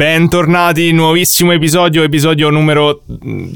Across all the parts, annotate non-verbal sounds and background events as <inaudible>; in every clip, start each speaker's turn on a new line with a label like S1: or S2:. S1: Bentornati, nuovissimo episodio, episodio numero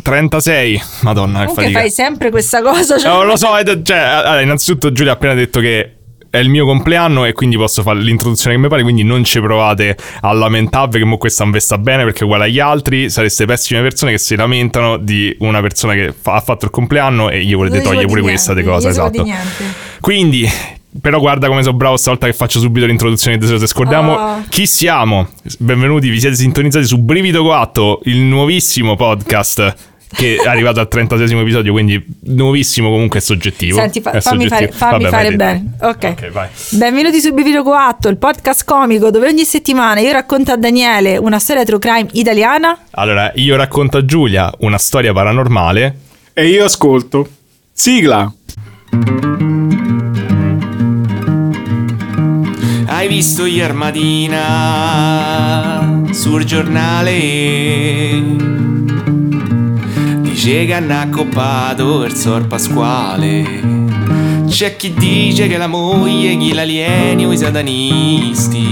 S1: 36. Madonna, che
S2: Comunque
S1: fatica.
S2: fai sempre questa cosa. Cioè...
S1: Eh, lo so, ed- cioè, allora, innanzitutto Giulia ha appena detto che è il mio compleanno e quindi posso fare l'introduzione che mi pare, quindi non ci provate a lamentarvi che mo questa non vi sta bene perché è uguale agli altri sareste pessime persone che si lamentano di una persona che fa- ha fatto il compleanno e gli volete
S2: Non gli
S1: togliere
S2: so
S1: pure
S2: di
S1: questa
S2: niente,
S1: cosa,
S2: non gli so di
S1: esatto.
S2: niente.
S1: Quindi, però guarda come sono bravo stavolta che faccio subito l'introduzione di Se scordiamo
S2: Ah.
S1: chi siamo. Benvenuti, vi siete sintonizzati su Brivido 4, il nuovissimo podcast che è arrivato al 36 episodio, quindi nuovissimo comunque è soggettivo.
S2: Senti, fa-
S1: È
S2: fammi fare,
S1: soggettivo.
S2: fammi
S1: Vabbè, vai,
S2: fare
S1: dai, dai.
S2: bene. Ok.
S1: Ok, vai.
S2: Benvenuti su Biviro Coatto, il podcast comico dove ogni settimana io racconto a Daniele una storia true crime italiana.
S1: Allora, io racconto a Giulia una storia paranormale.
S3: E io ascolto. Sigla.
S4: Hai visto Iermadina sul giornale? Dice che hanno accoppato il sor Pasquale. C'è chi dice che la moglie, chi l'alieni o i satanisti.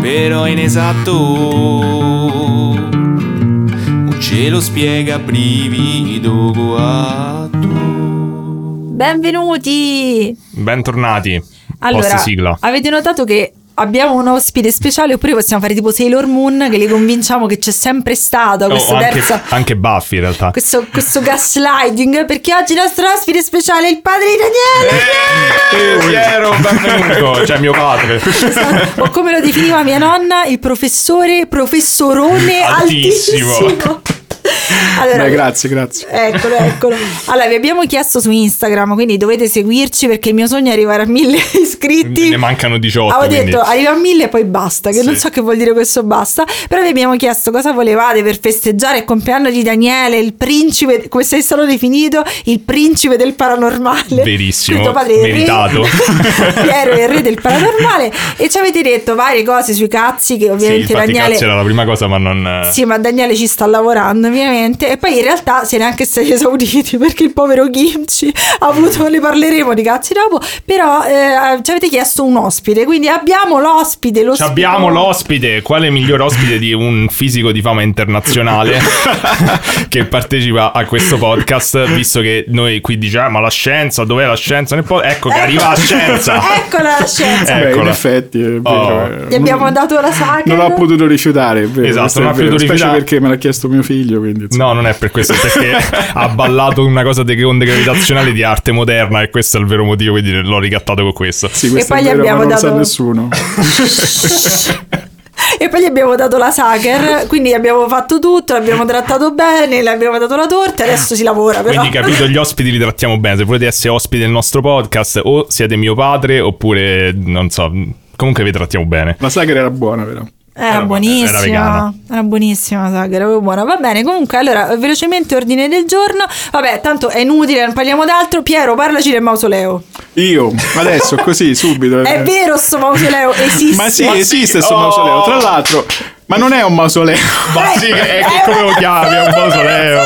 S4: Però esatto, è inesatto. Non ce lo spiega brivido guatto.
S2: Benvenuti!
S1: Bentornati.
S2: Allora,
S1: Post sigla.
S2: avete notato che abbiamo un ospite speciale oppure possiamo fare tipo Sailor Moon che li convinciamo che c'è sempre stato
S1: Oh,
S2: questa
S1: anche,
S2: terza...
S1: anche Buffy in realtà.
S2: Questo, questo gaslighting perché oggi il nostro ospite speciale è il padre di Daniele!
S1: Eh, Piero, benvenuto. Cioè, mio padre.
S2: Esatto. o come lo definiva mia nonna, il professore, professorone
S1: Altissimo.
S2: altissimo. Allora,
S3: Beh, grazie, grazie.
S2: Eccolo, eccolo. Allora, vi abbiamo chiesto su Instagram, quindi dovete seguirci perché il mio sogno è arrivare a mille <laughs> iscritti.
S1: Ne mancano 18.
S2: Avevo
S1: quindi.
S2: detto arriva a mille e poi basta, che
S1: Sì.
S2: non so che vuol dire questo basta, però vi abbiamo chiesto cosa volevate per festeggiare il compleanno di Daniele, il principe, come sei stato definito, il principe del paranormale.
S1: Verissimo,
S2: Quindi tuo padre è il re- <laughs>
S1: meritato.
S2: Piero è il re del paranormale e ci avete detto varie cose sui cazzi che
S1: Sì,
S2: ovviamente
S1: infatti
S2: Daniele...
S1: cazzo era la prima cosa, ma non. eh,
S2: Sì, ma Daniele ci sta lavorando ovviamente e poi in realtà se neanche stati esauriti <laughs> perché il povero Kimchi ha avuto, ne parleremo di cazzi dopo, però eh, ci avete chiesto un ospite, quindi abbiamo l'ospite,
S1: Ci
S2: l'ospite.
S1: abbiamo l'ospite, quale miglior ospite di un fisico di fama
S2: <laughs>
S1: internazionale che partecipa a questo podcast, visto che noi qui diciamo "Ah, ma la scienza, dov'è la scienza? Nel po- ecco che arriva la
S2: <laughs>
S1: scienza.
S2: Eccola Ecco la scienza.
S3: Beh, in
S1: Eccola.
S3: effetti è
S1: Oh.
S3: vero, eh.
S2: Gli abbiamo
S3: Non-
S2: dato la saga.
S3: Non l'ho potuto rifiutare, è vero,
S1: Esatto,
S3: questo
S1: non
S3: è
S1: ha
S3: vero,
S1: potuto
S3: specie
S1: rifiutare.
S3: perché me l'ha chiesto mio figlio, quindi insomma.
S1: No, non è per questo, è perché
S3: <laughs>
S1: ha ballato una cosa di onde gravitazionali di arte moderna e questo è il vero motivo, quindi l'ho ricattato con questo.
S3: Sì, questo
S2: poi
S3: è
S2: gli
S3: vero, ma
S2: abbiamo
S3: non lo
S2: dato-
S3: sa nessuno.
S2: E poi gli abbiamo dato la Sager, quindi abbiamo fatto tutto, l'abbiamo trattato bene, le abbiamo dato la torta, adesso si lavora però.
S1: Quindi capito,
S2: <laughs>
S1: gli ospiti li trattiamo bene. Se volete essere ospiti del nostro podcast, o siete mio padre, oppure non so. Comunque vi trattiamo bene.
S3: La sagra era buona, però.
S2: Era,
S1: Era buona, era
S2: buonissima,
S1: vegana.
S2: era, buonissima, sa che era proprio buona. Va bene, comunque, allora, velocemente ordine del giorno. Vabbè, tanto è inutile, non parliamo d'altro. Piero, parlaci del mausoleo.
S3: Io, adesso, così, subito.
S2: È
S3: eh.
S2: vero sto mausoleo, esiste.
S3: Ma
S1: <laughs>
S3: sì,
S1: Ma sì,
S3: esiste questo
S1: oh.
S3: mausoleo. Tra l'altro, ma non è un mausoleo.
S1: Ma
S2: Eh,
S1: sì, che, è che come lo
S2: <laughs>
S1: chiami? È un mausoleo.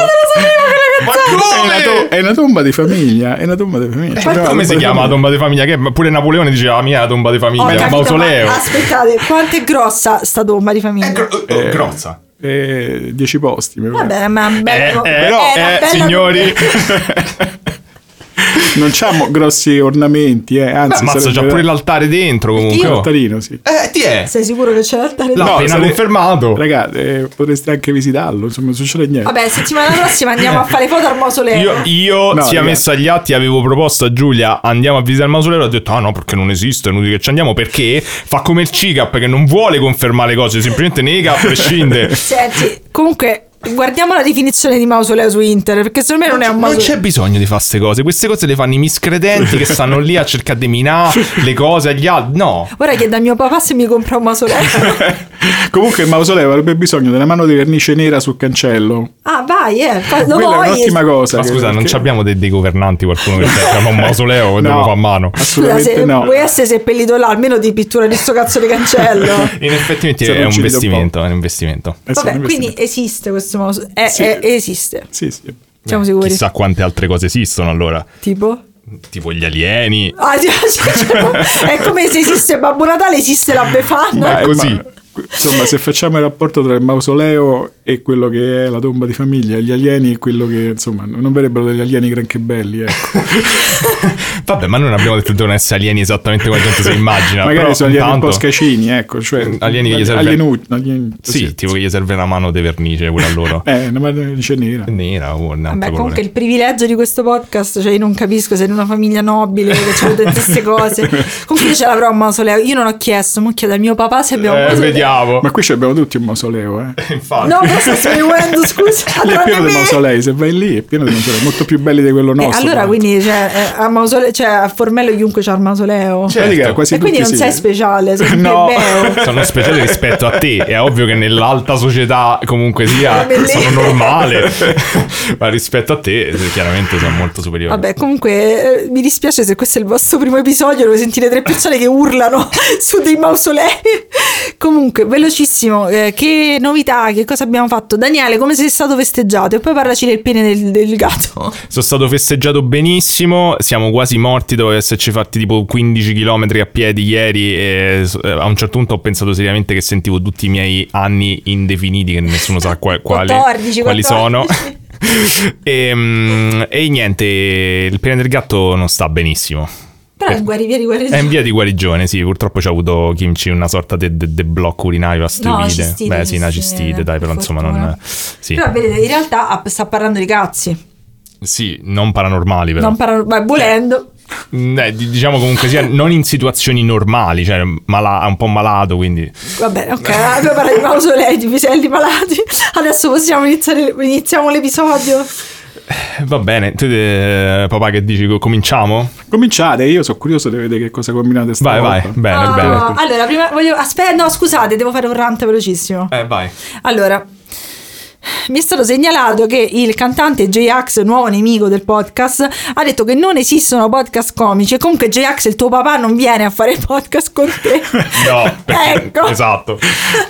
S1: Ma
S3: È una, to- è una tomba di famiglia. È una tomba di famiglia.
S1: Ma
S3: Però
S1: come si
S3: di
S1: chiama la
S3: famiglia.
S1: tomba di famiglia? Che pure Napoleone diceva la mia è la tomba di famiglia,
S2: Ho
S1: è un
S2: capito,
S1: mausoleo.
S2: ma aspettate, quanto è grossa sta tomba di famiglia?
S3: Eh,
S1: Grozza.
S3: Eh, dieci posti. mi pare.
S2: Va bene, ma bello.
S1: eh,
S2: era
S1: eh,
S2: bella-
S1: signori. <laughs>
S3: Non c'ha mo- grossi ornamenti, eh. Anzi,
S1: Ammazza, c'ha
S3: sarebbe-
S1: pure l'altare dentro comunque.
S2: Io-
S1: oh.
S3: Altarino, sì.
S4: Eh, ti è?
S2: Sei sicuro che c'è l'altare?
S1: L'ha
S3: No,
S1: appena
S3: sare-
S1: confermato.
S3: Ragazzi, eh, potreste anche visitarlo, insomma, non succede niente.
S2: Vabbè, settimana prossima andiamo a fare foto al mausoleo.
S1: Io, io
S3: No,
S1: sia
S3: ragazzi.
S1: messa agli atti, avevo proposto a Giulia andiamo a visitare il mausoleo. Ha detto: Ah no, perché non esiste, è inutile che ci andiamo. Perché fa come il CICAP che non vuole confermare le cose, semplicemente nega a <laughs> prescindere.
S2: Senti, comunque, guardiamo la definizione di mausoleo su internet, perché secondo me non è un
S1: Non
S2: mausoleo.
S1: c'è bisogno di fare queste cose. Queste cose le fanno i miscredenti che stanno lì a cercare di minare le cose agli altri. No.
S2: Ora chiedo a mio papà se mi compra un mausoleo.
S3: Comunque il mausoleo avrebbe bisogno della mano di vernice nera sul cancello.
S2: ah, vai, eh. fa- Lo
S3: Quella è
S2: vuoi?
S3: un'ottima cosa.
S1: Ma
S3: che-
S1: scusa, non
S3: perché-
S1: abbiamo dei, dei governanti qualcuno che cerca un <laughs> mausoleo che devo
S3: No,
S1: fare a mano.
S2: Scusa,
S3: Assolutamente
S2: se
S3: no.
S2: vuoi essere seppellito là, almeno di pittura di sto cazzo di cancello.
S1: In effetti
S3: Se non
S1: è un
S3: ci vedo un
S1: investimento, è un investimento.
S3: Eh, sì,
S2: Vabbè,
S3: un
S2: quindi
S3: investimento.
S2: esiste questo mausoleo. Eh,
S3: Sì.
S2: eh, esiste,
S3: Sì, sì.
S2: siamo sicuri.
S1: Chissà quante altre cose esistono allora.
S2: Tipo?
S1: Tipo gli alieni.
S2: <laughs> Ah, cioè, cioè, è come se esiste Babbo Natale, esiste la Befana.
S1: Ma- è così.
S3: Insomma, se facciamo il rapporto tra il mausoleo e quello che è la tomba di famiglia, gli alieni e quello che, insomma, non verrebbero degli alieni granché belli, ecco.
S1: Vabbè, ma noi non abbiamo detto che devono essere alieni esattamente come la gente si immagina.
S3: Magari
S1: però
S3: sono alieni
S1: intanto- Mm,
S3: un po' scacini, ecco, cioè
S1: Alieni che gli serve-
S3: alienu- alieni-
S1: Sì, tipo che gli serve una mano di vernice pure a loro.
S3: Eh, una matrice nera.
S1: Nera o un altro
S2: Vabbè,
S1: colore. Eh,
S2: comunque il privilegio di questo podcast, cioè io non capisco se in una famiglia nobile che c'è tutte queste
S3: <laughs>
S2: cose. Comunque io ce l'avrò un mausoleo. Io non ho chiesto, mo chiedo al mio papà se abbiamo un
S1: Eh,
S2: mausoleo.
S1: vediamo.
S3: Ma qui ci abbiamo tutti
S2: <laughs>
S3: un mausoleo, eh.
S1: Infatti.
S2: No, questo sto seguendo, scusa.
S3: <laughs> Lì è pieno
S2: tranne
S3: di
S2: me.
S3: mausolei, se vai lì è pieno di mausolei, molto più belli di quello
S2: Eh,
S3: nostro.
S2: allora,
S3: tanto.
S2: quindi cioè, eh, a, mausole- cioè, a Formello chiunque c'ha il mausoleo.
S1: Certo.
S3: Pratica, Cioè, quasi
S2: e quindi
S3: tutti
S2: non
S3: sì.
S2: sei speciale,
S3: <laughs>
S2: sei un
S3: No.
S2: plebeo.
S1: Sono speciale rispetto a te. È ovvio che nell'alta società comunque sia
S2: Bellezza.
S1: sono normale. <laughs> ma rispetto a te, eh, chiaramente sono molto superiore.
S2: Vabbè, comunque eh, mi dispiace se questo è il vostro primo episodio dove sentire tre persone che urlano <laughs> su dei mausolei. <laughs> comunque, velocissimo, eh, che novità, che cosa abbiamo fatto? Daniele, come sei stato festeggiato? E poi parlaci del pene del, del gatto.
S1: Sono stato festeggiato benissimo. Siamo quasi morti dopo esserci fatti tipo 15 km a piedi ieri. E s- eh, a un certo punto ho pensato seriamente che sentivo tutti i miei anni indefiniti, che nessuno sa
S2: <laughs>
S1: qua- quali,
S2: 14,
S1: quali sono. <laughs>
S2: 14.
S1: e, mm, e niente, il pene del gatto non sta benissimo.
S2: Però è in guarigione,
S1: È in via di guarigione, sì. Purtroppo c'ha avuto Kimchi una sorta di blocco urinario a stupide.
S2: cistite,
S1: Beh, sì, una
S2: cistite,
S1: cistite, dai, però
S2: per
S1: insomma
S2: fortuna.
S1: non. Sì,
S2: Però vedete, in realtà ah, sta parlando di cazzi.
S1: Sì, non paranormali, però.
S2: Non parla, ma volendo.
S1: Mm, eh, di- diciamo comunque sia non in situazioni normali, cioè mala- un po' malato, quindi Eh,
S2: Va
S1: <laughs>
S2: bene, ok. Abbiamo parlato di mausolei, di piselli malati. Adesso possiamo iniziare iniziamo l'episodio.
S1: Eh, va bene. Tu, eh, papà, che dici? Co- Cominciamo?
S3: Cominciate, io sono curioso di vedere che cosa combinate
S1: Vai, vai,
S3: stavolta.
S1: bene,
S2: Ah,
S1: bene.
S2: Allora, prima voglio. Aspetta, no, scusate, devo fare un rant velocissimo.
S1: Eh, vai.
S2: Allora. Mi è stato segnalato che il cantante J-Ax, nuovo nemico del podcast, ha detto che non esistono podcast comici e comunque J-Ax, il tuo papà, non viene a fare podcast con
S3: <laughs>
S2: te. <laughs>
S1: No, perché-
S2: ecco.
S1: esatto.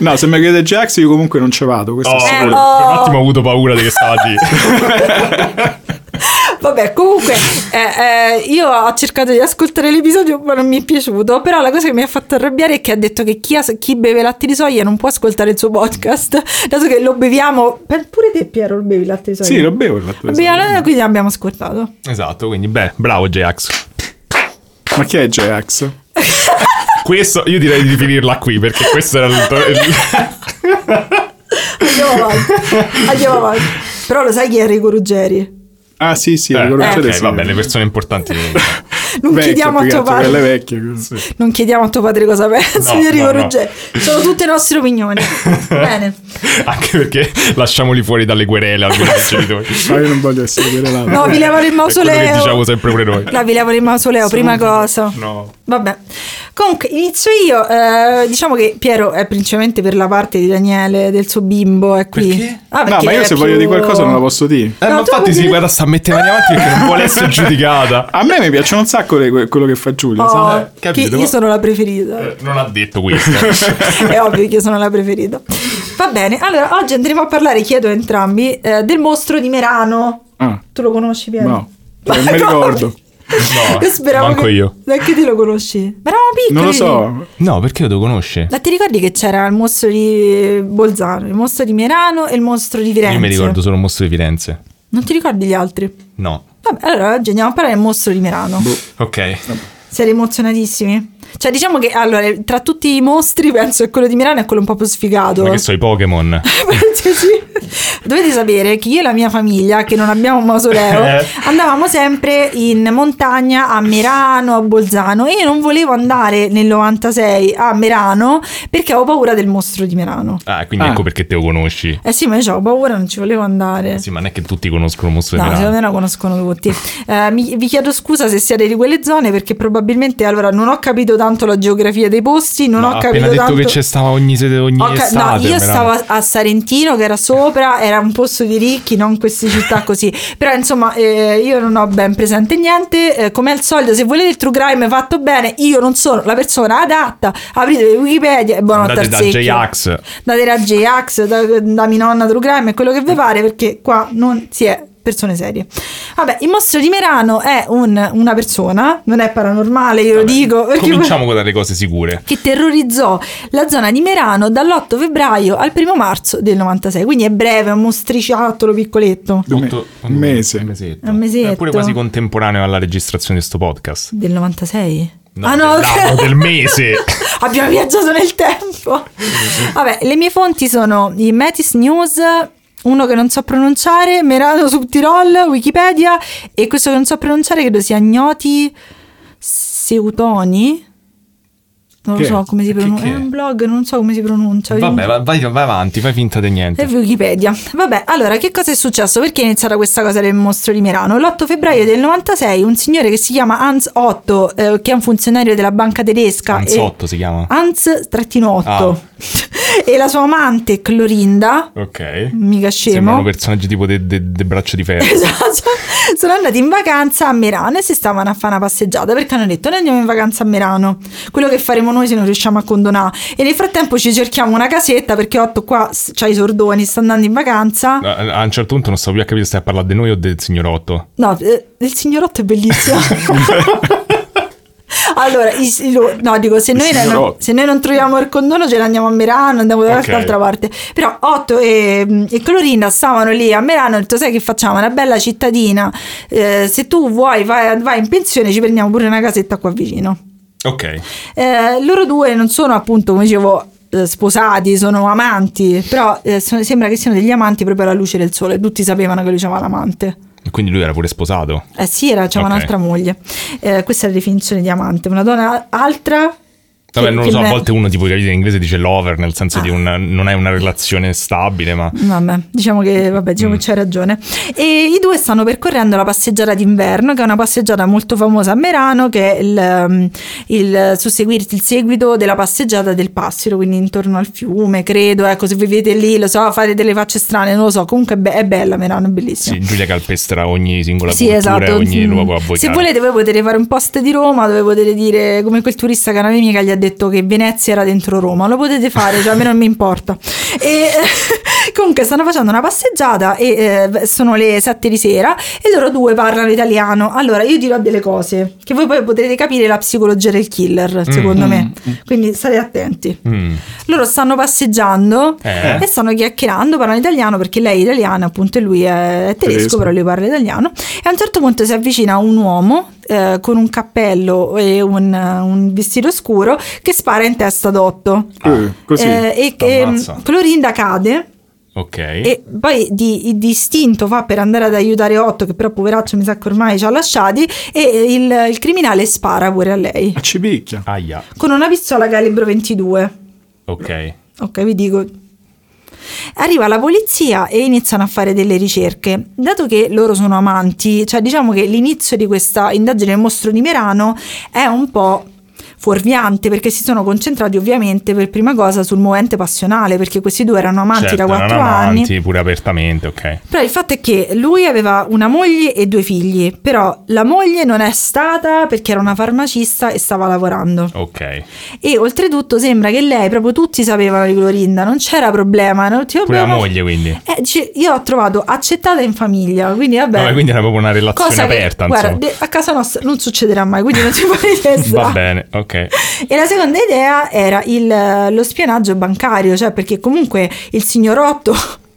S3: No, se mi chiedete Jax io comunque non ci vado, questo
S1: Oh, per
S3: è
S2: Eh,
S1: un
S3: sicuro.
S2: oh.
S1: attimo ho avuto paura di che stavi.
S2: Vabbè, comunque eh, eh, io ho cercato di ascoltare l'episodio, ma non mi è piaciuto. Però la cosa che mi ha fatto arrabbiare è che ha detto che chi, as- chi beve latte di soia non può ascoltare il suo podcast, dato che lo beviamo. Per- Pure te, Piero, lo bevi il latte di soia.
S3: Sì, lo bevo il latte di soia.
S2: Abbiamo- eh, quindi abbiamo ascoltato.
S1: <laughs> esatto, quindi beh, bravo J-Ax.
S3: esatto. Ma chi è Jax?
S1: Questo io direi di finirla qui perché questo era il- il
S2: Andiamo avanti. Andiamo avanti. Però lo sai chi è Enrico Ruggeri?
S3: Ah sì, sì,
S1: Eh,
S3: lo conoscete,
S1: ok,
S3: sì.
S1: va bene, le persone importanti. <laughs>
S2: Non
S3: Vecchio,
S2: chiediamo a
S3: più che
S2: tuo
S3: altro,
S2: padre.
S3: quelle vecchie. così.
S2: <laughs> Non chiediamo a tuo padre cosa pensa
S1: No,
S2: di Enrico
S1: no, no.
S2: Ruggeri. Sono tutte nostre opinioni. Bene.
S1: Anche perché lasciamoli fuori dalle querele almeno dei genitori.
S3: Ma io non voglio essere querelato.
S2: No, vi levano il
S1: È quello che
S2: mausoleo.
S1: diciamo sempre pure noi.
S2: La vi levano il mausoleo, prima cosa.
S1: No.
S2: Vabbè. Comunque, inizio io. Eh, diciamo che Piero è principalmente per la parte di Daniele, del suo bimbo, è qui.
S1: Perché?
S2: Ah,
S3: no, ma io
S2: è
S3: se
S2: più-
S3: voglio di qualcosa non la posso dire.
S1: Eh,
S2: No,
S1: ma
S2: tu
S1: infatti si
S2: vuoi-
S1: guarda sta mettendo le mani avanti perché
S2: <laughs>
S1: non vuole essere giudicata.
S3: A me mi piacciono un sacco le- que- quello che fa Giulia. sa?
S2: Oh,
S1: Eh, capito,
S2: che
S1: ma-
S2: io sono la preferita.
S1: Eh, Non ha detto questo.
S2: È ovvio che io sono la preferita. Va bene, allora oggi andremo a parlare, chiedo a entrambi, eh, del mostro di Merano.
S3: Ah,
S2: Tu lo conosci, Piero?
S3: no,
S2: <laughs>
S3: non mi
S2: come?
S3: ricordo.
S1: No,
S2: Io speravo
S1: manco
S2: che-
S1: io.
S2: Neanche te lo conosci. Ma eravamo piccoli.
S3: Non lo so.
S1: No, perché lo devo conoscere?
S2: Ma ti ricordi che c'era il mostro di Bolzano, il mostro di Merano e il mostro di Firenze?
S1: Io mi ricordo solo Mostro di Firenze.
S2: Non ti ricordi gli altri?
S1: No.
S2: Vabbè, allora oggi andiamo a parlare del mostro di Merano.
S3: Boh.
S1: Ok.
S2: Siete emozionatissimi? Cioè, diciamo che allora, tra tutti i mostri, penso che quello di Merano è quello un po' più sfigato.
S1: Ma che so, i Pokémon.
S2: Penso <laughs> sì. Dovete sapere che io e la mia famiglia, che non abbiamo un mausoleo,
S1: Eh.
S2: andavamo sempre in montagna a Merano, a Bolzano e io non volevo andare nel 96 a Merano perché avevo paura del mostro di Merano.
S1: Ah, quindi
S3: Ah.
S1: ecco perché te lo conosci.
S2: Eh sì, ma io avevo paura, non ci volevo andare.
S1: Sì, ma non è che tutti conoscono Mostro di
S2: No,
S1: Firenze.
S2: secondo me la conoscono tutti. Eh, mi- vi chiedo scusa se siete di quelle zone perché probabilmente allora non ho capito tanto la geografia dei posti, non
S1: Ma
S2: ho
S1: ha
S2: capito
S1: appena detto
S2: tanto...
S1: che c'è stava ogni, sede- ogni
S2: Ho ca- no,
S1: estate.
S2: io
S1: Merano.
S2: stavo a- a Sarentino, che era sopra, era un posto di ricchi, non queste città così. Però insomma, eh, io non ho ben presente niente. eh, come al solito, se volete il true crime fatto bene, io non sono la persona adatta. Aprite Wikipedia e buonanotte
S1: Andate
S2: al
S1: da
S2: secchio.
S1: J-Ax. Mm.
S2: Date da J-Ax, da, da mia nonna true crime e quello che vi pare, perché qua non si è persone serie. Vabbè, il mostro di Merano è un- una persona, non è paranormale, io lo dico. perché-
S1: Cominciamo con le cose sicure.
S2: Che terrorizzò la zona di Merano dall'8 febbraio al 1 marzo del 96. Quindi è breve, è un mostriciattolo piccoletto
S3: Due me-
S1: Otto-
S3: un mese.
S1: Un mesetto.
S2: Un mesetto.
S1: È pure quasi contemporaneo alla registrazione di sto podcast.
S2: del 96.
S1: No, dell'anno,
S2: ok.
S1: del mese.
S2: <laughs> Abbiamo viaggiato nel tempo. Vabbè, le mie fonti sono i Metis News, uno che non so pronunciare, Merano Subtirol, Wikipedia e questo che non so pronunciare credo sia Gnoti Seutoni. Non
S3: Che
S2: lo so
S3: è?
S2: come si
S1: Che-
S2: pronuncia.
S1: che
S2: È
S1: è?
S2: un blog, non so come si pronuncia.
S1: Vabbè, va- vai, vai avanti, fai finta di niente.
S2: E Wikipedia. Vabbè, allora che cosa è successo? Perché è iniziata questa cosa del mostro di Merano? L'8 febbraio del 96 un signore che si chiama Hans Otto, eh, che è un funzionario della banca tedesca. e-
S1: Anzotto si chiama.
S2: Hans-8 <laughs> e la sua amante Clorinda,
S1: Ok.
S2: mica
S1: Sembrano
S2: <laughs> scemo,
S1: personaggi tipo del braccio di
S2: <laughs>
S1: ferro.
S2: Esatto. sono andati in vacanza a Merano e si stavano a fare una passeggiata perché hanno detto noi andiamo in vacanza a Merano, quello che faremo noi se non riusciamo a condonare e nel frattempo ci cerchiamo una casetta perché Otto qua s- c'ha i sordoni, sta andando in vacanza.
S1: A a un certo punto non stavo più a capire se stai a parlare di noi o del
S2: <laughs>
S1: signorotto.
S2: No, eh, il signorotto è bellissimo. Allora, i- i- lo- no, dico, se
S3: Il
S2: noi, non,
S3: signorotto.
S2: se noi non troviamo il condono ce ne andiamo a Merano, andiamo da
S1: Ok.
S2: qualche altra parte. Però Otto e, e Clorinda stavano lì a Merano e hanno detto, sai che facciamo? Una bella cittadina, eh, se tu vuoi vai, vai in pensione ci prendiamo pure una casetta qua vicino.
S1: Ok.
S2: Eh, loro due non sono appunto, come dicevo, eh, sposati, sono amanti, però eh, sono- sembra che siano degli amanti proprio alla luce del sole, tutti sapevano che lui aveva l'amante.
S1: Quindi lui era pure sposato.
S2: Eh sì, era, c'era
S1: Ok.
S2: un'altra moglie. Eh, questa è la definizione di amante, una donna altra.
S1: Vabbè,
S2: che-
S1: non
S2: che
S1: lo so,
S2: me-
S1: a volte uno tipo capite in inglese dice lover, nel senso
S2: Ah.
S1: di una, non è una relazione stabile, ma
S2: Vabbè, diciamo che vabbè, diciamo
S1: Mm.
S2: che c'hai ragione. E i due stanno percorrendo la passeggiata d'inverno, che è una passeggiata molto famosa a Merano, che è il, um, il susseguirsi, il seguito della passeggiata del Passero, quindi intorno al fiume, credo. Ecco, se vivete lì, lo so, fate delle facce strane, non lo so. Comunque è, be- è bella Merano, è bellissima.
S1: sì, Giulia calpesterà ogni singola
S2: Sì,
S1: cultura e
S2: esatto.
S1: ogni
S2: Mm.
S1: luogo a voi
S2: Se
S1: caro.
S2: volete, voi potete fare un post di Roma dove potete dire come quel turista che era una mia amica gli ha detto che Venezia era dentro Roma. Lo potete fare, cioè a me non mi importa. E <laughs> comunque stanno facendo una passeggiata e eh, sono le 7 di sera e loro due parlano italiano. Allora io dirò delle cose che voi poi potrete capire la psicologia del killer, secondo me. Quindi state attenti.
S1: Mm.
S2: Loro stanno passeggiando
S1: Eh.
S2: e stanno chiacchierando, parlano italiano perché lei è italiana, appunto, e lui è tedesco,
S3: Tedesco.
S2: però lui parla italiano. E a un certo punto si avvicina un uomo eh, con un cappello e un, un vestito scuro che spara in testa ad Otto.
S1: Ah.
S3: Eh, così.
S2: Eh, e che
S1: Ammazza.
S2: mm, Clorinda cade
S1: Ok.
S2: e poi di, di istinto va per andare ad aiutare Otto, che però poveraccio mi sa che ormai ci ha lasciati, e il- il criminale spara pure a lei
S3: Ah, Ci picchia.
S1: Aia.
S2: con una pistola calibro 22.
S1: Ok.
S2: Ok, vi dico. Arriva la polizia e iniziano a fare delle ricerche. Dato che loro sono amanti, cioè diciamo che l'inizio di questa indagine del mostro di Merano è un po' fuorviante perché si sono concentrati ovviamente per prima cosa sul movente passionale perché questi due erano amanti
S1: Certo,
S2: da
S1: erano
S2: quattro anni.
S1: amanti pure apertamente, ok.
S2: Però il fatto è che lui aveva una moglie e due figli, però la moglie non è stata perché era una farmacista e stava lavorando.
S1: Ok.
S2: E oltretutto sembra che lei, proprio tutti sapevano di Clorinda, non c'era problema. Non ti-
S1: Pure la
S2: abbiamo-
S1: moglie, quindi.
S2: Eh, dice, io l'ho trovato accettata in famiglia, quindi vabbè.
S1: Vabbè, quindi era proprio una relazione
S2: Cosa che-
S1: aperta,
S2: guarda,
S1: insomma.
S2: de- a casa nostra non succederà mai, quindi non ti puoi
S1: <laughs> Va
S2: pensare.
S1: bene, ok.
S2: E la seconda idea era il- lo spionaggio bancario, cioè perché comunque il signorotto, <laughs>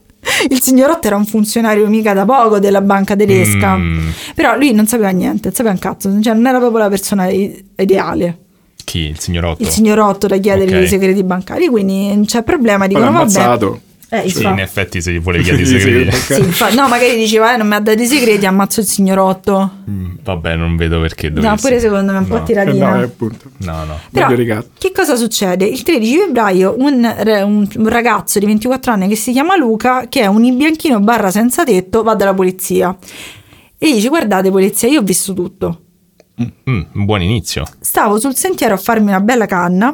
S2: il signorotto era un funzionario mica da poco della banca tedesca,
S1: Mm,
S2: però lui non sapeva niente, non sapeva un cazzo, cioè non era proprio la persona i- ideale
S1: chi? Il signorotto?
S2: il signorotto da chiedere
S1: Ok.
S2: i segreti bancari, quindi non c'è problema.
S3: Poi l'ha
S2: Dicono vabbè.
S3: ammazzato.
S2: Eh,
S1: Sì,
S2: infa-
S1: in effetti se gli
S3: <laughs>
S1: volevi chiedere i
S3: Sì, sì,
S1: segreti. <laughs>
S3: perché-
S2: sì, infa- no, magari diceva eh, non mi ha dato i segreti, ammazzo il signorotto.
S1: Mm, Vabbè, non vedo perché
S2: No,
S1: dovessi.
S2: pure secondo me è un po'
S1: No.
S3: Eh,
S2: tiratina.
S3: no, eh, appunto.
S1: No, no.
S2: Però,
S3: Meglio rigatto.
S2: che cosa succede? Il 13 febbraio un, re- un- un ragazzo di 24 anni che si chiama Luca, che è un imbianchino barra senza tetto, va dalla polizia e gli dice guardate polizia, io ho visto tutto.
S1: Mm, un buon inizio.
S2: Stavo sul sentiero a farmi una bella canna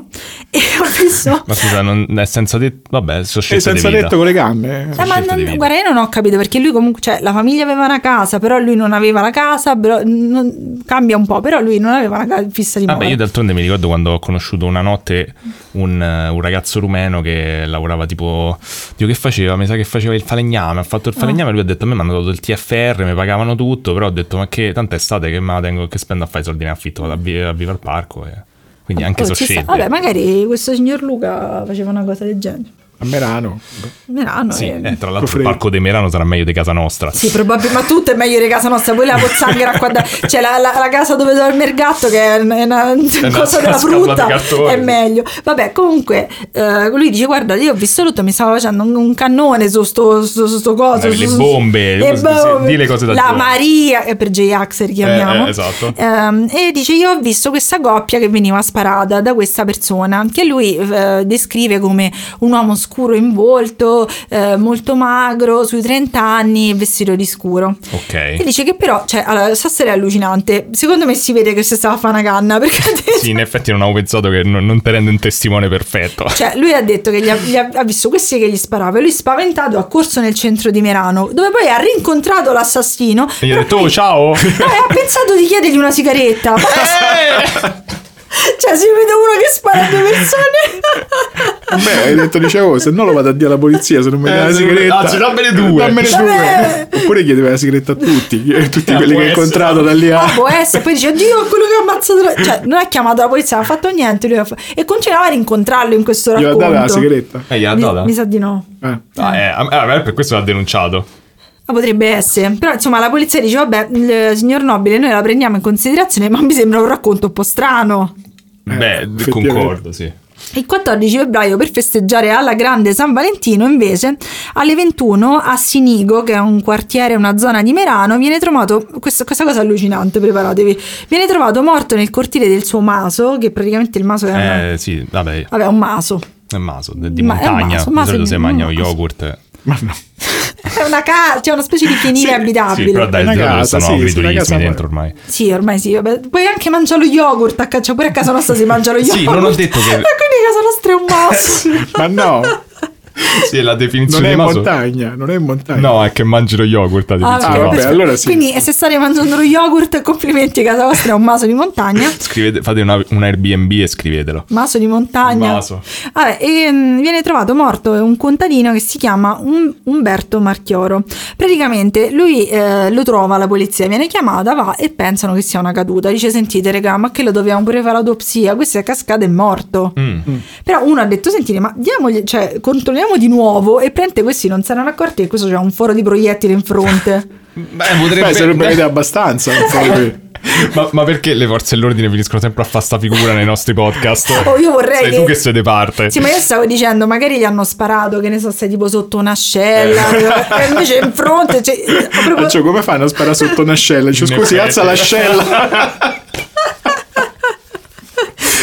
S2: e <laughs> ho visto...
S1: Ma scusa, non è senza detto. Vabbè, sono
S3: E
S1: scelta di
S3: senza
S1: vita.
S3: detto con le canne.
S2: Eh, ma
S1: scelta
S2: non-
S1: di vita.
S2: guarda, io non ho capito perché lui comunque, cioè, la famiglia aveva una casa, però lui non aveva la casa, però, non- cambia un po', però lui non aveva una ca- fissa di
S1: Vabbè, io d'altronde mi ricordo quando ho conosciuto una notte un, eh, un ragazzo rumeno che lavorava tipo. Dio, che faceva? Mi sa che faceva il falegname. Ha fatto il falegname. e Lui ha detto: A me mi hanno dato il TFR, mi pagavano tutto. Però ho detto: Ma che tanta estate che me la tengo, che spendo a fare i soldi in affitto? Vado a, vi- a vivere al parco. e- Quindi anche
S2: Oh,
S1: so
S2: ci sta.
S1: scelte.
S2: Vabbè, magari questo signor Luca faceva una cosa del genere. <laughs>
S3: A Merano.
S2: Milano
S1: Sì,
S2: eh.
S1: eh, tra l'altro il
S3: Freddo.
S1: parco di Merano sarà meglio di casa nostra.
S2: Sì, probabilmente, ma tutto è meglio di casa nostra. Poi la pozzanghera qua da- C'è la, la- la casa dove dorme il gatto, che è una, è una cosa
S1: scatola di
S2: della frutta.
S1: cartone.
S2: È meglio. Vabbè, comunque, eh, lui dice: Guarda, io ho visto tutto, mi stavo facendo un, un cannone su sto, su, su sto coso.
S1: Magari le
S2: su- su-
S1: bombe,
S2: le
S1: cose- di le cose da
S2: La
S1: giovane.
S2: Maria, eh, per J-Ax richiamiamo.
S1: Eh, eh, esatto.
S2: Ehm, e dice: Io ho visto questa coppia che veniva sparata da questa persona, che lui eh, descrive come un uomo scuro in volto, eh, molto magro, sui 30 anni, vestito di scuro. E
S1: Ok.
S2: dice che però, cioè, allora, questa storia è allucinante. Secondo me si vede che si stava a fare una canna perché ha detto-
S1: Sì, in effetti non avevo pensato che non, non te rende un testimone perfetto.
S2: Cioè, lui ha detto che gli ha, gli ha- ha visto questi che gli sparava e lui spaventato ha corso nel centro di Merano, dove poi ha rincontrato l'assassino.
S1: E gli ho
S2: però
S1: detto:
S2: poi-
S1: Oh,
S2: <laughs>
S1: ciao!
S2: Eh, ha pensato di chiedergli
S1: <laughs>
S2: una sigaretta. Ma- cioè, se vedo uno che spara a due persone.
S3: Beh, hai detto, dicevo, se no lo vado a dire alla polizia se non mi
S1: Eh,
S3: dà la
S1: se-
S3: sigaretta.
S1: anzi, dammene due.
S3: Dammene
S2: Vabbè.
S3: due. Oppure chiedeva la sigaretta a tutti, eh, tutti
S1: Eh,
S3: quelli
S1: può
S3: che
S1: essere.
S3: ho incontrato da lì a...
S2: Può essere, poi dice, oddio, quello che ha ammazzato... la-" Cioè, non ha chiamato la polizia, non ha fatto niente. lui ha fa- E continuava a rincontrarlo in questo
S3: Gli ho
S2: racconto.
S3: dato la sigaretta.
S1: E gliel'ha
S2: Mi,
S1: data?
S2: mi sa di no.
S3: Eh.
S1: Ah, eh, ah, beh, per questo l'ha denunciato.
S2: Ma potrebbe essere. Però, insomma, la polizia dice, vabbè, il signor Nobile, noi la prendiamo in considerazione, ma mi sembra un racconto un po' strano.
S1: Beh,
S2: Eh,
S3: effettivamente.
S1: concordo, sì.
S2: Il 14 febbraio per festeggiare alla grande San Valentino invece alle 21 a Sinigo che è un quartiere, una zona di Merano viene trovato, questa, questa cosa allucinante preparatevi, viene trovato morto nel cortile del suo maso che praticamente il maso era una-
S1: Eh, sì, vabbè,
S2: vabbè, un maso,
S1: è maso, di di
S2: Ma- è
S1: montagna.
S2: maso,
S1: Di
S2: maso
S1: solito
S2: di-
S1: si mangia
S2: maso.
S1: yogurt.
S3: Ma no.
S2: è una casa, cioè una specie di fienile
S1: Sì, però
S2: abitabile.
S1: dai,
S3: Una
S1: di solito sono
S3: casa, sì, sì, una casa
S1: agriturismi
S3: fa-
S1: dentro ormai.
S2: Sì, ormai sì, vabbè. puoi anche mangiare lo yogurt a caccia, pure a casa nostra si mangia lo yogurt.
S1: Sì, non ho detto che-
S2: <laughs> Ma quindi a casa nostra
S1: <laughs>
S2: è un maso. <laughs>
S3: Ma no,
S1: Sì, la
S3: non
S1: definizione
S3: è
S1: di
S3: in
S1: maso.
S3: montagna, non è in montagna.
S1: No, è che mangi lo yogurt. la
S2: Ah,
S1: definizione di
S3: vabbè,
S1: maso.
S2: perfetto.
S3: allora sì.
S2: Quindi eh, se state mangiando lo yogurt, complimenti, casa vostra è un maso di montagna.
S1: Scrivete- fate una- un Airbnb e scrivetelo.
S2: Maso di montagna.
S1: Maso.
S2: Vabbè, e, mm, viene trovato morto un contadino che si chiama Um- Umberto Marchioro. Praticamente lui eh, lo trova, la polizia viene chiamata, va e pensano che sia una caduta. Dice: Sentite, regà, ma che lo dobbiamo pure fare l'autopsia? Questo è cascata è morto.
S1: Mm.
S2: Però uno ha detto: Sentite, ma diamogli, cioè, controlliamo di nuovo. E prende questi non si erano accorti che questo c'è un foro di proiettili in fronte.
S1: Beh,
S3: Beh, sarebbe
S1: beh,
S3: avete abbastanza. non so che-
S1: ma, ma perché le forze dell'ordine finiscono sempre a fare sta figura nei nostri podcast?
S2: <laughs> Oh, io vorrei
S1: Sei
S2: che-
S1: tu che sei di parte.
S2: Sì, ma io stavo dicendo, magari gli hanno sparato, che ne so, sei tipo sotto un'ascella, e invece in fronte, cioè, proprio...
S3: Cioè, come fanno a sparare sotto un'ascella? Dice,
S1: In
S3: scusi,
S1: effetti. <laughs>
S3: alza l'ascella.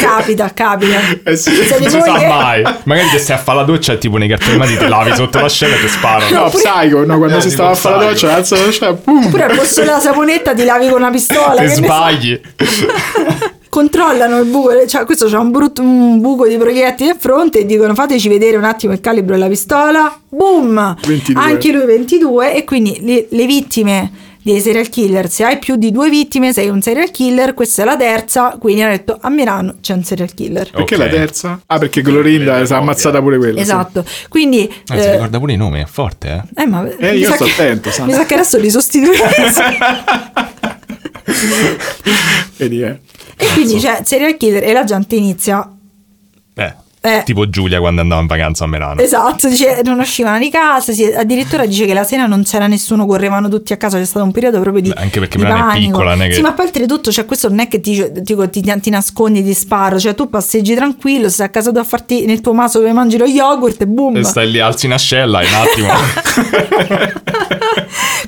S2: capita, capita.
S3: Eh sì.
S2: Se di
S1: non si
S2: voi che-
S1: sa mai. Magari che se a fa la doccia, tipo nei cartoni animati, ti lavi sotto l'ascella e ti sparano.
S3: No, Psycho, no, quando
S1: Eh,
S3: si
S1: tipo
S3: stava a fare la
S1: Psycho.
S3: doccia, alza l'ascella, pum.
S2: Oppure al posto della saponetta ti lavi con una pistola.
S1: Te
S2: che ne so.
S1: sbagli.
S2: Controllano il buco, cioè questo c'ha un, brutto, un buco di proiettili in fronte e dicono fateci vedere un attimo il calibro della pistola. Boom!
S3: 22.
S2: Anche lui 22 e quindi le, le vittime dei serial killer, se hai più di due vittime sei un serial killer, questa è la terza, quindi hanno detto a Milano c'è un serial killer.
S3: Perché
S1: Ok. Eh,
S3: la terza? Ah, perché Glorinda si è
S1: Ovvio.
S3: ammazzata pure quella. sì.
S2: Esatto, quindi...
S1: Eh, si
S2: eh,
S1: ricorda pure i nomi, è forte, eh.
S2: eh, ma
S3: Eh,
S2: mi
S3: io
S2: sa
S3: sto
S2: che-
S3: attento, sa.
S2: Mi sa che adesso
S1: <laughs>
S2: li sostituisco.
S3: Vedi, eh.
S2: e quindi cioè, c'è serial killer e la gente inizia
S1: Eh,
S2: Eh.
S1: Tipo Giulia quando andava in vacanza a Merano.
S2: Esatto, dice non uscivano di casa, si- addirittura dice che la sera non c'era nessuno, correvano tutti a casa, c'è stato un periodo proprio di...
S1: Beh, anche perché
S2: di
S1: Milano è
S2: panico.
S1: piccola, non è che-
S2: Sì, ma poi oltretutto cioè, questo non è che ti, dico, ti, ti nascondi di sparo, cioè tu passeggi tranquillo, sei a casa tua a farti nel tuo maso dove mangi lo yogurt e boom. <laughs>
S1: E stai lì, alzi in ascella e un attimo.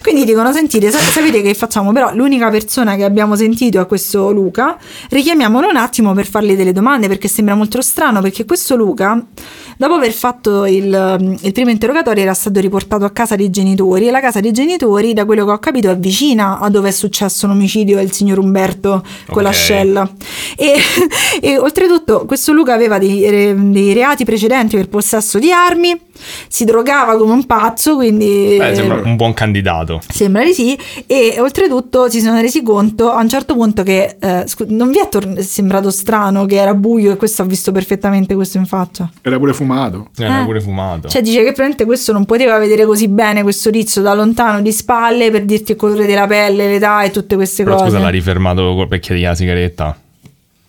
S2: Quindi dicono: Sentite, sa- sapete che facciamo? Però l'unica persona che abbiamo sentito è questo Luca. Richiamiamolo un attimo per fargli delle domande perché sembra molto strano. Perché questo Luca, dopo aver fatto il, il primo interrogatorio, era stato riportato a casa dei genitori. E la casa dei genitori, da quello che ho capito, è vicina a dove è successo l'omicidio del signor Umberto con
S1: Ok.
S2: l'ascella. E, <laughs> e oltretutto, questo Luca aveva dei, re- dei reati precedenti per possesso di armi, si drogava come un pazzo, quindi.
S1: Beh, Eh, sembra un buon candidato.
S2: Sembra di sì, e oltretutto si sono resi conto a un certo punto che eh, scu- non vi è tor- sembrato strano che era buio e questo ha visto perfettamente questo in faccia.
S3: Era pure fumato.
S1: Eh, ne ha
S2: Eh.
S1: pure fumato.
S2: Cioè dice che probabilmente questo non poteva vedere così bene questo tizio da lontano di spalle per dirti il colore della pelle, l'età e tutte queste
S1: Però
S2: cose.
S1: scusa, l'ha rifermato col pecchio di sigaretta.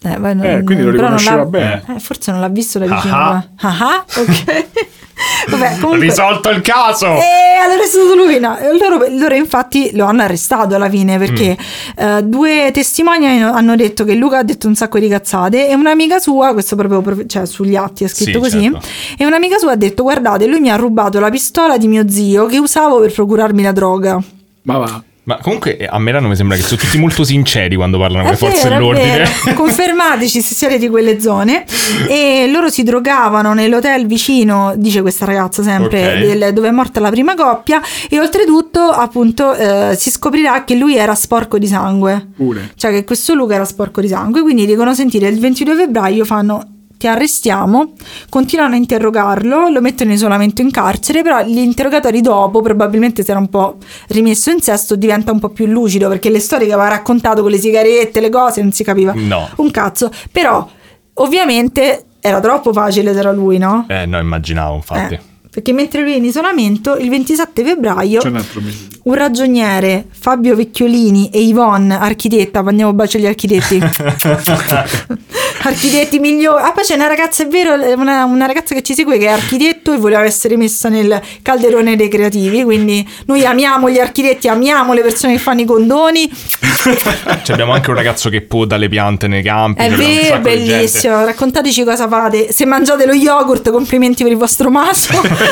S2: Eh, vai, non-
S3: Eh, quindi lo
S2: però non l'ha-
S3: riconosceva bene.
S2: eh, forse non l'ha visto da
S1: Ah
S2: vicino.
S1: ah.
S2: eh. Ah ah, ok. <laughs> Vabbè, comunque... Eh.
S1: Risolto il caso!
S2: E allora è stato lui. no. E Loro, loro infatti lo hanno arrestato alla fine perché
S1: Mm.
S2: eh, due testimoni hanno- hanno detto che Luca ha detto un sacco di cazzate e un'amica sua, questo proprio prof- cioè, sugli atti è scritto
S1: Sì,
S2: così,
S1: certo.
S2: e un'amica sua ha detto guardate lui mi ha rubato la pistola di mio zio che usavo per procurarmi la droga.
S3: Ma va.
S1: Ma comunque eh, a Merano mi sembra che sono tutti molto sinceri quando parlano con
S2: È
S1: le forze
S2: vero, è
S1: dell'ordine. <laughs>
S2: vero. Confermateci se siete di quelle zone. E loro si drogavano nell'hotel vicino, dice questa ragazza sempre,
S1: Ok.
S2: del- dove è morta la prima coppia. E oltretutto, appunto, eh, si scoprirà che lui era sporco di sangue.
S3: Pure.
S2: Cioè che questo Luca era sporco di sangue. Quindi dicono, sentire, il 22 febbraio fanno... Ti arrestiamo, continuano a interrogarlo, lo mettono in isolamento in carcere, però gli interrogatori dopo, probabilmente si era un po' rimesso in sesto, diventa un po' più lucido perché le storie che aveva raccontato con le sigarette, le cose, non si capiva
S1: No.
S2: un cazzo. Però, ovviamente, era troppo facile se era lui, no?
S1: Eh, no, immaginavo, infatti.
S2: Eh, perché mentre lui è in isolamento, il 27 febbraio,
S3: C'è un altro mese.
S2: un ragioniere, Fabio Vecchiolini e Yvonne, architetta, mandiamo un bacio agli architetti. <laughs> architetti migliori. Ah, poi c'è una ragazza, è vero, una, una ragazza che ci segue che è architetto e voleva essere messa nel calderone dei creativi. Quindi noi amiamo gli architetti, amiamo le persone che fanno i condoni.
S1: Cioè, abbiamo anche un ragazzo che poda le piante nei campi.
S2: È
S1: cioè, abbiamo un
S2: vero,
S1: sacco di gente.
S2: bellissimo. Raccontateci cosa fate. Se mangiate lo yogurt, complimenti per il
S1: <laughs>
S2: vostro maso.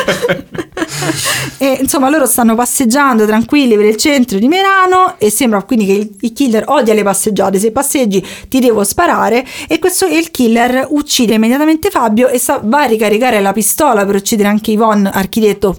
S2: e insomma, loro stanno passeggiando tranquilli per il centro di Merano. E sembra quindi che il, il killer odia le passeggiate. Se passeggi, ti devo sparare. E questo e il killer uccide immediatamente Fabio e sa- va a ricaricare la pistola per uccidere anche Yvonne, architetto.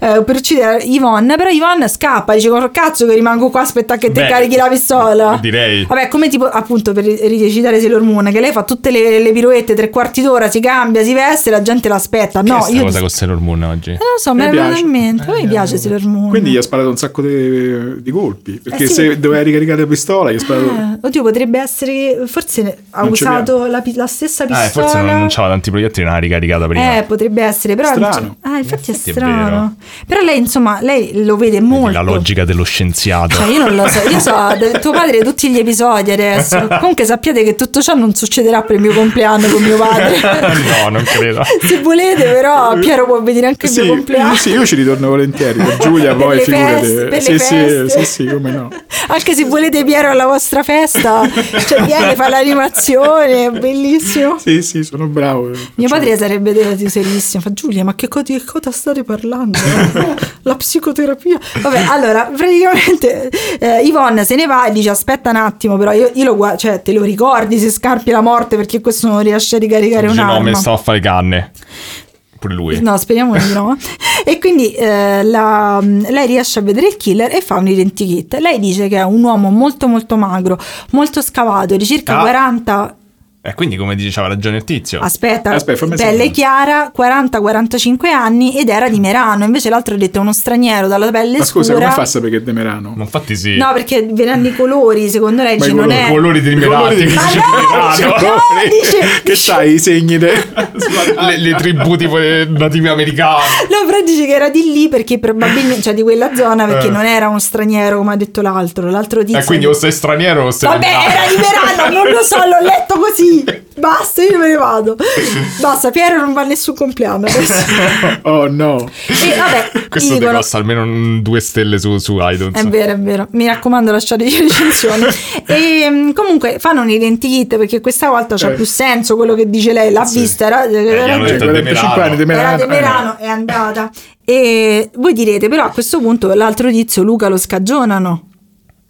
S2: eh, per uccidere Yvonne, però Yvonne scappa, dice: Col cazzo che rimango qua, aspetta che te
S1: Beh,
S2: carichi la pistola.
S1: Direi.
S2: Vabbè, come tipo appunto per recitare Sailor Moon, che lei fa tutte le, le pirouette tre quarti d'ora, si cambia, si veste, la gente l'aspetta.
S1: Che è
S2: No,
S1: sta
S2: io.
S1: cosa
S2: dis-
S1: con Sailor Moon oggi?
S2: Eh, non lo so,
S3: Mi
S2: me la
S3: piace. Eh,
S2: in mente. A me piace Sailor Moon.
S3: Quindi gli ha sparato un sacco di, di colpi. Perché
S2: Eh sì.
S3: se doveva ricaricare la pistola, gli ha sparato.
S2: Eh, oddio, potrebbe essere. che Forse ne- ha
S3: Non ci
S2: usato la, pi- la stessa pistola.
S1: Ah, forse non, non c'aveva tanti proiettili, non l'ha ricaricata prima.
S2: Eh, potrebbe essere, però.
S3: Strano.
S2: Ah, infatti è
S1: Infatti è
S2: strano. però lei, insomma, lei lo vede
S1: Vedi
S2: molto.
S1: La logica dello scienziato. <laughs>
S2: Cioè, io non lo so, io so del tuo padre tutti gli episodi adesso. Comunque sappiate che tutto ciò non succederà per il mio compleanno con
S1: <laughs>
S2: mio padre.
S1: no, non
S2: <laughs>
S1: credo.
S2: Se volete, però, Piero può venire anche il
S3: Sì,
S2: mio compleanno.
S3: sì, io ci ritorno volentieri. Per Giulia,
S2: <laughs> Per
S3: poi
S2: le
S3: figurate.
S2: feste, per
S3: sì,
S2: le
S3: sì,
S2: feste.
S3: sì, sì, come no.
S2: <laughs> Anche se volete Piero alla vostra festa, cioè viene, fa l'animazione, è bellissimo.
S3: Sì, sì, sono bravo.
S2: Mio padre sarebbe detto serissimo, fa Giulia, ma che co- di che cosa state
S3: <laughs>
S2: parlando? La psicoterapia. Vabbè, allora, praticamente eh, Yvonne se ne va e dice aspetta un attimo, però io, io lo guardo, cioè te lo ricordi se scarpi la morte perché questo non riesce a ricaricare
S1: Dice, no,
S2: un'arma.
S1: mi stavo a fare canne. Pure lui.
S2: No, speriamo di
S3: <laughs>
S2: no. e quindi eh, la- lei riesce a vedere il killer e fa un identikit. Lei dice che è un uomo molto molto magro, molto scavato, di circa
S1: Ah.
S2: 40
S1: E quindi, come diceva ragione il tizio.
S2: Ah, Aspetta,
S3: Ah. Aspetta, fammi
S2: pelle
S3: sentire.
S2: chiara, 40-45 anni ed era di Merano. Invece l'altro ha detto è uno straniero dalla pelle
S3: Ma scusa,
S2: scura.
S3: come fa a sapere che è De Merano?
S1: Ma infatti sì.
S2: No, eh. perché vedendo i colori, secondo lei
S3: Ma i
S2: dice, non
S3: colori-
S1: I
S2: è.
S1: colori dei
S3: I
S1: mirati.
S3: colori dei-
S1: dice,
S2: Ma <laughs>
S1: "Mirano".
S2: no, dice-
S3: che c'hai i segni de...
S1: <laughs> le, le tribù tipo le native americane.
S2: No, però dice che era di lì perché probabilmente, cioè di quella zona, perché
S1: Eh.
S2: non era uno straniero come ha
S3: Eh,
S2: detto l'altro. L'altro tizio.
S1: E quindi o Eh, sei straniero o sei
S2: Vabbè,
S1: native.
S2: era di Merano, non lo so, l'ho letto così.
S1: <laughs>
S2: sì, basta, io me ne vado. Basta, Piero non va a nessun
S1: <laughs>
S2: compleanno adesso.
S3: Oh no.
S2: E vabbè,
S1: Questo ti
S2: dicono-
S1: costa almeno un- due stelle su, su iTunes.
S2: È vero, è vero. Mi raccomando, lasciate le
S1: <laughs>
S2: recensioni. e mh, comunque fanno un identikit perché questa volta c'ha
S3: Eh.
S2: più senso quello che dice lei. L'ha vista, era,
S1: gli hanno
S2: era,
S1: detto
S3: Cioè,
S1: è Demerano.
S3: 45 anni di
S2: era
S1: Eh.
S3: Merano.
S2: di Merano, è andata. E voi direte, però a questo punto l'altro tizio, Luca, lo scagionano.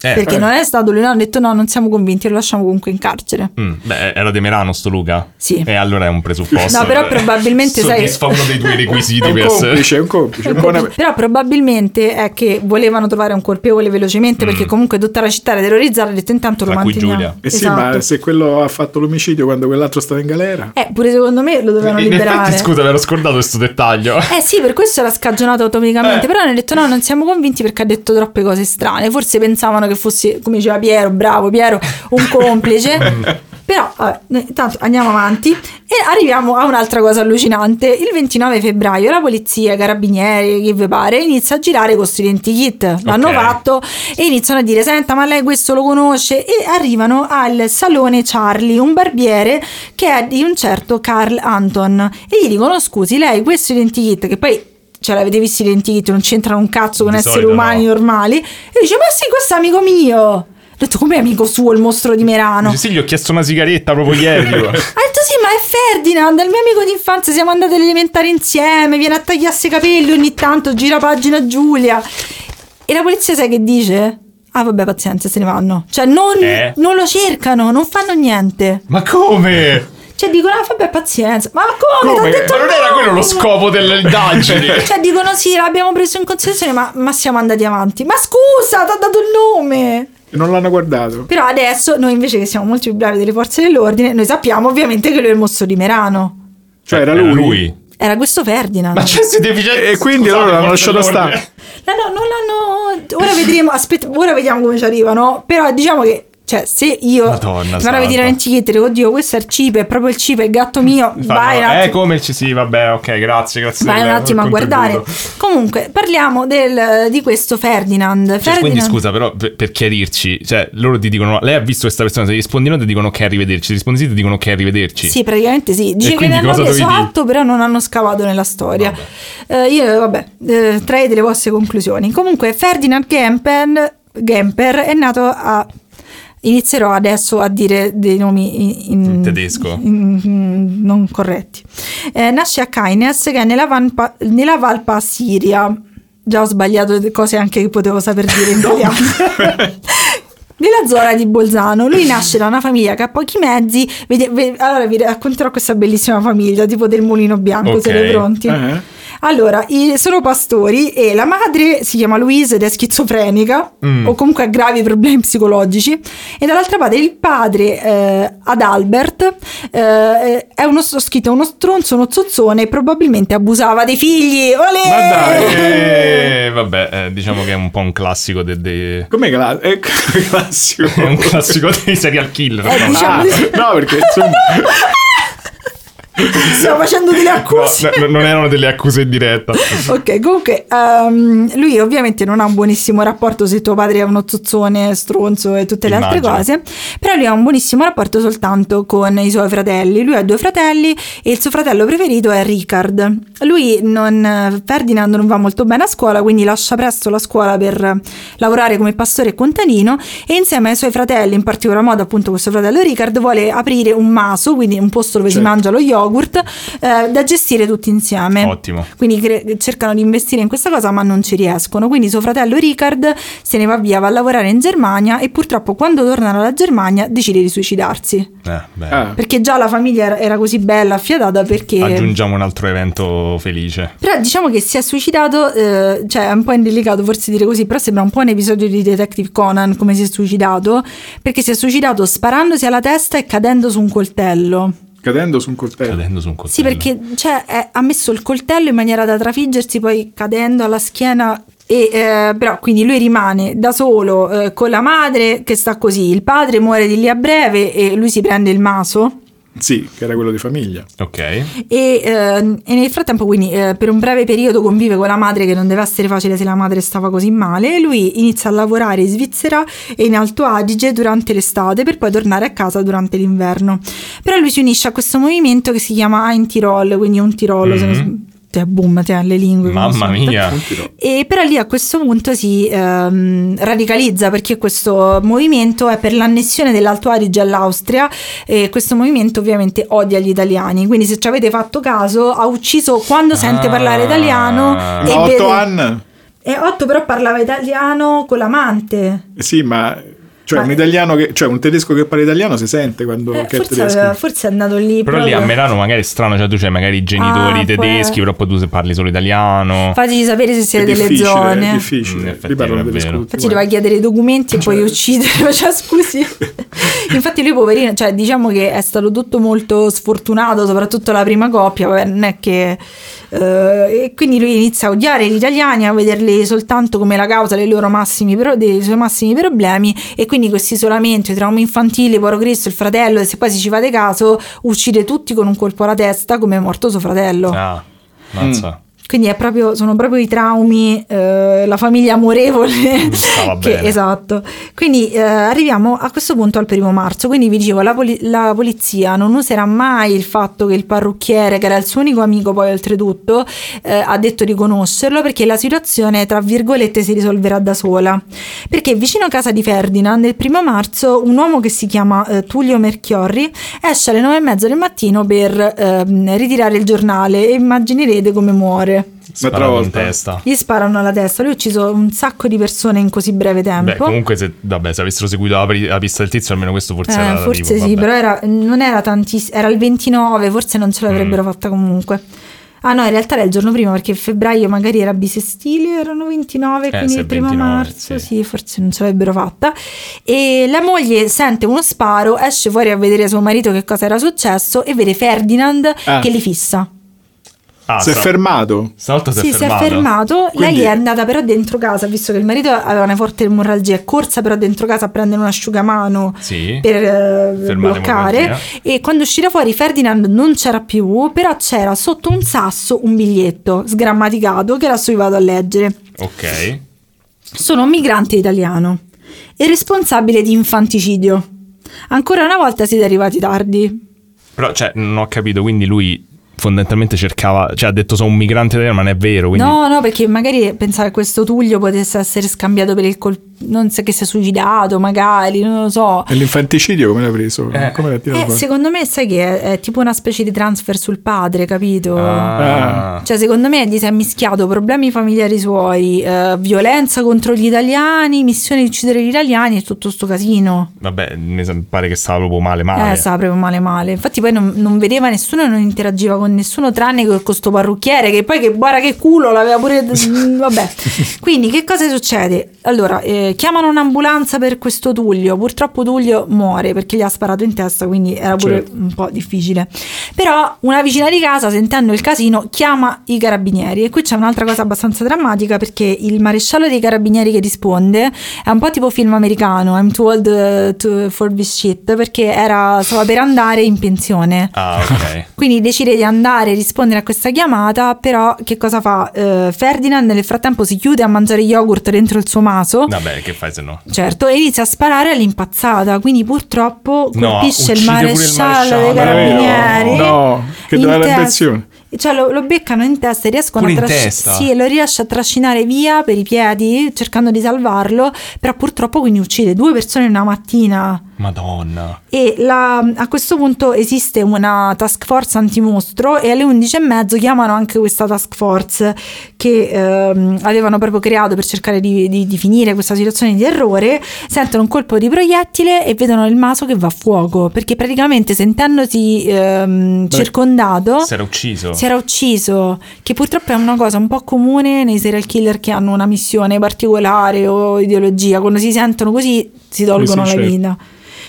S1: Eh,
S2: perché non è stato lui, no, hanno detto no, non siamo convinti, lo lasciamo comunque in carcere.
S1: Mm, beh, era Demerano sto Luca?
S2: Sì.
S1: E allora è un presupposto. Eh,
S2: No, però probabilmente, sai-
S1: Soddisfa uno dei due
S3: Eh, È
S1: requisiti
S3: un
S1: per essere...
S3: complice, è un complice. è buona-
S2: <laughs> Però probabilmente è che volevano trovare un colpevole velocemente perché comunque tutta la città era terrorizzata e detto intanto lo
S1: Tra Mm. cui
S2: manteniamo.
S1: Giulia.
S3: Eh sì,
S2: Esatto.
S3: ma se quello ha fatto l'omicidio quando quell'altro stava in galera.
S2: Eh, pure secondo me lo dovevano
S1: In
S2: liberare.
S1: effetti, scusa, mi ero scordato questo dettaglio.
S2: Eh sì, per questo era scagionato automaticamente.
S1: Eh.
S2: Però hanno detto: no, non siamo convinti perché ha detto troppe cose strane. Forse pensavano che fosse, come diceva Piero, bravo Piero, un complice.
S1: <laughs>
S2: Però, vabbè, noi intanto andiamo avanti e arriviamo a un'altra cosa allucinante. Il 29 febbraio la polizia, i carabinieri, chi vi pare, inizia a girare con sti identikit. L'hanno
S1: Ok.
S2: fatto Esatto. e iniziano a dire: Senta, ma lei questo lo conosce? E arrivano al salone Charlie, un barbiere che è di un certo Carl Anton. E gli dicono: Scusi, lei questo identikit, che poi. Ce l'avete visto identikit, non c'entrano un cazzo con
S1: Di
S2: esseri
S1: solito
S2: umani
S1: no.
S2: normali. E dice: Ma sì, questo è amico mio. Ho detto: Com'è amico suo il mostro di Merano?
S1: Dice, Sì, gli ho chiesto una sigaretta proprio ieri. tipo.
S2: Ha detto sì, ma è Ferdinand, è il mio amico d'infanzia, siamo andati all'elementare insieme, viene a tagliarsi i capelli ogni tanto, gira pagina Giulia. E la polizia sai che dice? Ah vabbè pazienza, se ne vanno. Cioè non,
S1: Eh?
S2: non lo cercano, non fanno niente.
S1: <laughs> Ma come?
S2: Cioè dicono ah vabbè pazienza, ma come? T'ho
S1: Come?
S2: detto
S1: Ma non era
S2: no!
S1: quello lo scopo delle indagini. <laughs>
S2: Cioè dicono sì, l'abbiamo preso in considerazione, ma, ma siamo andati avanti. Ma scusa, ti ho dato il nome!
S3: E non l'hanno guardato.
S2: Però adesso noi invece che siamo molto più bravi delle forze dell'ordine, noi sappiamo ovviamente che lui è il mostro di Merano.
S3: Cioè,
S1: Eh,
S3: era lui.
S2: Era questo Ferdinand.
S1: Ma c'è si deficiente.
S3: E quindi
S1: Cioè, Scusate,
S3: loro l'hanno
S1: forse
S3: lasciato
S1: loro-
S3: stare.
S2: No, no, non l'hanno. Ora vedremo. Aspetta, ora vediamo come ci arrivano. Però diciamo che. Cioè, se io
S1: Madonna
S2: mi
S1: santa.
S2: vanno a vedere l'antichiettere, oddio, questo è il cipe, è proprio il cipe, è il gatto mio.
S1: Mi <laughs> fanno-
S2: Vai, un
S1: eh,
S2: attimo-
S1: come ci sì, vabbè, ok, grazie, grazie.
S2: vai
S1: del-
S2: un attimo a
S1: del
S2: guardare.
S1: contributo.
S2: Comunque, parliamo del- di questo Ferdinand.
S1: Cioè,
S2: Ferdinand.
S1: quindi scusa, però per, per chiarirci, cioè, loro ti dicono: Lei ha visto questa persona? Se gli rispondi no, ti dicono ok, arrivederci. Se rispondi sì, ti dicono ok, arrivederci.
S2: Sì, praticamente sì. Dice che
S1: quindi
S2: ne hanno
S1: cosa
S2: preso
S1: dovevi dire?
S2: atto, però non hanno scavato nella storia. Eh, io, vabbè, eh, traete le vostre conclusioni. Comunque, Ferdinand Gemper, Gemper è nato a. Inizierò adesso a dire dei nomi in, in-
S1: In tedesco.
S2: in- in- non corretti. Eh, nasce a Caines, che è nella, Vanpa- nella Valpa Siria. Già ho sbagliato de- cose anche che potevo saper
S1: <laughs>
S2: dire in italiano. Nella zona di Bolzano, lui nasce da una famiglia che ha pochi mezzi. Vede- ve- allora vi racconterò questa bellissima famiglia, tipo del mulino bianco,
S1: Ok.
S2: siete pronti?
S3: Eh?
S2: Allora, i- sono pastori e la madre si chiama Louise ed è schizofrenica
S1: Mm.
S2: o comunque ha gravi problemi psicologici e dall'altra parte il padre eh, Adalbert eh, è uno ho scritto uno stronzo, uno zozzone e probabilmente abusava dei figli. Olè!
S3: Ma dai!
S1: Eh, vabbè, eh, diciamo che è un po' un classico de- de-
S3: Com'è cla- <laughs> è cl- classico?
S1: È un classico dei serial killer.
S2: Eh,
S1: no?
S2: diciamo-
S3: Ah, no, perché insomma,
S2: <laughs> Stiamo facendo delle
S1: No,
S2: accuse.
S1: no, no, non erano delle accuse in diretta. <laughs>
S2: Ok, comunque ehm, lui ovviamente non ha un buonissimo rapporto se tuo padre è uno zozzone, stronzo e tutte le
S1: Immagino.
S2: altre cose, però lui ha un buonissimo rapporto soltanto con i suoi fratelli. Lui ha due fratelli e il suo fratello preferito è Ricard. Lui, non, Ferdinando, non va molto bene a scuola, quindi lascia presto la scuola per lavorare come pastore e contadino e insieme ai suoi fratelli, in particolar modo appunto questo fratello Ricard, vuole aprire un maso, quindi un posto dove si
S3: Certo.
S2: mangia lo yogurt, eh, da gestire tutti insieme.
S1: Ottimo.
S2: Quindi cre- cercano di investire in questa cosa, ma non ci riescono. Quindi suo fratello Ricard se ne va via, va a lavorare in Germania e purtroppo quando torna dalla Germania decide di suicidarsi.
S1: Eh, beh.
S2: <laughs>
S3: ah,
S2: Perché già la famiglia era- era così bella, affiatata, perché...
S1: Aggiungiamo un altro evento felice.
S2: Però diciamo che si è suicidato, eh, cioè è un po' indelicato forse dire così, però sembra un po' un episodio di Detective Conan come si è suicidato, perché si è suicidato sparandosi alla testa e cadendo su un coltello.
S3: cadendo su un coltello.
S1: Cadendo su un coltello.
S2: Sì, perché cioè, è- ha messo il coltello in maniera da trafiggersi, poi cadendo alla schiena. E, eh, però quindi lui rimane da solo eh, con la madre che sta così, il padre muore di lì a breve e lui si prende il maso
S3: Sì, che era quello di famiglia.
S1: Ok.
S2: E, eh, e nel frattempo, quindi, eh, per un breve periodo convive con la madre, che non deve essere facile se la madre stava così male. Lui inizia a lavorare in Svizzera e in Alto Adige durante l'estate, per poi tornare a casa durante l'inverno. Però lui si unisce a questo movimento che si chiama Ein Tirol, quindi un Tirolo. se non
S1: Mhm.
S2: s- Cioè, boom, te, le lingue. come
S1: Mamma
S2: sempre.
S1: mia.
S3: Non ti do.
S2: E però lì a questo punto si ehm, radicalizza perché questo movimento è per l'annessione dell'Alto Adige all'Austria e questo movimento ovviamente odia gli italiani. Quindi se ci avete fatto caso ha ucciso quando sente
S1: Ah.
S2: parlare
S1: Ma
S2: italiano. e
S3: Ah. Ma Otto
S2: vede-
S3: Ann?
S2: E Otto però parlava italiano con l'amante.
S3: Sì, ma cioè
S2: Ma-
S3: un italiano che cioè un tedesco che parla italiano si sente quando
S2: Eh,
S3: che è
S2: forse,
S3: tedesco.
S2: aveva- forse è andato lì.
S1: Però lì a
S2: proprio.
S1: Milano magari è strano, cioè tu c'hai magari i genitori
S2: Ah, può-
S1: tedeschi, però poi tu se parli solo italiano.
S2: Fateci sapere se
S3: è
S2: siete delle
S3: difficile,
S2: zone.
S3: è
S1: Mm, in
S3: difficile.
S1: effetti
S3: Li parlano
S1: non è
S3: tedesco
S1: vero.
S3: tutti
S2: Infatti doveva
S3: quanti.
S2: chiedere i documenti e poi uccidere, <laughs> cioè scusi. Infatti lui poverino, cioè diciamo che è stato tutto molto sfortunato, soprattutto la prima coppia, vabbè, non è che... eh, e quindi lui inizia a odiare gli italiani, a vederli soltanto come la causa dei loro massimi, pro- dei suoi massimi problemi e quindi questo isolamento, i traumi infantili, povero Cristo, il fratello, e se poi si ci fate caso, uccide tutti con un colpo alla testa come è morto suo fratello.
S1: Ah, mazza.
S3: Mm.
S2: Quindi è proprio- sono proprio i traumi, eh, la famiglia amorevole.
S1: Stava
S2: <laughs> che-
S1: bene.
S2: esatto. Quindi eh, arriviamo a questo punto al primo marzo. Quindi vi dicevo, la, poli- la polizia non userà mai il fatto che il parrucchiere, che era il suo unico amico, poi oltretutto, eh, ha detto di conoscerlo perché la situazione, tra virgolette, si risolverà da sola. Perché vicino a casa di Ferdinand, il primo marzo, un uomo che si chiama eh, Tullio Merchiorri esce alle nove e mezza del mattino per ehm, ritirare il giornale e immaginerete come muore.
S1: Sparato
S3: Un'altra
S1: in
S3: volta.
S1: testa.
S2: Gli sparano alla testa, lui ha ucciso un sacco di persone in così breve
S1: Beh,
S2: tempo.
S1: comunque se, vabbè, se avessero seguito la, pri- la pista del tizio, almeno questo forse
S2: Eh,
S1: era
S2: forse
S1: tipo,
S2: sì,
S1: vabbè.
S2: però era- non era tantissimo, era il 29, forse non
S1: Mm.
S2: ce l'avrebbero fatta comunque. Ah no, in realtà era il giorno prima perché febbraio magari era bisestile, erano 29, quindi
S1: se
S2: il primo
S1: 29,
S2: marzo,
S1: Eh, sì.
S2: sì. forse non ce l'avrebbero fatta. E la moglie sente uno sparo, esce fuori a vedere suo marito che cosa era successo e vede Ferdinand
S3: Ah.
S2: che li fissa.
S1: Ah,
S3: Si è
S1: sta-
S3: fermato.
S1: stavolta si è
S2: sì, si è
S1: fermato.
S2: fermato.
S3: Quindi-
S2: Lei è andata però dentro casa, visto che il marito aveva una forte emorragia, è corsa però dentro casa a prendere un asciugamano
S1: Sì.
S2: per eh,
S1: Fermare eh.
S2: bloccare.
S1: l'emorragia.
S2: E quando uscirà fuori Ferdinand non c'era più, però c'era sotto un sasso un biglietto sgrammaticato che adesso vi vado a leggere.
S1: Ok.
S2: Sono un migrante italiano e responsabile di infanticidio. Ancora una volta siete arrivati tardi.
S1: Però, cioè, non ho capito, quindi lui fondamentalmente cercava, cioè ha detto sono un migrante italiano, ma non è vero, quindi...
S2: No, no, perché magari pensare che questo Tullio potesse essere scambiato per il colpo, non so che sia suicidato, magari, non lo so.
S3: E l'infanticidio come l'ha preso?
S1: Eh.
S3: Come l'ha tirato
S2: Eh,
S3: fuori?
S2: secondo me, sai che è, è tipo una specie di transfer sul padre, capito?
S1: Ah.
S2: Cioè, secondo me gli si è mischiato problemi familiari suoi, eh, violenza contro gli italiani, missione di uccidere gli italiani e tutto sto casino.
S1: Vabbè, mi sa- pare che stava proprio male, male.
S2: Eh, stava proprio male male. Infatti poi non, non vedeva nessuno e non interagiva con nessuno tranne che con questo parrucchiere che poi che guarda che culo l'aveva pure... mm, Vabbè. Quindi che cosa succede? Allora, eh, chiamano un'ambulanza per questo Tullio. Purtroppo Tullio muore perché gli ha sparato in testa, quindi era pure
S3: Certo.
S2: un po' difficile. Però una vicina di casa, sentendo il casino, chiama i carabinieri. E qui c'è un'altra cosa abbastanza drammatica perché il maresciallo dei carabinieri che risponde è un po' tipo film americano, I'm too old eh, to- for this shit, perché era, stava per andare in pensione.
S1: Ah,
S2: <laughs>
S1: ok.
S2: Quindi decide di andare a rispondere a questa chiamata, però che cosa fa? Eh, Ferdinand nel frattempo si chiude a mangiare yogurt dentro il suo maso.
S1: Vabbè, che fai se no?
S2: Certo, e inizia a sparare all'impazzata, quindi purtroppo
S1: No,
S2: colpisce il
S1: uccide pure il
S2: maresciallo
S1: maresciallo.
S2: dei carabinieri.
S3: No, che
S2: in
S3: doveva la
S2: testa.
S3: pensione.
S2: Cioè lo, lo beccano in testa e riescono
S1: Pure
S2: a
S1: in
S2: tras-
S1: testa?
S2: Sì, e lo riesce a trascinare via per i piedi cercando di salvarlo, però purtroppo quindi uccide due persone in una mattina.
S1: Madonna.
S2: E la- a questo punto esiste una task force antimostro e alle 11.30 chiamano anche questa task force che ehm, avevano proprio creato per cercare di, di- di finire questa situazione di errore. Sentono un colpo di proiettile e vedono il maso che va a fuoco perché praticamente sentendosi ehm, circondato
S1: Si era ucciso.
S2: si era ucciso, che purtroppo è una cosa un po' comune nei serial killer che hanno una missione particolare o ideologia, quando si sentono così si tolgono
S3: Sì, sì,
S2: la
S3: certo.
S2: vita.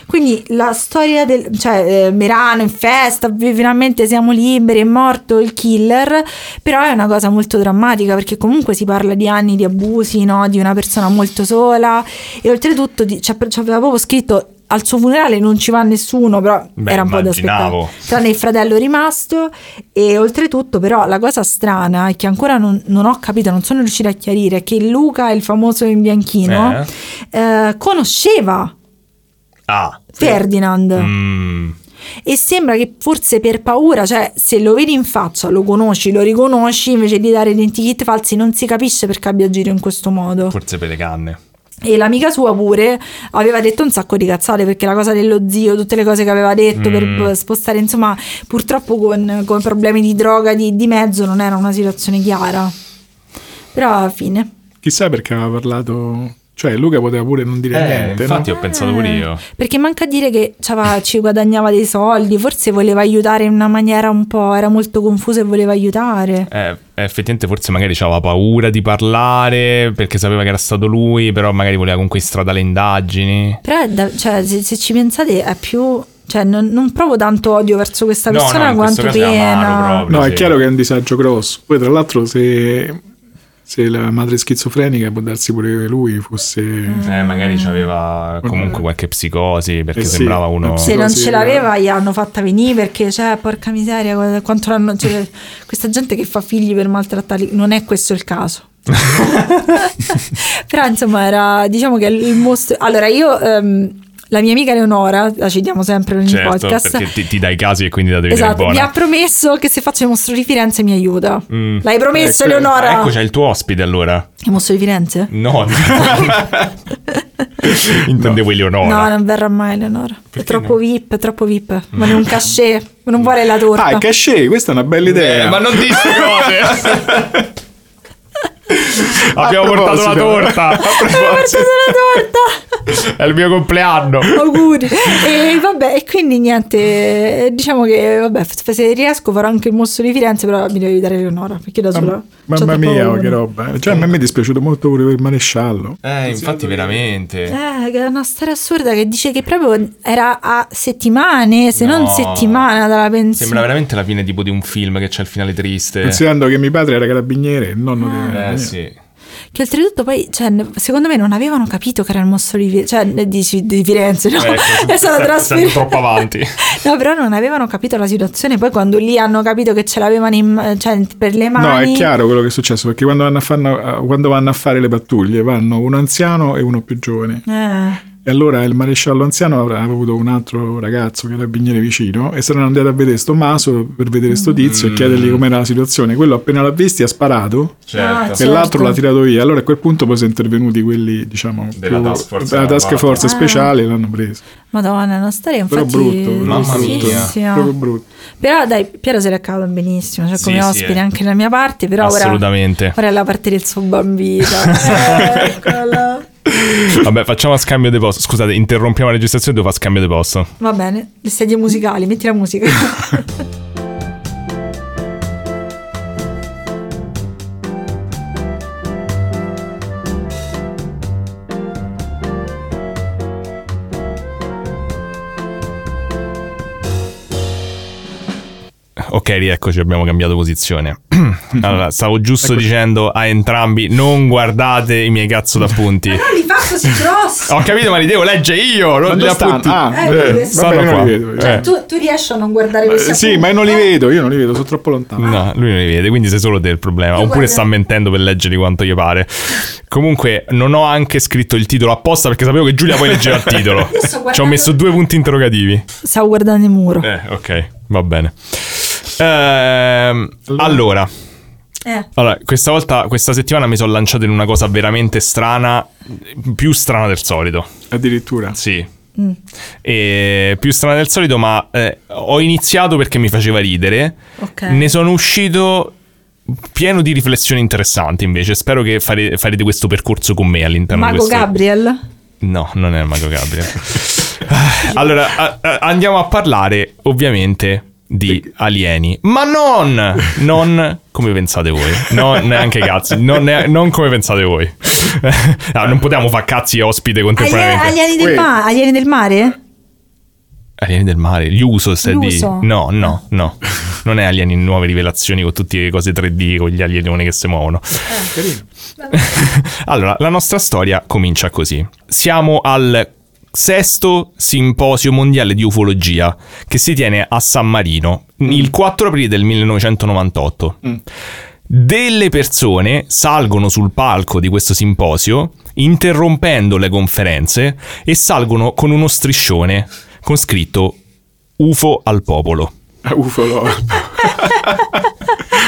S2: Quindi la storia del... cioè eh, Merano in festa, vi- finalmente siamo liberi, è morto il killer, però è una cosa molto drammatica perché comunque si parla di anni di abusi, no? di una persona molto sola e oltretutto di- c'è- c'aveva proprio scritto al suo funerale non ci va nessuno, però
S1: Beh,
S2: era un po' da
S1: immaginavo.
S2: aspettare. Tranne il fratello rimasto e oltretutto però la cosa strana e che ancora non, non ho capito, non sono riuscita a chiarire, è che Luca, il famoso in bianchino, eh, conosceva
S1: Ah.
S2: Ferdinand.
S1: Mm.
S2: E sembra che forse per paura, cioè se lo vedi in faccia, lo conosci, lo riconosci, invece di dare identikit falsi non si capisce perché abbia agito in questo modo.
S1: Forse per le canne.
S2: E l'amica sua pure aveva detto un sacco di cazzate perché la cosa dello zio, tutte le cose che aveva detto
S1: Mm.
S2: per spostare, insomma, purtroppo con, con problemi di droga di, di mezzo non era una situazione chiara. Però alla fine.
S3: Chissà perché aveva parlato... Cioè Luca poteva pure non dire
S1: Eh,
S3: niente, no?
S1: infatti ho pensato pure
S2: Eh.
S1: io.
S2: Perché manca dire che c'ava- ci guadagnava dei soldi, forse voleva aiutare in una maniera un po', era molto confuso e voleva aiutare.
S1: Eh, effettivamente forse magari aveva paura di parlare perché sapeva che era stato lui, però magari voleva comunque stradare le indagini.
S2: Però è da- cioè, se, se ci pensate è più... Cioè, non, non provo tanto odio verso questa
S1: No, no,
S2: persona
S1: in questo
S2: quanto
S1: caso è amaro
S2: pena.
S1: proprio.
S3: No, è
S1: Sì.
S3: chiaro che è un disagio grosso. Poi, tra l'altro, se, se la madre è schizofrenica, può darsi pure che lui fosse.
S2: Mm.
S1: Eh, magari aveva comunque qualche psicosi perché
S3: Eh sì,
S1: sembrava uno...
S3: una
S2: Se
S3: Sì,
S2: non
S3: sì,
S2: ce
S3: eh.
S2: l'aveva gli hanno fatta venire perché, cioè, porca miseria, guarda quanto l'hanno... cioè, questa gente che fa figli per maltrattarli, non è questo
S1: <laughs>
S2: il caso. Però, insomma, era... Diciamo che il mostro... Allora, io... ehm, la mia amica Leonora, la citiamo sempre nel
S1: Certo,
S2: podcast.
S1: perché ti, ti dai i casi e quindi la devi
S2: Esatto,
S1: tenere
S2: mi
S1: buona.
S2: ha promesso che se faccio il mostro di Firenze mi aiuta.
S1: Mm.
S2: L'hai promesso,
S3: Ecco,
S2: Leonora?
S1: Ah, ecco c'è il tuo ospite allora.
S2: Il mostro di Firenze? <laughs>
S1: No, <laughs> intendevo Eleonora.
S2: No, non verrà mai Leonora. È
S1: Perché
S2: troppo
S1: no? Mm.
S2: VIP, è troppo VIP. Vuole un cachet, non vuole la torta.
S3: Ah, il cachet, questa è una bella idea.
S1: Eh, ma non dici
S2: <laughs>
S1: cose. Abbiamo
S3: A
S1: portato la
S2: <laughs>
S3: proposito.
S1: torta.
S2: Ho portato la
S1: È il mio compleanno.
S2: torta! <laughs> Auguri! E vabbè, e quindi niente, eh, diciamo che vabbè, f- se riesco farò anche il mostro di Firenze, però mi devo aiutare Leonora, perché da sola...
S3: Mamma-
S2: c'ho
S3: Mamma
S2: troppo
S3: mia, oh,
S2: paura.
S3: che roba. eh. Cioè, a me mi è dispiaciuto molto pure per il maresciallo.
S1: Eh, infatti veramente.
S2: Eh, che è una storia assurda che dice che proprio era a settimane, se non
S1: No.
S2: settimana dalla pensione.
S1: Sembra veramente la fine tipo di un film che c'è il finale triste.
S3: Considerando che mio padre era carabiniere, il nonno di.
S1: Eh
S2: <laughs>
S1: sì.
S2: Che oltretutto poi, cioè, n- secondo me non avevano capito che era il mostro di Firenze, cioè, ne dici di Firenze, no?
S3: Eh,
S1: Ecco,
S2: <laughs> è stato
S1: sta-
S2: trasferito.
S1: stanno troppo avanti.
S2: <laughs> no, però non avevano capito la situazione, poi quando lì hanno capito che ce l'avevano in- cioè, per le mani...
S3: No, è chiaro quello che è successo, perché quando vanno, a fanno- eh, quando vanno a fare le pattuglie vanno un anziano e uno più giovane.
S2: Eh,
S3: E allora il maresciallo anziano avrà avuto un altro ragazzo che era carabiniere vicino e saranno andati a vedere sto maso per vedere sto tizio
S1: Mm.
S3: e chiedergli com'era la situazione. Quello appena l'ha visti ha sparato
S2: Certo.
S3: e l'altro l'ha tirato via. Allora a quel punto poi sono intervenuti quelli, diciamo,
S1: Della task force
S3: della
S1: della
S3: task
S2: Ah.
S3: force speciale e l'hanno preso.
S2: Madonna, è una storia
S3: Però
S2: infatti...
S3: brutto, proprio
S1: Mamma
S3: brutto,
S1: mia.
S2: bruttissima.
S3: proprio brutto.
S2: Però dai, Piero se l'è cavato benissimo, cioè
S1: Sì,
S2: come
S1: sì,
S2: ospite
S1: eh.
S2: anche la mia parte, però ora,
S1: Assolutamente.
S2: ora è la parte del suo
S3: <laughs>
S2: bambino. Eh, Eccola.
S1: Vabbè, facciamo scambio di posto. Scusate, interrompiamo la registrazione e devo fare scambio di posto.
S2: Va bene, le sedie musicali, metti la
S3: <laughs>
S2: musica.
S1: Ok, rieccoci, abbiamo cambiato posizione. <clears throat> Allora, stavo giusto dicendo a entrambi: non guardate i miei cazzo d'appunti.
S2: li fa così grossi.
S3: Oh.
S1: Ho capito, ma li devo leggere io. Non
S3: Ma
S1: gli
S3: dove stanno?
S1: appunti.
S3: Ah,
S2: Eh,
S1: Eh,
S2: vabbè,
S1: stanno
S3: io non
S1: qua.
S3: li vedo,
S2: Cioè,
S1: Eh,
S2: tu, tu riesci a non guardare questi
S3: Eh, sì,
S2: appunti?
S3: ma io non li vedo, io non li vedo, sono troppo lontano.
S1: No, lui non li vede, quindi sei solo te il problema.
S2: Io
S1: Oppure
S2: guardo-
S1: sta mentendo per leggere quanto gli pare. Comunque, non ho anche scritto il titolo apposta perché sapevo che Giulia poi leggeva il titolo.
S2: Io sto guardando-
S1: Ci ho messo due punti interrogativi.
S2: Stavo guardando il muro.
S1: Eh, ok, va bene. Ehm, allora.
S2: Eh.
S1: Allora, questa volta, questa settimana mi sono lanciato in una cosa veramente strana, più strana del solito.
S3: Addirittura.
S1: Sì.
S2: Mm.
S1: E più strana del solito, ma eh, ho iniziato perché mi faceva ridere.
S2: Ok.
S1: Ne sono uscito pieno di riflessioni interessanti invece. Spero che fare- farete questo percorso con me all'interno
S2: Mago
S1: di questo.
S2: Gabriel?
S1: No, non è il Mago Gabriel. Ah, allora, a- a- andiamo a parlare ovviamente di alieni, ma non, non come pensate voi, non neanche cazzi, non, ne- non come pensate voi. Ah, non potevamo fare cazzi e ospite
S2: Alie-
S1: contemporaneamente.
S2: alieni, del
S3: Wait.
S2: ma- alieni del mare?
S1: Alieni del mare, gli uso stai di...
S2: L'uso.
S1: No, no, no. Non è alieni nuove rivelazioni con tutte le cose 3D, con gli alienoni che si muovono.
S3: Carino.
S1: allora, la nostra storia comincia così. Siamo al sesto simposio mondiale di ufologia che si tiene a San Marino il 4 aprile del 1998. Delle persone salgono sul palco di questo simposio interrompendo le conferenze e salgono con uno striscione con scritto UFO al popolo.
S3: <laughs> Ufolo. <laughs>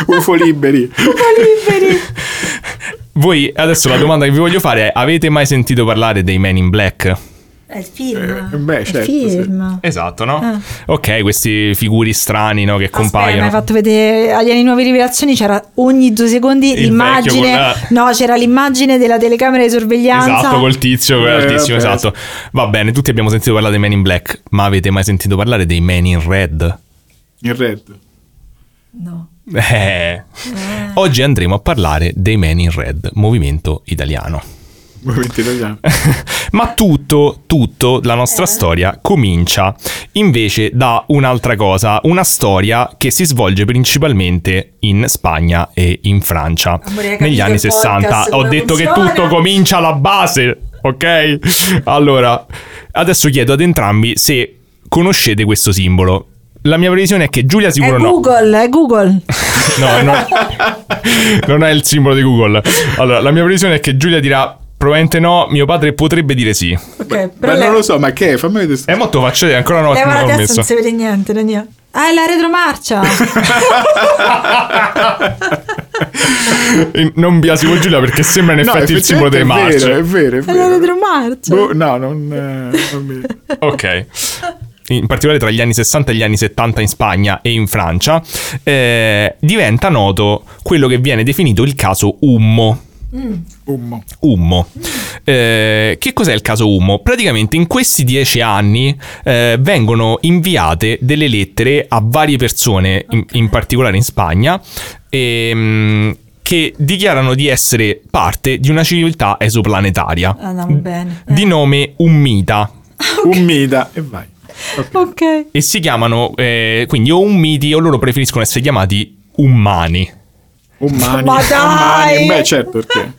S3: Ufo liberi.
S2: Liberi.
S1: Voi adesso la domanda che vi voglio fare è: avete mai sentito parlare dei Men in Black?
S2: È il film.
S3: Eh, beh,
S2: È il
S3: certo,
S2: film.
S1: Esatto, no?
S2: Ah.
S1: Ok, questi figuri strani no, che
S2: Aspetta, mi
S1: compaiono.
S2: hai fatto vedere agli anni nuove rivelazioni c'era ogni due secondi
S1: Il
S2: l'immagine
S1: vecchio
S2: no c'era l'immagine della telecamera di sorveglianza
S1: Esatto, col tizio, quello
S3: Eh,
S1: altissimo,
S3: vabbè.
S1: esatto. Va bene, tutti abbiamo sentito parlare dei Men in Black, ma avete mai sentito parlare dei Men in Red?
S3: In red.
S2: no.
S1: Eh. Oggi andremo a parlare dei Men in Red, movimento italiano.
S3: Movimento italiano.
S1: <laughs> Ma tutto, tutto, la nostra
S2: Eh.
S1: storia comincia invece da un'altra cosa, una storia che si svolge principalmente in Spagna e in Francia.
S2: Amore, hai
S1: Negli
S2: capito
S1: anni
S2: il podcast
S1: 60 ho
S2: come
S1: detto
S2: funziona?
S1: che tutto comincia alla base, ok? Allora, adesso chiedo ad entrambi se conoscete questo simbolo. La mia previsione è che Giulia
S2: è
S1: sicuro no.
S2: Google è Google
S1: <laughs> No,
S2: <laughs>
S1: no. non è il simbolo di Google. Allora, la mia previsione è che Giulia dirà probabilmente no, mio padre potrebbe dire sì.
S2: ok però
S3: Ma
S2: lei-
S3: non lo so, ma che è? Fammi vedere.
S1: E mo te lo faccio vedere, ancora una volta
S2: leva
S1: non
S2: la
S1: l'ho
S2: testa
S1: messo.
S2: non si vede niente Daniele ah è
S1: <laughs>
S2: la retromarcia <laughs>
S1: E <laughs> Non biasimo Giulia perché sembra in effetti il simbolo delle
S3: effettivamente
S1: marce.
S3: È vero, è
S2: è la
S3: vero. È vero.
S2: retromarcia
S3: Boh, no, non, eh, non mi...
S1: <laughs> Ok. In particolare tra gli anni 60 e gli anni 70 in Spagna e in Francia, eh, diventa noto quello che viene definito il caso Ummo.
S2: <laughs>
S3: Ummo.
S1: Ummo. Eh, che cos'è il caso Ummo? Praticamente in questi dieci anni eh, vengono inviate delle lettere a varie persone, in, in particolare in Spagna, ehm, che dichiarano di essere parte di una civiltà esoplanetaria
S2: andiamo bene Eh,
S1: di nome Ummita.
S3: Ummida e vai.
S2: ok
S1: E si chiamano eh, quindi o Ummiti o loro preferiscono essere chiamati Ummani.
S3: Umani.
S2: Ma dai!
S3: Umani. Beh, certo, perché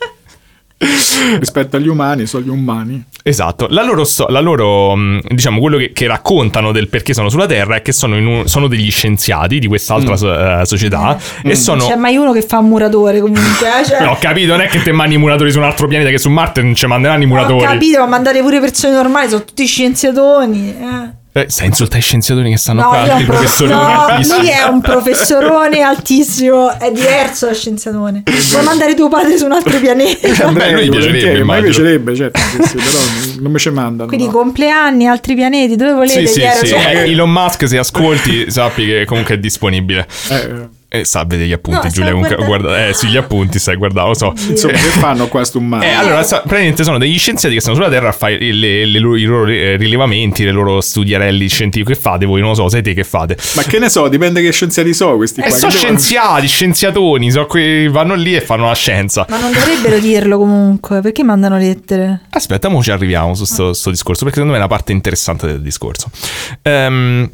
S3: rispetto agli umani, sono gli umani.
S1: Esatto, la loro, sto- la loro, mh, diciamo, quello che, che raccontano del perché sono sulla Terra è che sono, in un- sono degli scienziati di quest'altra so- eh, società e sono...
S2: Mm. c'è mai uno che fa un muratore comunque eh, cioè-
S1: No, ho capito, non è che te mandi i muratori su un altro pianeta che su Marte non ci manderanno i
S2: Ho
S1: muratori.
S2: capito, ma mandare pure persone normali, sono tutti scienziatoni. eh.
S1: Eh, stai insultando i scienziatori che stanno
S2: No,
S1: qua,
S2: io
S1: altri
S2: un prof-
S1: professori
S2: no,
S1: altissimi.
S2: lui è un professorone altissimo, è diverso da scienziatone. Vuoi mandare tuo padre su un altro pianeta?
S1: Beh, lui
S3: Eh,
S1: piacerebbe,
S3: volentieri, ma mi
S1: immagino.
S3: piacerebbe, certo, sì, sì, però non- non me ce mandano.
S2: Quindi
S3: no.
S2: compleanni, altri pianeti, dove volete?
S1: Sì, sì,
S2: chiaro,
S1: sì.
S2: cioè-
S1: Eh, Elon Musk, se ascolti, sappi che comunque è disponibile.
S3: Eh, eh,
S1: E sa, vede gli appunti,
S2: No,
S1: Giulia.
S2: stavo
S1: Comunque,
S2: guardando.
S1: guarda- eh sì, gli appunti, stai guardando, lo so.
S3: insomma, che fanno qua stu umani?
S1: Eh, allora, sa- praticamente sono degli scienziati che sono sulla Terra a fare le- le loro- i loro eh, rilevamenti, le loro studiarelli scientifici che fate, voi non lo so, siete che fate.
S3: Ma che ne so, dipende che scienziati so questi qua.
S1: E sono
S3: che
S1: Eh,
S3: devono-
S1: scienziati, scienziatoni, so, que- vanno lì e fanno la scienza.
S2: Ma non dovrebbero dirlo comunque, perché mandano lettere?
S1: Aspetta, mo ci arriviamo su sto, sto discorso, perché secondo me è la parte interessante del discorso. Ehm,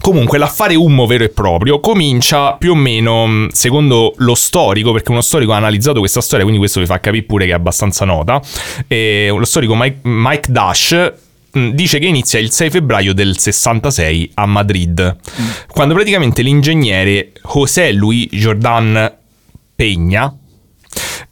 S1: comunque, l'affare Ummo vero e proprio comincia più o meno mh, secondo lo storico, perché uno storico ha analizzato questa storia, quindi questo vi fa capire pure che è abbastanza nota. E lo storico Mike, Mike Dash. mh, Dice che inizia il 6 febbraio del 66 a Madrid, quando praticamente l'ingegnere José Luis Jordan Pegna,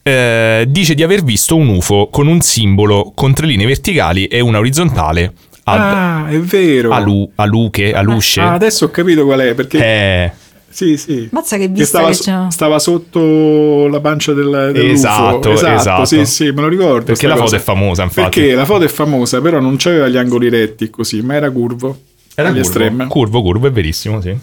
S1: eh, dice di aver visto un UFO con un simbolo con tre linee verticali e una orizzontale ad,
S3: Ah, è vero.
S1: a, lu- a luche, a luce.
S3: Ah, adesso ho capito qual è, perché...
S1: Eh,
S3: Sì, sì.
S2: Mazza che
S3: Che
S2: vista
S3: stava,
S2: che c'è.
S3: stava sotto la pancia del, dell'ufo.
S1: Esatto, esatto.
S3: Sì, sì, me lo ricordo.
S1: Perché
S3: sta
S1: la foto
S3: cosa.
S1: è famosa, infatti.
S3: Perché la foto è famosa, però non c'aveva gli angoli retti così, ma era curvo.
S1: era
S3: agli
S1: curvo,
S3: estremi.
S1: curvo, curvo, è verissimo, sì.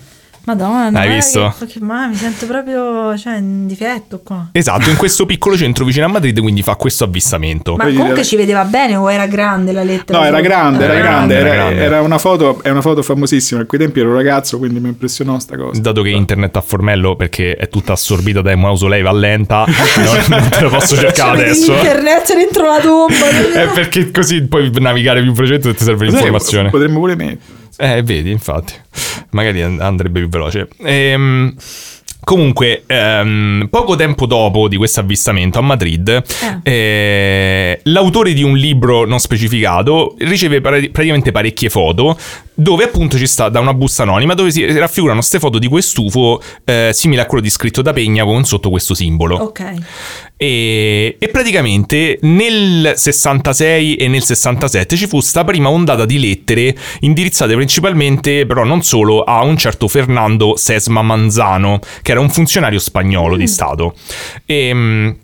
S2: Madonna,
S1: Hai
S2: guarda
S1: visto?
S2: Che, che- ma mi sento proprio cioè, in difetto qua.
S1: Esatto, in questo piccolo centro vicino a Madrid, quindi fa questo avvistamento.
S2: Ma
S3: Vedi,
S2: comunque
S3: era-
S2: ci vedeva bene o era grande la lettera? Ah,
S3: No, era
S2: sotto?
S3: grande, era,
S1: Era
S3: grande,
S1: grande,
S3: era,
S1: era grande.
S3: era una foto, è una foto famosissima. A quei tempi ero ragazzo, quindi mi impressionò sta cosa.
S1: Dato che internet a formello, perché è tutta assorbita dai mausolei, va
S3: <laughs>
S1: lenta, non, non te lo posso cercare
S2: Cioè,
S1: adesso.
S2: Internet dentro la tomba.
S1: <laughs> È perché così puoi navigare più velocemente e ti serve l'informazione.
S3: Potremmo pure mettere.
S1: Eh, vedi, infatti, magari and- andrebbe più veloce. Ehm, Comunque, ehm, poco tempo dopo di questo avvistamento a Madrid, eh, l'autore di un libro non specificato riceve pare- praticamente parecchie foto dove appunto ci sta da una busta anonima dove si raffigurano queste foto di quest'UFO eh, simile a quello descritto da Pegna con sotto questo simbolo.
S2: Ok.
S1: E, e praticamente nel 66 e nel 67 ci fu sta prima ondata di lettere indirizzate principalmente, però non solo, a un certo Fernando Sesma Manzano, che era un funzionario spagnolo di Stato. Ehm,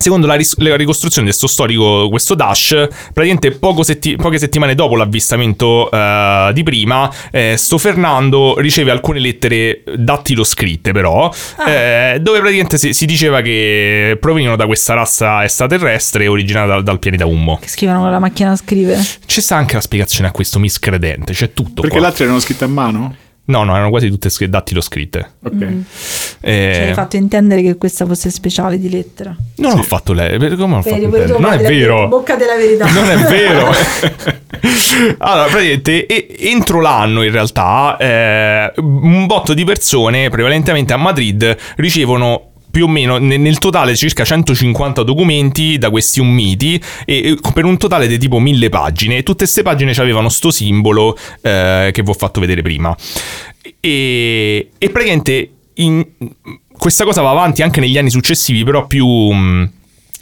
S1: Secondo la, ris- la ricostruzione di questo storico, questo Dash, praticamente poco setti- poche settimane dopo l'avvistamento eh, di prima, eh, sto Fernando riceve alcune lettere dattiloscritte però,
S2: Ah.
S1: eh, dove praticamente si-, si diceva che provenivano da questa razza extraterrestre originata dal, dal pianeta Ummo.
S2: Che scrivono con la macchina a scrivere.
S1: C'è sta anche la spiegazione a questo miscredente, c'è tutto
S3: Perché
S1: qua.
S3: le altre erano scritte a mano?
S1: No, no, erano quasi tutte scri- dattiloscritte.
S3: Ok.
S2: Mm.
S1: Eh,
S2: Ci hai fatto intendere che questa fosse speciale di lettera.
S1: Non ho fatto lei, come l'ho fatto intendere? Non è
S2: della-
S1: vero.
S2: Bocca della verità. <laughs>
S1: Non è vero. allora, praticamente e- entro l'anno in realtà eh, un botto di persone, prevalentemente a Madrid, ricevono più o meno ne- nel totale circa 150 documenti da questi ummiti e, e per un totale di tipo 1000 pagine e tutte queste pagine avevano sto simbolo eh, che vi ho fatto vedere prima e, e praticamente in- questa cosa va avanti anche negli anni successivi però più mm, mh,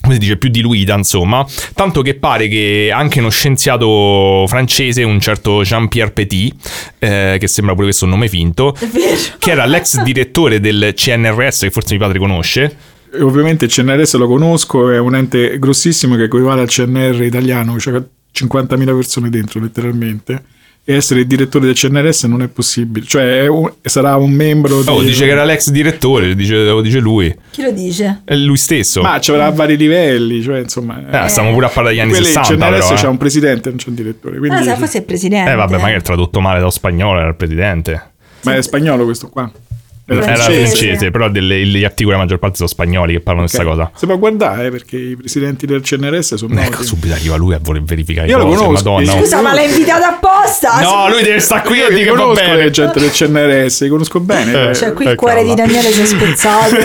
S1: come si dice, più diluita, insomma. Tanto che pare che anche uno scienziato francese, un certo Jean-Pierre Petit, eh, che sembra pure questo un nome finto,
S2: È vero.
S1: che era
S2: <laughs>
S1: l'ex direttore del CNRS, che forse mio padre conosce,
S3: E ovviamente il CNRS lo conosco, è un ente grossissimo che equivale al CNR italiano, cioè 50.000 persone dentro letteralmente. E essere il direttore del CNRS non è possibile, cioè è un- sarà un membro
S1: oh,
S3: di...
S1: dice che era l'ex direttore, dice, lo dice lui,
S2: Chi lo dice?
S1: è lui stesso.
S3: Ma ci avrà vari livelli, cioè insomma...
S1: oh. Eh, stiamo pure a parlare degli anni
S3: Quelli-
S1: 60,
S3: il CNRS
S1: però. eh.
S3: cioè, c'è un presidente, non c'è un direttore, quindi...
S2: Ah, se fosse il presidente.
S1: Eh, vabbè, magari è tradotto male dallo spagnolo, era il presidente.
S3: Ma è spagnolo questo qua.
S1: Era
S2: Francese.
S1: francese, però delle- gli articoli la maggior parte sono spagnoli che parlano di
S3: Ok.
S1: questa cosa.
S3: Si può guardare perché i presidenti del CNRS sono noti.
S1: Ecco, subito arriva lui a voler verificare
S3: Io
S1: le
S3: lo
S1: cose,
S3: conosco,
S1: madonna. oh.
S3: sì.
S2: Scusa, ma l'hai invitata apposta?
S1: No, lui deve stare qui e
S3: Ah, Io li
S1: dire che va
S3: conosco eh,
S1: bene. cioè,
S3: le gente del CNRS, li conosco bene.
S1: Eh.
S2: Cioè, qui il
S1: Eh,
S2: cuore
S1: cavolo.
S2: di Daniele si è
S1: <laughs>
S2: spezzato.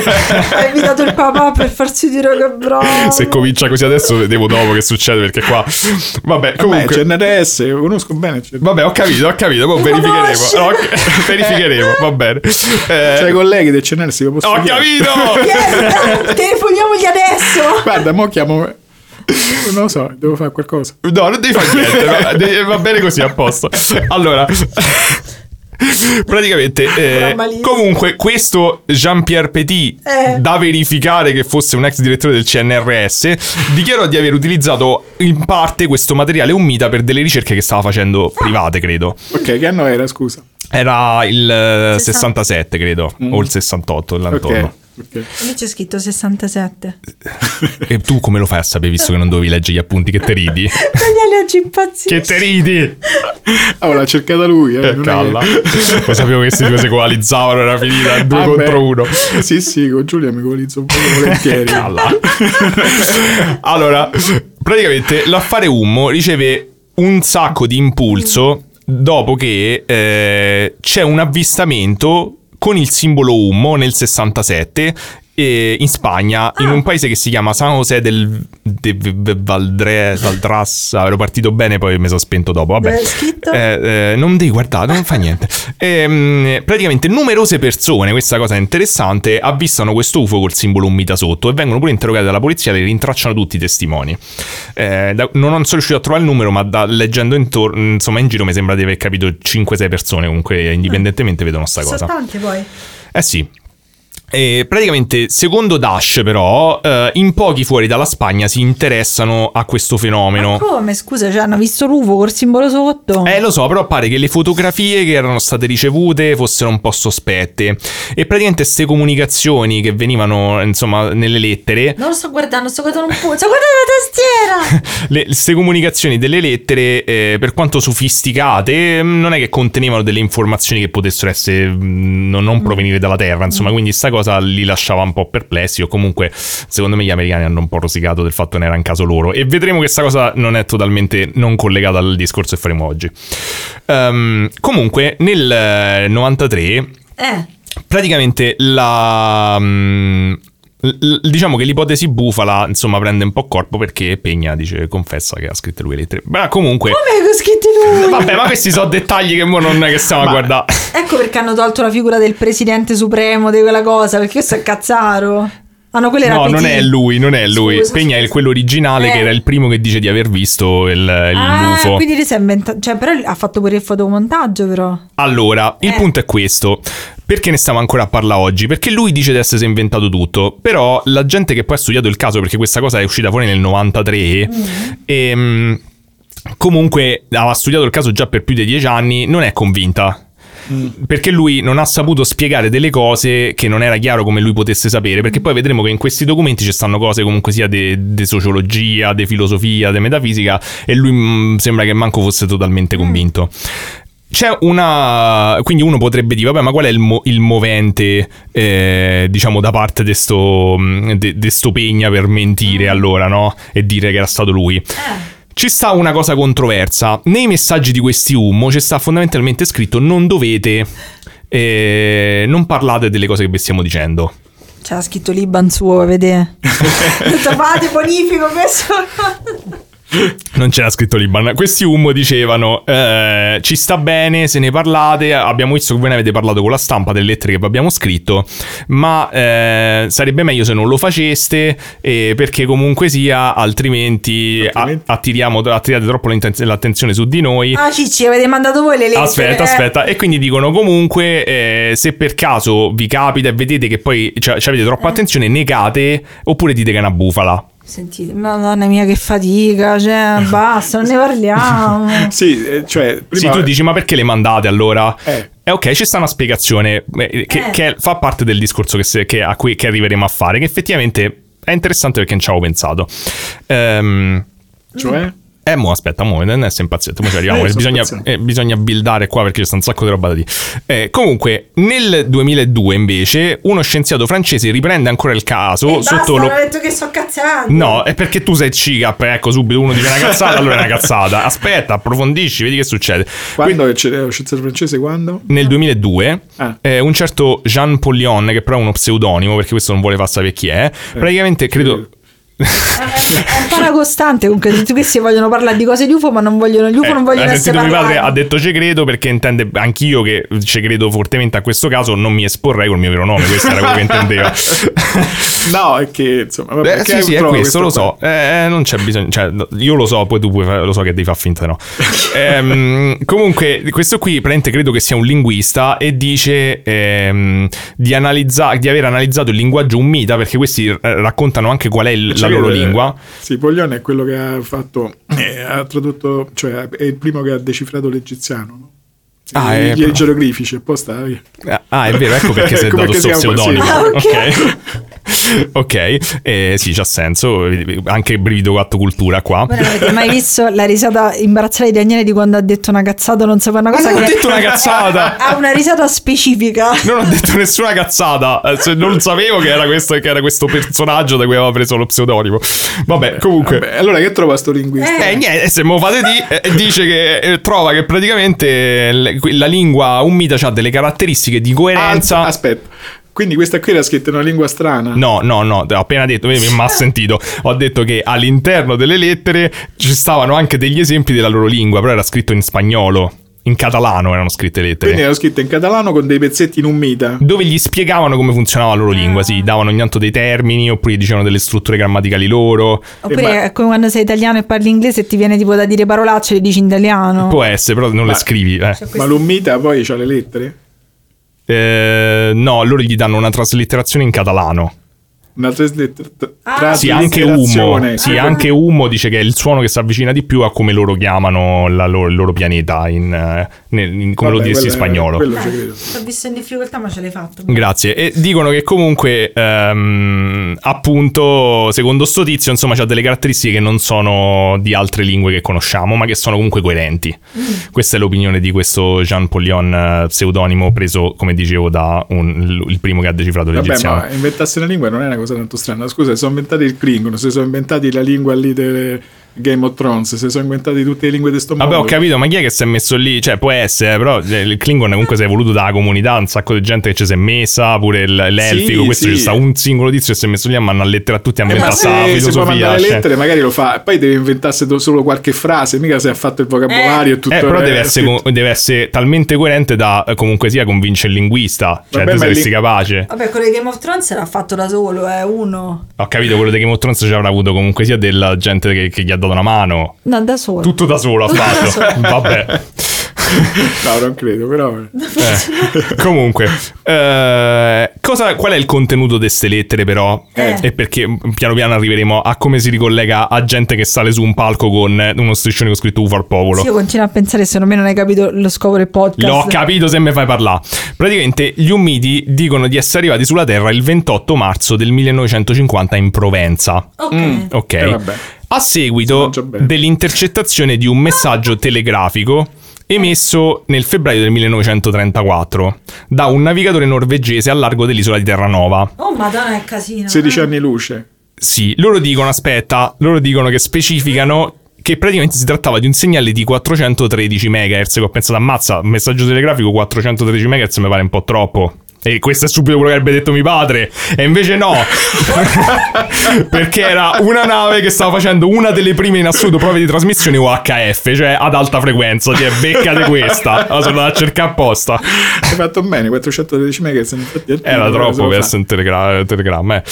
S2: Hai invitato il papà per farci dire che è bravo.
S3: cioè.
S1: Se comincia così adesso, vedevo dopo che succede perché qua. Vabbè,
S3: Vabbè,
S1: comunque.
S3: CNRS, lo conosco bene. Cioè,
S1: Vabbè, ho capito, ho capito. Poi
S2: Mi
S1: verificheremo.
S2: conosci?
S1: No, ok, <laughs> verificheremo, va bene. Eh,
S3: i colleghi del CNRS che posso
S1: ho
S3: dire. <laughs>
S1: capito!
S2: Yes,
S1: <laughs>
S2: dai, telefoniamogli adesso.
S3: Guarda, mo chiamo... Non lo so, devo fare qualcosa.
S1: No, non devi fare niente, va, de- va bene così, a posto. Allora. <laughs> Praticamente, eh,
S2: malissimo.
S1: comunque, questo Jean-Pierre Petit,
S2: Eh.
S1: da verificare che fosse un ex direttore del CNRS, dichiarò di aver utilizzato in parte questo materiale ummita per delle ricerche che stava facendo private, credo.
S3: Ok, che anno era, scusa?
S1: Era il eh,
S2: 60.
S1: 67, credo, o il 68, là
S3: Ok,
S1: intorno.
S3: ok. <laughs>
S2: Lì c'è scritto 67.
S1: E tu come lo fai a sapere, visto che non dovevi leggere gli appunti, che te
S2: <laughs>
S1: ridi?
S2: Daniele oggi impazzisce.
S1: che te ridi!
S3: Ah, l'ha cercata lui. Eh,
S1: Eh,
S3: non
S1: <laughs>
S3: è
S1: calla. Lo sapevo che questi due si
S3: <laughs>
S1: coalizzavano, era finita, due
S3: Ah, beh.
S1: contro uno.
S3: Sì, sì, con Giulia mi colizzo un po'
S2: <laughs>
S3: volentieri. <laughs>
S1: Calla. allora, praticamente l'affare Ummo riceve un sacco di impulso dopo che eh, c'è un avvistamento con il simbolo Ummo nel 67 eh, in Spagna, in un paese che si chiama San José del de, de- Valdre- Valdrassa. Ero partito bene, poi mi sono spento dopo. Vabbè.
S2: Dove è scritto?
S1: Eh, eh, non devi guardare, non fa niente. Ehm, praticamente numerose persone, questa cosa è interessante, avvistano questo UFO col simbolo ummita sotto e vengono pure interrogate dalla polizia, le rintracciano tutti i testimoni. Eh, da- non sono riuscito a trovare il numero, ma da- leggendo intorno, insomma in giro mi sembra di aver capito 5-6 persone, comunque eh, indipendentemente vedono sta
S2: Sono
S1: cosa.
S2: tante poi.
S1: Eh sì. E praticamente, secondo Dash, però, eh, in pochi fuori dalla Spagna si interessano a questo fenomeno.
S2: Ma come? Scusa, cioè hanno visto l'uvo col simbolo sotto.
S1: Eh, lo so, però pare che le fotografie che erano state ricevute fossero un po' sospette. E praticamente queste comunicazioni che venivano, insomma, nelle lettere.
S2: Non lo sto guardando, sto guardando un po'. Sto guardando la
S1: <laughs>
S2: tastiera.
S1: Queste comunicazioni delle lettere, eh, per quanto sofisticate, mh, non è che contenevano delle informazioni che potessero essere mh, non, non provenire dalla Terra, insomma, quindi sta cosa li lasciava un po' perplessi o comunque, secondo me, gli americani hanno un po' rosicato del fatto che non era un caso loro e vedremo che sta cosa non è totalmente non collegata al discorso che faremo oggi. Ehm, comunque, nel eh, 93
S2: eh.
S1: praticamente la... mm, l- l- Diciamo che l'ipotesi bufala, insomma, prende un po' corpo perché Pegna dice, confessa che ha scritto lui le lettere. Ma comunque,
S2: Come ho scritto lui?
S1: vabbè, ma questi sono dettagli che mo non è che stiamo a guardare.
S2: Ecco perché hanno tolto la figura del presidente supremo di quella cosa, perché questo è cazzaro. Ah, Hanno quelle
S1: No,
S2: rapidine.
S1: non è lui, non è lui.
S2: Scusa,
S1: Pegna è
S2: scusa.
S1: il- quello originale
S2: Eh.
S1: che era il primo che dice di aver visto il, il
S2: Ah,
S1: UFO.
S2: quindi lui si è inventato, cioè però ha fatto pure il fotomontaggio però.
S1: Allora, il
S2: Eh.
S1: punto è questo. Perché ne stiamo ancora a parlare oggi? Perché lui dice di essersi inventato tutto, però la gente che poi ha studiato il caso, perché questa cosa è uscita fuori nel 93, ehm, comunque aveva studiato il caso già per più di dieci anni, non è convinta. Perché lui non ha saputo spiegare delle cose che non era chiaro come lui potesse sapere, perché poi vedremo che in questi documenti ci stanno cose comunque sia di sociologia, di filosofia, di metafisica, e lui mm, sembra che manco fosse totalmente convinto. C'è una. Quindi uno potrebbe dire, vabbè, ma qual è il, mo- il movente, eh, diciamo, da parte di sto, mh, de- de sto Pegna per mentire allora, no? E dire che era stato lui. Ci sta una cosa controversa. Nei messaggi di questi Ummo c'è sta fondamentalmente scritto: non dovete. eh, non parlate delle cose che vi stiamo dicendo.
S2: C'era scritto Liban suo,
S1: <laughs>
S2: vedete. Trovate bonifico questo.
S1: Non c'era scritto Liban. Questi Ummo dicevano: eh, Ci sta bene, se ne parlate. Abbiamo visto che voi ne avete parlato con la stampa delle lettere che vi abbiamo scritto. Ma eh, sarebbe meglio se non lo faceste. eh, perché comunque sia, altrimenti, a-
S3: Altrimenti?
S1: attiriamo, attirate troppo l'inten- l'attenzione su di noi.
S2: Ah, Cicci, avete mandato voi le lettere.
S1: Aspetta,
S2: eh.
S1: aspetta. E quindi dicono comunque: eh, se per caso vi capita e vedete che poi cioè, ci ci avete troppa attenzione, negate oppure dite che è una bufala.
S2: Sentite, madonna mia che fatica, cioè, basta, non ne
S1: <laughs>
S2: parliamo.
S3: <laughs> Sì, eh, cioè, prima...
S1: Sì, tu dici, ma perché le mandate allora?
S3: Eh.
S1: Eh, ok, ci sta una spiegazione eh, che,
S2: Eh.
S1: che fa parte del discorso che, se- che- a cui che arriveremo a fare, che effettivamente è interessante perché non ci avevo pensato. Ehm,
S3: Cioè?
S1: eh, mo, aspetta, mo, non è sempre paziente, mo ci arriviamo,
S3: <laughs> Eh, sono
S1: bisogna,
S3: paziente.
S1: eh, bisogna buildare qua perché c'è un sacco di roba da dire. Eh, comunque, nel 2002 invece, uno scienziato francese riprende ancora il caso
S2: E
S1: sotto
S2: basta, eh.
S1: lo...
S2: hanno detto che sto cazzando.
S1: No, è perché tu sei CIGAP, ecco subito uno dice una cazzata, allora è una cazzata. Aspetta, approfondisci, vedi che succede.
S3: Quando c'è lo scienziato francese? Quando?
S1: Nel 2002,
S3: Ah.
S1: eh, un certo Jean Pollion, che però è uno pseudonimo perché questo non vuole far sapere chi è, praticamente credo.
S2: Eh, È un po' una costante comunque. Tutti questi vogliono parlare di cose di UFO, ma non vogliono gli UFO, non
S1: Eh,
S2: vogliono
S1: hai
S2: essere
S1: sentito mio padre ha
S2: parlati.
S1: detto ci credo perché intende anch'io che ci credo fortemente a questo caso, non mi esporrei col mio vero nome, Eh, questo era quello che intendeva.
S3: <laughs> No, è che insomma... Vabbè,
S1: Eh,
S3: perché
S1: sì, sì, è
S3: trovo
S1: questo, lo
S3: qua?
S1: so. Eh, eh, non c'è bisogno. Cioè, no, io lo so, poi tu puoi fa- lo so che devi far finta,
S3: <laughs>
S1: no. Ehm, comunque, questo qui, praticamente, credo che sia un linguista e dice ehm, di, analizza- di aver analizzato il linguaggio ummita, perché questi eh, raccontano anche qual è il- la
S3: Cioè,
S1: loro
S3: eh,
S1: lingua.
S3: Sì, Poglione è quello che ha fatto, eh, ha tradotto, cioè è il primo che ha decifrato l'egiziano. no? Sì,
S1: Ah, eh,
S3: gli
S1: però-
S3: geroglifici, apposta. eh.
S1: Ah, è vero, ecco
S3: <laughs>
S1: perché sei
S3: Ecco
S1: dato
S3: perché
S1: sto
S3: siamo-
S1: pseudonimo.
S2: sì. Ah, ok.
S1: ok, <laughs> Ok, eh, sì, c'ha senso. eh, Anche brivido gatto cultura qua.
S2: Voi non avete mai visto la risata imbarazzata di Daniele di quando ha detto una cazzata, non sapeva una cosa?
S1: non ho
S2: che-
S1: detto
S2: <laughs>
S1: una cazzata!
S2: Ha una risata specifica.
S1: Non ho detto nessuna cazzata. eh, se Non sapevo che era, questo, che era questo personaggio da cui aveva preso lo pseudonimo. Vabbè, Eh, comunque.
S3: Vabbè, allora che trova sto linguista?
S1: Eh, niente, se me lo fate di, eh, dice che eh, trova che praticamente le- que- la lingua ummida ha delle caratteristiche di coerenza.
S3: Alza- aspetta. Quindi questa qui era scritta in una lingua strana.
S1: No, no, no, ho appena detto, mi mi ha sentito. Ho detto che all'interno delle lettere ci stavano anche degli esempi della loro lingua, però era scritto in spagnolo, in catalano erano scritte lettere.
S3: Quindi era scritta in catalano con dei pezzetti in un mita.
S1: dove gli spiegavano come funzionava la loro lingua, sì, davano ogni tanto dei termini oppure dicevano delle strutture grammaticali loro.
S2: Oppure
S3: ma-
S2: è come quando sei italiano e parli inglese e ti viene tipo da dire parolacce e le dici in italiano.
S1: Può essere, però non
S3: Ma-
S1: le scrivi. eh.
S3: Ma l'ummita poi ha le lettere?
S1: Eh, no, loro gli danno una traslitterazione in catalano.
S3: Una trasletter- t-
S1: Sì, anche
S3: traslitterazione.
S1: Umo. Sì, anche Umo dice che è il suono che si avvicina di più a come loro chiamano la loro- il loro pianeta, in, eh, nel- in- come lo
S3: Vabbè,
S1: diresti in
S3: quello-
S1: spagnolo.
S3: Quello
S2: Eh.
S3: ci credo. Mm.
S2: Ho visto in difficoltà, ma ce l'hai fatto.
S1: Grazie. E dicono che comunque, ehm, appunto, secondo sto tizio, insomma, c'ha delle caratteristiche che non sono di altre lingue che conosciamo, ma che sono comunque coerenti. Questa è l'opinione di questo Jean Pollion, eh, pseudonimo preso, come dicevo, da un- l- il primo che ha decifrato
S3: Vabbè,
S1: l'egiziano.
S3: ma inventarsi una lingua non è una cosa tanto strana. Scusa, si sono inventati il Klingon, si sono inventati la lingua lì delle- Game of Thrones, si sono inventati tutte le lingue di sto
S1: Vabbè,
S3: mondo.
S1: ho capito, ma chi è che si è messo lì? Cioè, può essere, però eh, il Klingon comunque si è evoluto dalla comunità, un sacco di gente che ci si è messa, pure il- l'elfico,
S3: Sì,
S1: questo
S3: sì.
S1: c'è sta un singolo tizio che si è messo lì a mandare lettere a tutti, a
S3: Eh, ma
S1: inventare
S3: se
S1: sta
S3: si può
S1: filosofia.
S3: mandare
S1: cioè.
S3: lettere, magari lo fa. Poi deve inventarsi do- solo qualche frase, mica se ha fatto il vocabolario e tutto
S1: Eh, però
S3: il
S1: deve
S3: resto.
S1: essere, co- deve essere talmente coerente da eh, comunque sia convincere il linguista. Cioè,
S3: Vabbè,
S1: tu
S3: ma il
S1: saresti
S3: lin-
S1: capace.
S2: Vabbè, quello di Game of Thrones l'ha fatto da solo, eh, uno.
S1: Ho capito, quello di Game of Thrones ci avrà avuto comunque sia della gente che, che gli ha dato una mano.
S2: No, da solo.
S1: Tutto da solo ha
S2: Tutto da
S1: fatto.
S2: solo.
S3: <laughs>
S1: Vabbè.
S3: <laughs> No, non credo, però.
S1: Eh, Comunque, eh, cosa- qual è il contenuto di queste lettere, però?
S2: Eh.
S1: E perché mm, piano piano arriveremo a come si ricollega a gente che sale su un palco con eh, uno striscione con scritto UFO al popolo.
S2: Sì, io continuo a pensare, secondo me non hai capito lo scopo del podcast.
S1: L'ho capito se mi fai parlare. Praticamente gli Ummiti dicono di essere arrivati sulla Terra il 28 marzo del 1950 in Provenza.
S2: Ok.
S1: Ok.
S3: Eh, vabbè.
S1: a
S3: Si
S1: seguito
S3: mangia bene.
S1: dell'intercettazione di un messaggio telegrafico emesso nel febbraio del 1934 da un navigatore norvegese al largo dell'isola di Terranova.
S2: Oh, madonna, che casino.
S3: 16 anni luce.
S1: Sì, loro dicono, aspetta, loro dicono che specificano che praticamente si trattava di un segnale di 413 MHz, che ho pensato, ammazza, un messaggio telegrafico 413 MHz mi pare un po' troppo. E questo è subito quello che avrebbe detto mio padre. E invece no. <laughs> Perché era una nave che stava facendo una delle prime in assoluto prove di trasmissione UHF, cioè ad alta frequenza. Ti è beccate questa. La sono andata a cercare apposta.
S3: Hai fatto bene, 413 MHz. infatti, è
S1: Era
S3: tutto, se
S1: troppo
S3: lo
S1: per
S3: fa.
S1: essere un telegra- telegramma. eh.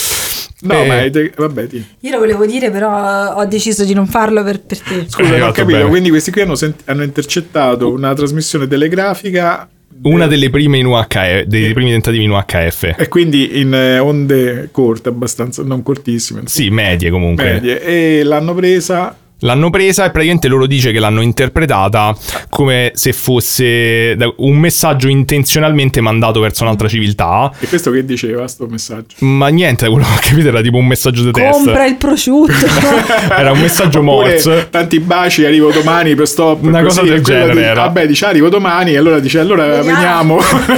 S3: No,
S1: Eh,
S3: ma è te- vabbè, ti-
S2: Io lo volevo dire, però eh, ho deciso di non farlo per, per te.
S1: Hai
S3: scusa, non ho
S1: fatto
S3: capito.
S1: bene. Oh.
S3: Quindi questi qui hanno, sent- hanno intercettato una trasmissione telegrafica.
S1: Una
S3: de-
S1: delle prime in UHF, dei primi tentativi in UHF.
S3: E quindi in eh, onde corte, abbastanza, non cortissime. insomma,
S1: Sì, medie comunque.
S3: medie. E l'hanno presa
S1: L'hanno presa e praticamente loro dice che l'hanno interpretata come se fosse da- un messaggio intenzionalmente mandato verso un'altra civiltà.
S3: E questo che diceva sto messaggio?
S1: Ma niente, quello che ho capito era tipo un messaggio di test.
S2: Compra il prosciutto.
S3: <laughs>
S1: Era un messaggio
S3: Oppure
S1: morse.
S3: tanti baci, arrivo domani per stop.
S1: Una cosa del
S3: e quello
S1: genere
S3: dice,
S1: era.
S3: Vabbè, dice arrivo domani e allora dice allora
S2: Veniamo."
S1: <laughs>
S3: veniamo.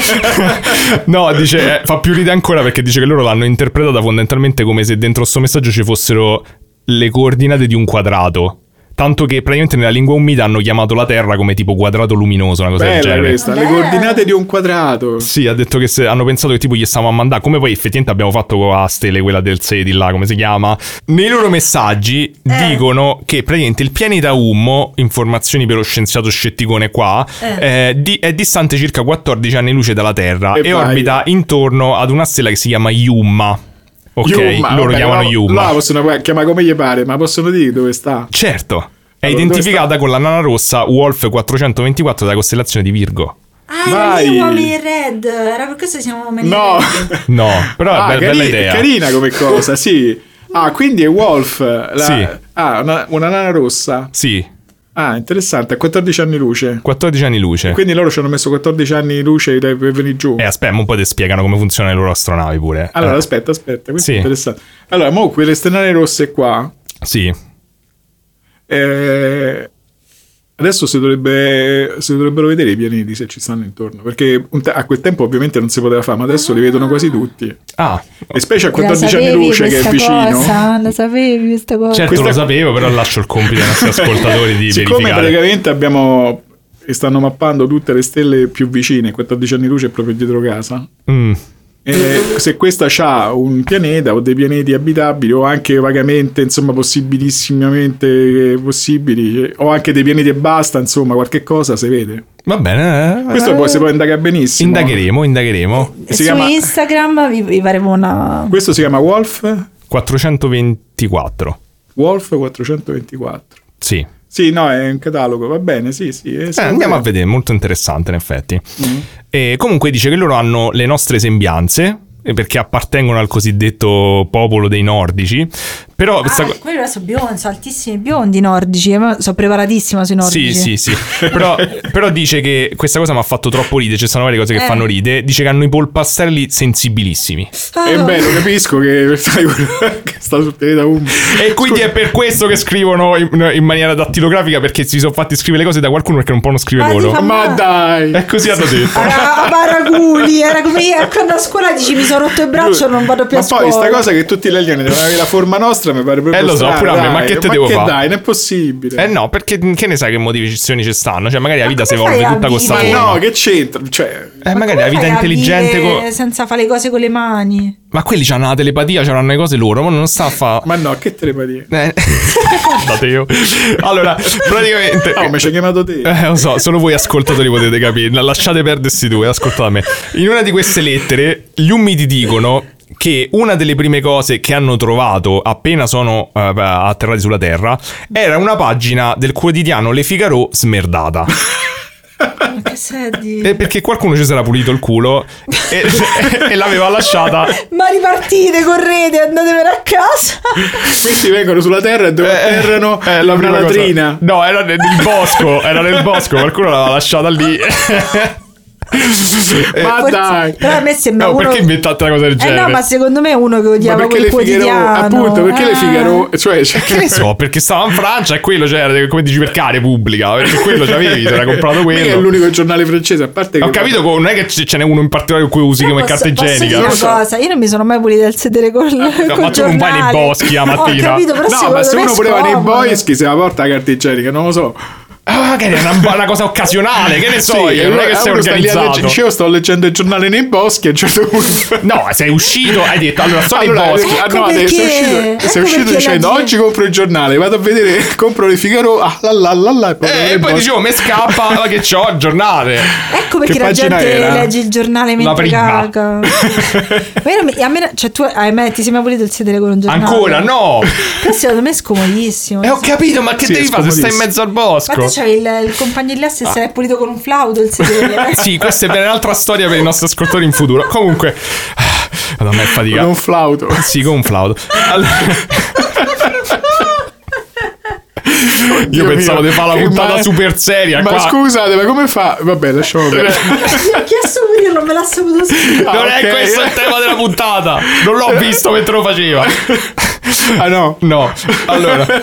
S1: No, dice, eh, fa più ridere ancora perché dice che loro l'hanno interpretata fondamentalmente come se dentro sto messaggio ci fossero le coordinate di un quadrato. Tanto che praticamente nella lingua umida hanno chiamato la Terra come tipo quadrato luminoso, una cosa del
S3: Bella
S1: genere.
S3: questa, le
S2: Vabbè.
S3: coordinate di un quadrato.
S1: Sì, ha detto che se- hanno pensato che tipo gli stavamo a mandare, come poi effettivamente abbiamo fatto con la stele, quella del 16 là, come si chiama. Nei loro messaggi
S2: Eh.
S1: dicono che praticamente il pianeta Ummo, informazioni per lo scienziato scetticone qua,
S2: Eh.
S1: eh, di- è distante circa 14 anni luce dalla Terra e,
S3: E vai.
S1: orbita intorno ad una stella che si chiama Yumma. Ok,
S3: Yuma,
S1: loro
S3: vabbè,
S1: chiamano
S3: la-
S1: Yumma.
S3: La possono poi chiamare come gli pare, ma possono dire dove sta.
S1: Certo, è
S3: Allora, dove
S1: identificata con la nana rossa Wolf 424 della costellazione di Virgo.
S2: ah, era
S3: Vai.
S2: lì Uomini in Red. Era per questo che siamo Uomini in
S3: No.
S2: Red.
S1: No, <laughs> però
S3: Ah,
S1: è be- bella
S3: cari-
S1: idea.
S3: carina come cosa, sì. Ah, quindi è Wolf. la-
S1: Sì.
S3: Ah, una, una nana rossa.
S1: Sì,
S3: Ah, interessante, a 14 anni luce.
S1: 14 anni luce.
S3: Quindi loro ci hanno messo 14 anni luce per venire giù.
S1: Eh, aspetta, un po' ti spiegano come funzionano le loro astronavi pure.
S3: Allora,
S1: Eh,
S3: aspetta, aspetta, questo
S1: Sì.
S3: è interessante. Allora, mo quelle stenane rosse qua,
S1: Sì.
S3: eh, adesso si, dovrebbe, si dovrebbero vedere i pianeti se ci stanno intorno, perché un te- a quel tempo ovviamente non si poteva fare, ma adesso li vedono quasi tutti.
S1: Ah,
S3: E specie a
S2: La
S3: 14 anni
S2: sapevi
S3: luce che è
S2: questa
S3: vicino.
S2: Cosa? La sapevi questa cosa?
S1: certo
S3: Questa-
S1: lo sapevo, però lascio il compito ai
S3: <laughs>
S1: nostri ascoltatori di
S3: Siccome
S1: verificare.
S3: praticamente abbiamo... E stanno mappando tutte le stelle più vicine, 14 anni luce è proprio dietro casa.
S1: Mm.
S3: E se questa ha un pianeta o dei pianeti abitabili o anche vagamente, insomma, possibilissimamente eh, possibili, eh, o anche dei pianeti e basta, insomma, qualche cosa si vede.
S1: Va bene, eh,
S3: Questo poi si può indagare benissimo.
S1: indagheremo, indagheremo.
S3: Si
S2: Su
S3: chiama-
S2: Instagram vi, vi faremo una...
S3: Questo si chiama Wolf,
S1: 424.
S3: Wolf 424.
S1: Sì.
S3: Sì, no, è un catalogo, va bene, sì, sì. Mm. eh,
S1: Eh,
S3: secondo
S1: andiamo
S3: me-
S1: a vedere, molto interessante in effetti. E comunque dice che loro hanno le nostre sembianze, eh, perché appartengono al cosiddetto popolo dei nordici, però... questa
S2: Ah,
S1: co-
S2: quelli là sono biondi, sono altissimi biondi nordici, eh, ma sono preparatissima sui nordici.
S1: Sì, sì, sì. Però, però dice che questa cosa mi ha fatto troppo ridere. Ci sono varie cose che
S2: Eh.
S1: fanno ride. Dice che hanno i polpastrelli sensibilissimi.
S2: Ah,
S3: Eh
S2: no.
S3: beh, lo capisco che, sai, quello <laughs> che sta sul pianeta Umbra.
S1: E quindi è per questo che scrivono in, in maniera dattilografica perché si sono fatti scrivere le cose da qualcuno perché non possono scrivere
S2: Ah, sì,
S1: loro.
S2: fa- Ah,
S3: Ma dai!
S1: E così hanno detto.
S2: Era a Baraguli, era come io, quando a scuola dici mi sono rotto il braccio, non vado più
S3: ma
S2: a scuola.
S3: poi sta cosa che tutti gli alieni devono avere la forma nostra mi pare proprio
S1: Eh, lo so,
S3: strana,
S1: pure a me,
S3: dai.
S1: ma che te devo fare?
S3: dai, non è possibile.
S1: Eh no, perché che ne sai che motivazioni ci stanno? Cioè, magari la
S2: Ma
S1: vita si
S2: come
S1: evolve
S2: fai a
S1: tutta con sta
S3: ma
S2: vivere?
S1: forma.
S3: no, che c'entra? Cioè,
S1: Eh, magari la
S2: come
S1: vita
S2: fai a
S1: intelligente.
S2: vivere
S1: co-
S2: senza fare le cose con le mani.
S1: Ma quelli c'hanno la telepatia, c'hanno le cose loro, ma non sta a
S2: <laughs>
S1: fa.
S3: ma no, che telepatia?
S1: Eh, guardate io. Allora, <laughs> praticamente.
S2: Oh,
S3: No, Oh, mi ci hai chiamato te.
S1: Eh, lo so, solo voi ascoltatori potete capire. La- Lasciate perdersi due, ascoltate me. In una di queste lettere, gli ummidi dicono che una delle prime cose che hanno trovato appena sono eh, atterrati sulla Terra era una pagina del quotidiano Le Figaro smerdata.
S2: Ma che sei a dire?
S1: Eh, perché qualcuno ci sarà pulito il culo e, <laughs> e l'aveva lasciata.
S3: Eh.
S2: Ma ripartite, correte, andatevene a casa.
S3: Questi vengono sulla terra e dove atterrano
S1: eh,
S3: la
S1: prima
S3: una
S1: cosa. <laughs>
S3: latrina.
S1: No, era nel nel bosco, era nel bosco, qualcuno l'aveva lasciata lì. Eh,
S3: Ma
S2: Forse-
S3: dai.
S2: Però a me sembra
S1: no,
S2: uno...
S1: <laughs> perché inventate una cosa del
S2: Eh
S1: genere?
S2: no, ma secondo me è uno che
S3: Ma
S2: odiava
S3: perché
S2: quel
S3: le Figaro?
S2: quotidiano.
S3: Appunto, perché le
S2: Ah.
S3: Figaro?
S1: <laughs>
S3: Cioè, cioè- <laughs>
S1: Che ne so, perché stava in Francia e quello c'era, come dici, per care pubblica, perché quello c'avevi, ti era comprato
S3: Mica è
S1: quello.
S3: l'unico giornale francese, a parte che
S1: Ho capito, co- non è che ce ce n'è uno in particolare che usi
S2: Però
S1: come
S2: posso-
S1: carta
S2: posso dire
S1: igienica. Ah,
S2: una
S3: Non lo so.
S2: cosa, io non mi sono mai pulita il sedere col, col
S1: ma tu non vai nei
S2: giornale.
S1: boschi la mattina.
S2: Ho capito, però
S3: No, ma se
S2: secondo
S3: uno
S2: me
S3: voleva nei
S2: scomodo.
S3: boyschi se la porta la carta igienica, non lo so.
S1: Ah, magari è una, una cosa occasionale, che ne so,
S3: Sì,
S1: io, non ah, è che
S3: allora
S1: sei
S3: uno sta lì a
S1: organizzato.
S3: leggere- io sto leggendo il giornale nei boschi e a un certo <laughs> punto...
S1: No, sei uscito, hai detto, allora sono
S3: Allora,
S1: i boschi.
S3: ah,
S2: Ecco
S3: no, adesso
S2: perché-
S1: Ah,
S3: sei uscito,
S2: ecco
S3: sei uscito
S2: perché la
S3: dicendo
S2: gente-
S3: oggi compro il giornale, vado a vedere, <laughs> compro le Figaro, ah la la la la, poi vado
S1: Eh,
S3: nei
S1: e poi
S3: boschi.
S1: dicevo, mi scappa ma che c'ho il giornale.
S2: Ecco perché
S3: Che
S2: la
S3: pagina
S2: gente
S3: era?
S2: legge il giornale mentre
S1: prima. <laughs>
S2: caga. Ma io non mi- a me, cioè, tu hai me, ti sei mai pulito il sedere con un giornale?
S1: Ancora, no.
S2: Però secondo me è scomodissimo.
S1: E ho capito, ma che
S3: Sì,
S1: devi
S3: è
S1: fare se stai in
S3: scomodissimo.
S1: mezzo al
S2: Ma
S1: bosco?
S2: te c'avevi il, il compagno di classe e se l'è pulito con un flauto
S1: <laughs>
S2: il sedere.
S1: Ah.
S2: Eh,
S1: Sì, questa è per un'altra storia per i nostri ascoltatori in futuro. Comunque, ah, madonna, è fatica.
S3: Con un flauto. <laughs>
S1: Sì, con un flauto. Allora- Io
S3: Dio
S1: pensavo
S3: mio,
S1: di fare la
S3: <laughs> che
S1: puntata
S3: ma-
S1: super seria.
S3: Ma
S1: qua.
S3: scusate, ma come fa?
S1: <laughs>
S3: Vabbè, lasciamo perdere.
S2: Gli ho chiesto pure <laughs> io, non me l'ha saputo scrivere.
S1: Non
S3: Ah,
S1: è
S3: ok.
S1: questo il tema della puntata. Non <laughs> l'ho visto mentre lo faceva.
S3: Ah no.
S1: No, allora. <laughs>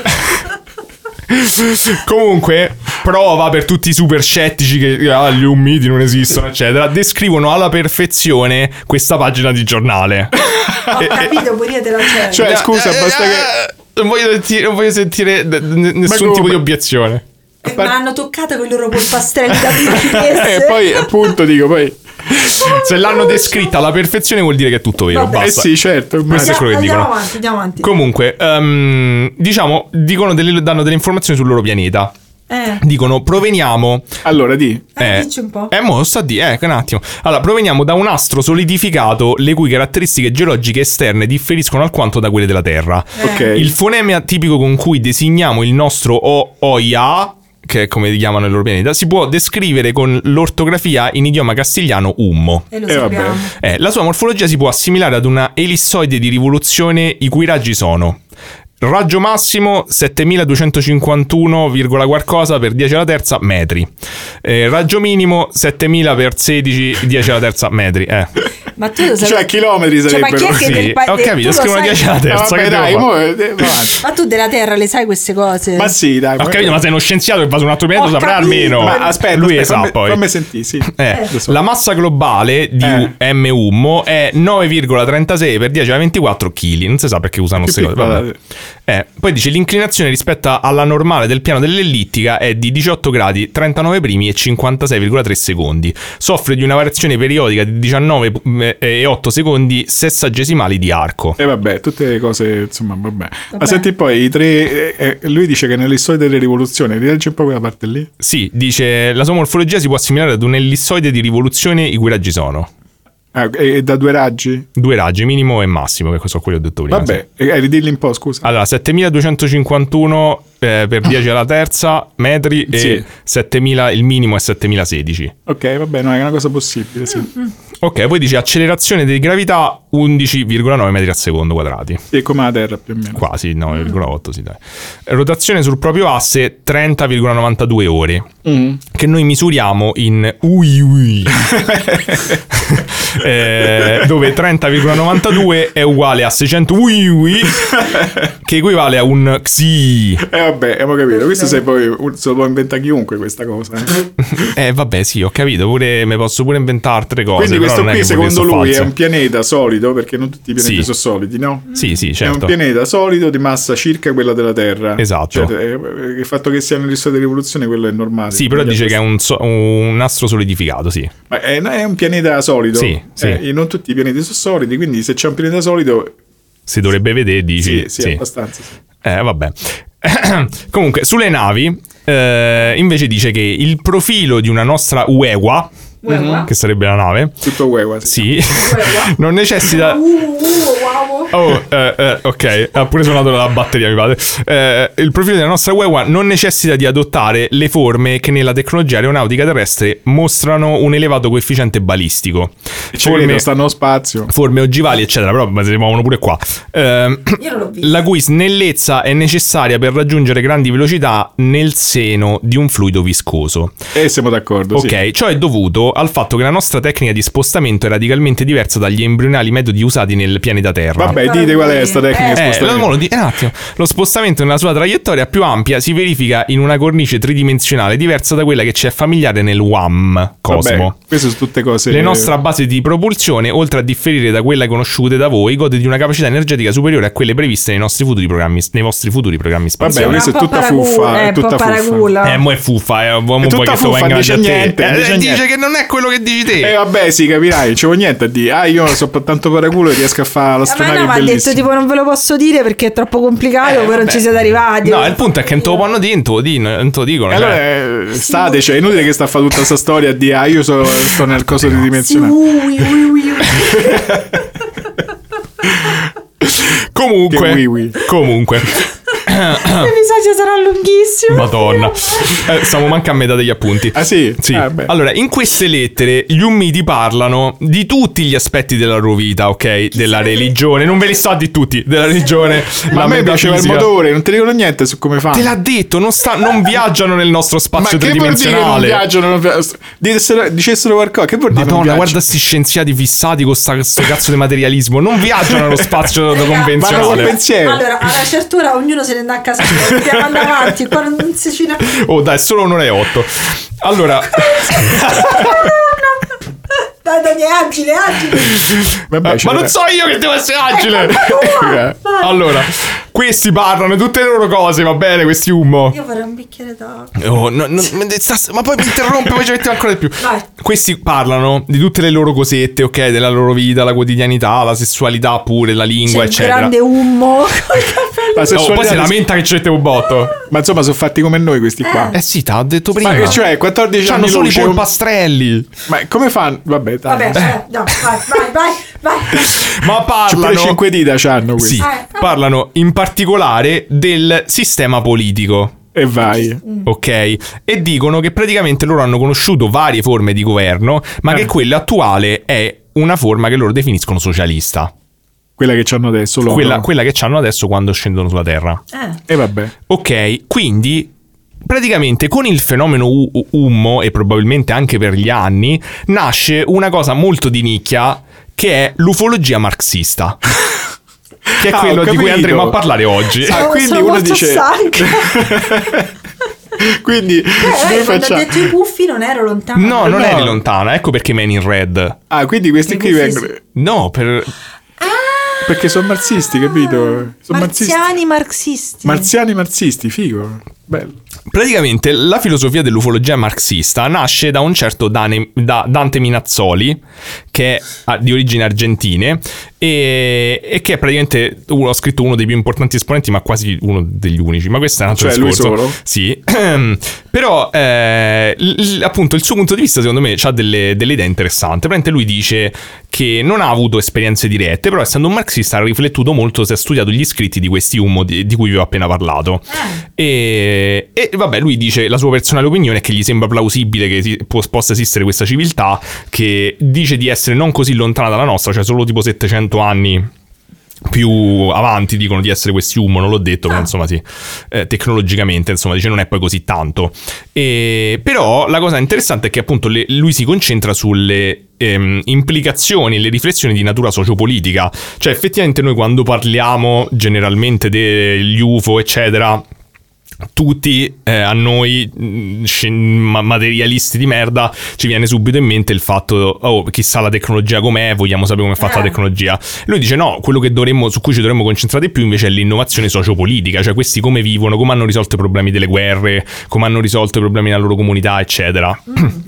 S1: Comunque, prova per tutti i super scettici che ah, gli ummidi non esistono, eccetera. Descrivono alla perfezione questa pagina di <laughs> giornale.
S2: Ho capito, pure te la c'è.
S3: Cioè, scusa,
S1: Eh,
S3: basta
S1: eh,
S3: che
S1: Non voglio sentire, non voglio sentire n- n- nessun
S3: come?
S1: tipo di obiezione.
S2: Eh, Ma l'hanno toccata con i loro
S1: <laughs>
S2: polpastrelli da principesse.
S3: e Eh, poi appunto dico poi Eh,
S1: Se l'hanno descritta alla perfezione, vuol dire che è tutto vero.
S2: Vabbè.
S1: Basta.
S3: Eh sì, certo, ma
S1: Questo è
S2: Andiamo-
S1: quello che
S2: andiamo
S1: dicono.
S2: avanti, andiamo avanti.
S1: Comunque, ehm, diciamo, dicono delle- danno delle informazioni sul loro pianeta.
S2: eh,
S1: Dicono proveniamo.
S3: allora di
S2: eh, dici un po'.
S1: Eh, mo sta di, eh, un attimo. Allora, proveniamo da un astro solidificato le cui caratteristiche geologiche esterne differiscono alquanto da quelle della Terra.
S2: Eh.
S3: ok.
S1: Il fonema tipico con cui designiamo il nostro OIA, che è come li chiamano il loro pianeta, si può descrivere con l'ortografia in idioma castigliano ummo.
S2: E lo
S3: Eh, vabbè.
S2: sappiamo.
S1: Eh, la sua morfologia si può assimilare ad una ellissoide di rivoluzione i cui raggi sono raggio massimo 7251, virgola qualcosa per 10 alla terza metri, Eh, raggio minimo 7000 per 16, 10 alla terza metri. Eh.
S2: Ma tu lo sai.
S3: Cioè, chilometri
S2: Cioè, ma chi è
S3: sarebbero.
S2: che
S1: Sì,
S2: del pa-
S1: ho
S2: del-
S1: capito,
S2: tu lo
S1: scrivono
S2: sai-
S1: 10 alla terza.
S3: Vabbè,
S1: che devo
S3: dai,
S1: fare?
S3: mo, eh, va
S1: <laughs>
S3: avanti.
S2: Ma tu della Terra le sai queste cose?
S3: ma sì, dai.
S1: Ho
S3: ma-
S1: capito, ma sei uno scienziato che va su un altro pianeta
S2: Ho
S1: saprà
S2: capito.
S1: almeno.
S3: Ma aspetta,
S1: lui
S3: aspetta,
S1: sa
S3: fammi,
S1: poi.
S3: fammi sentire, sì.
S1: Eh,
S3: Lo so.
S1: la massa globale di
S3: Eh.
S1: M Ummo è 9,36 per 10 alla 24 kg. Non si sa perché usano
S3: Più
S1: queste cose.
S3: piccola,
S1: vabbè. Eh, poi dice l'inclinazione rispetto alla normale del piano dell'ellittica è di 18 gradi 39 primi e 56,3 secondi. Soffre di una variazione periodica di mm, 19,8 secondi sessagesimali di arco.
S3: E vabbè, tutte le cose, insomma, vabbè. Ma senti poi, i tre, eh, eh, lui dice che nelle storie delle rivoluzioni, rileggi un po' quella parte lì.
S1: Sì, dice la sua morfologia si può assimilare ad un ellissoide di rivoluzione i cui raggi sono.
S3: Ah, e, e da due raggi?
S1: Due raggi, minimo e massimo, che questo è quello che ho detto prima. sì.
S3: Vabbè, eh, eh, ridilli un po', scusa.
S1: Allora, 7251 eh, per 10 alla terza metri e
S3: Sì.
S1: 7000, il minimo è 7016.
S3: Ok, vabbè, no, è una cosa possibile, sì.
S1: Ok, poi dice accelerazione di gravità 11,9 metri al secondo quadrati.
S3: Sì, è come la Terra più o meno.
S1: Quasi 9,8 sì dai. Rotazione sul proprio asse 30,92 ore. Che noi misuriamo in ui ui. <laughs> Eh, dove 30,92 è uguale a 600 ui ui. Che equivale a un xi.
S3: <laughs> Eh, vabbè, abbiamo capito. Questo sei poi, un- se lo può inventare chiunque questa cosa. eh.
S1: <laughs> Eh, vabbè, sì, ho capito. Pure, mi posso pure inventare altre cose.
S3: Quindi
S1: però
S3: questo
S1: non è
S3: qui,
S1: che vuol dire
S3: secondo
S1: sono
S3: lui, è
S1: false.
S3: un pianeta solido, perché non tutti i pianeti
S1: Sì.
S3: sono solidi, no?
S1: <laughs> Sì, sì, certo.
S3: È un pianeta solido di massa circa quella della Terra.
S1: Esatto.
S3: Cioè, eh, il fatto che sia nell'istria di rivoluzione, quello è normale.
S1: Sì, però
S3: Quindi
S1: dice che è un, so- un astro solidificato, sì.
S3: Ma è, è un pianeta solido.
S1: Sì, sì.
S3: Eh, e non tutti i pianeti sono solidi, quindi se c'è un pianeta solido,
S1: Si dovrebbe vedere, dici.
S3: sì, sì,
S1: sì.
S3: abbastanza. sì.
S1: Eh, vabbè. <coughs> Comunque, sulle navi, eh, invece dice che il profilo di una nostra Uewa,
S3: Mm-hmm.
S2: Uewa.
S1: che sarebbe la nave,
S3: Tutto uewa. Sì.
S1: sì, <laughs> non necessita...
S2: Uh, uh, wow.
S1: Oh, eh, eh, ok, ha pure suonato la batteria, mi pare. Eh, il profilo della nostra Wewa non necessita di adottare le forme che nella tecnologia aeronautica terrestre mostrano un elevato coefficiente balistico.
S3: Cioè,
S1: Forme,
S3: stanno allo spazio.
S1: forme ogivali, eccetera, però ma si muovono pure qua. Eh,
S2: Io non l'ho visto.
S1: la cui snellezza è necessaria per raggiungere grandi velocità nel seno di un fluido viscoso.
S3: E siamo d'accordo. sì.
S1: Ok, ciò è dovuto al fatto che la nostra tecnica di spostamento è radicalmente diversa dagli embrionali metodi usati nel pianeta Terra.
S3: Vabbè, dite qual è sta tecnica
S2: Eh,
S3: di
S1: Eh,
S3: spostamento.
S1: lo- lo di- un attimo. Lo spostamento nella sua traiettoria più ampia si verifica in una cornice tridimensionale diversa da quella che ci è familiare nel WAM
S3: Vabbè,
S1: Cosmo.
S3: queste sono tutte cose.
S1: Le nostra base di propulsione, oltre a differire da quelle conosciute da voi, gode di una capacità energetica superiore a quelle previste nei, nostri futuri programmi, nei vostri futuri programmi
S3: Vabbè,
S1: spaziali.
S3: questa è
S2: Un po'
S3: tutta
S2: paragu-
S3: fuffa, è
S2: eh, un po'
S3: tutta fuffa.
S2: paraculla.
S1: eh, mo è fuffa, eh, uomo
S3: È
S1: vuoi
S3: tutta
S1: che tu
S3: fuffa,
S1: venga
S3: dice
S1: a te.
S3: niente,
S1: Eh,
S3: dice
S1: dice
S3: niente.
S1: che non è quello che dici te.
S3: E Eh, vabbè, sì, capirai, c'è niente a dire. Ah, io so tanto paraculo e riesco a fare
S2: Ma
S3: l'astronave
S2: no, ma ha detto
S3: bellissima.
S2: tipo non ve lo posso dire perché è troppo
S3: Eh,
S2: complicato, voi non ci siete arrivati.
S1: no, il punto è che non te lo fanno dire, non te lo dicono, non te lo dicono,
S3: E
S1: cioè.
S3: allora eh, state, cioè, è inutile che sta a fare tutta questa storia di ah, io so- sto nel coso
S2: Sì,
S3: tridimensionale.
S2: ui, ui,
S3: <coughs>
S2: ui, ui.
S1: Comunque,
S3: Che oui, oui.
S1: comunque,
S2: L'episodio sarà lunghissimo.
S1: Madonna,
S2: <laughs>
S1: Eh, siamo manca a metà degli appunti.
S3: Ah, sì?
S1: Sì.
S3: Ah, beh.
S1: allora, in queste lettere gli ummiti parlano di tutti gli aspetti della loro vita, ok? Della religione, non ve li so di tutti, della religione,
S3: Ma
S1: la
S3: a me piaceva il
S1: metafisica.
S3: motore, non ti dicono niente su come fa.
S1: Te l'ha detto, non, sta- non viaggiano nel nostro
S3: Ma
S1: spazio
S3: che vuol dire che non
S1: tridimensionale.
S3: viaggiano? Non via- Dicessero, dicessero qualcosa, che vuol dire non
S1: Madonna, guarda
S3: viaggiano?
S1: sti scienziati fissati con sta- questo cazzo di materialismo. Non viaggiano nello
S3: <laughs>
S1: spazio
S2: Raga,
S3: Vanno col
S1: convenzionale.
S3: pensiero.
S2: Allora, a una certa ora ognuno se ne andrà a casa sua. Andiamo andare avanti, qua non si ci
S1: Oh, dai, solo un'ora e otto. Allora,
S2: Dai, Dani, agile, agile.
S3: Vabbè,
S1: ma
S3: c'era-
S1: non so io che devo essere agile. Allora, questi parlano di tutte le loro cose, va bene, questi ummo.
S2: Io vorrei un bicchiere cioè, d'acqua.
S1: Oh, no, no, ma, sta- ma poi mi interrompe, poi ci mettiamo ancora di più.
S2: Vai.
S1: Questi parlano di tutte le loro cosette, ok? Della loro vita, la quotidianità, la sessualità pure, la
S2: C'è
S1: lingua,
S2: un
S1: eccetera.
S2: grande ummo. <laughs> col cappello.
S1: Oh,
S3: La
S1: poi
S3: sessualità-
S1: si lamenta che ci mette un botto.
S3: Ma insomma, sono fatti come noi questi qua.
S1: Eh sì, te l'ho detto prima.
S3: Ma che cioè, 14
S1: C'hanno
S3: anni
S1: solo i
S3: luce,
S1: polpastrelli.
S3: Ma come fanno? Vabbè, tanto.
S2: Vabbè, cioè, no, vai, vai, vai, vai.
S1: Ma
S3: C'è pure
S1: parlano.
S3: 5 dita c'hanno questi.
S1: Sì,
S2: Eh.
S1: parlano in particolare del sistema politico.
S3: E vai.
S1: Ok, e dicono che praticamente loro hanno conosciuto varie forme di governo, ma
S3: Eh.
S1: che quella attuale è una forma che loro definiscono socialista.
S3: Quella che c'hanno adesso, loro.
S1: Quella, quella che hanno adesso quando scendono sulla Terra.
S2: Eh,
S3: E vabbè.
S1: Ok, quindi praticamente con il fenomeno U- U- Ummo e probabilmente anche per gli anni nasce una cosa molto di nicchia che è l'ufologia
S3: <laughs>
S1: marxista. che è
S3: Ah, ho
S1: quello di cui
S3: capito.
S1: andremo a parlare oggi.
S3: Ah,
S2: sono-
S3: quindi
S2: sono
S3: uno
S2: molto
S3: dice- <laughs>
S2: stanca.
S3: <laughs> Quindi
S2: Eh,
S3: noi
S2: raga, quando ho
S3: facciamo...
S2: detto i puffi non ero lontano.
S1: No, non
S3: No.
S1: eri lontana, ecco perché Man in Red.
S3: Ah, quindi questi qui
S2: Quindi
S3: vengono...
S1: No, per...
S2: Ah!
S3: Perché sono marxisti, capito? Sono marxisti.
S2: Marziani marxisti.
S3: Marziani marxisti, figo. Bello.
S1: Praticamente la filosofia dell'ufologia marxista nasce da un certo Dane- da Dante Minazzoli, che è ah, di origini argentine e, e che è praticamente, uno, ha scritto uno dei più importanti esponenti, ma quasi uno degli unici, ma questo è un altro
S3: Cioè, lui
S1: discorso.
S3: solo?
S1: Sì, <clears throat> però eh, l- l- appunto il suo punto di vista secondo me ha delle, delle idee interessanti. Praticamente lui dice che non ha avuto esperienze dirette, però essendo un marxista ha riflettuto molto se ha studiato gli scritti di questi umo di, di cui vi ho appena parlato. E, e vabbè, lui dice la sua personale opinione è che gli sembra plausibile che si- pos- possa esistere questa civiltà che dice di essere non così lontana dalla nostra, cioè solo tipo 700 anni più avanti dicono di essere questi Ummo, non l'ho detto, però insomma sì, Eh, tecnologicamente insomma dice non è poi così tanto. E, però la cosa interessante è che appunto le- lui si concentra sulle ehm, implicazioni, le riflessioni di natura sociopolitica, cioè effettivamente noi quando parliamo generalmente degli UFO eccetera tutti eh, a noi mh, sci- ma- materialisti di merda ci viene subito in mente il fatto oh chissà la tecnologia com'è vogliamo sapere com'è fatta la
S2: Eh.
S1: tecnologia lui dice no quello che dovremmo, su cui ci dovremmo concentrare di più invece è l'innovazione sociopolitica cioè questi come vivono come hanno risolto i problemi delle guerre come hanno risolto i problemi nella loro comunità eccetera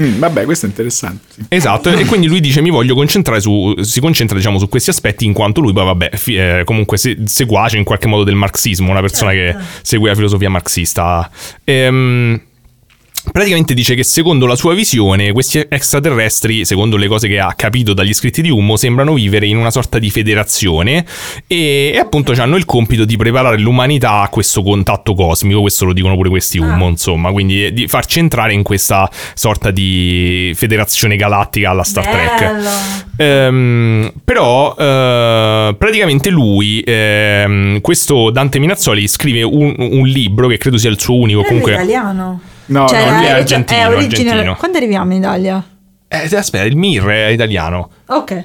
S3: Mm, vabbè, questo è interessante. sì.
S1: Esatto, e quindi lui dice mi voglio concentrare su, si concentra diciamo su questi aspetti in quanto lui poi vabbè, fi- eh, comunque se- seguace in qualche modo del marxismo, una persona che segue la filosofia marxista. Ehm, praticamente dice che secondo la sua visione questi extraterrestri, secondo le cose che ha capito dagli scritti di Ummo, sembrano vivere in una sorta di federazione e, e appunto hanno il compito di preparare l'umanità a questo contatto cosmico, questo lo dicono pure questi
S2: Ah.
S1: Ummo, insomma, quindi eh, di farci entrare in questa sorta di federazione galattica alla Star Trek.
S2: Bello.
S1: Ehm, però eh, praticamente lui, ehm, questo Dante Minazzoli, scrive un, un libro che credo sia il suo unico,
S2: Quello
S1: comunque...
S2: è italiano.
S3: No,
S1: Cioè,
S3: no,
S1: lui è
S2: cioè,
S1: argentino,
S2: originale-
S1: argentino.
S2: Quando arriviamo in Italia?
S1: Eh, aspetta, il Mir è italiano.
S2: Ok.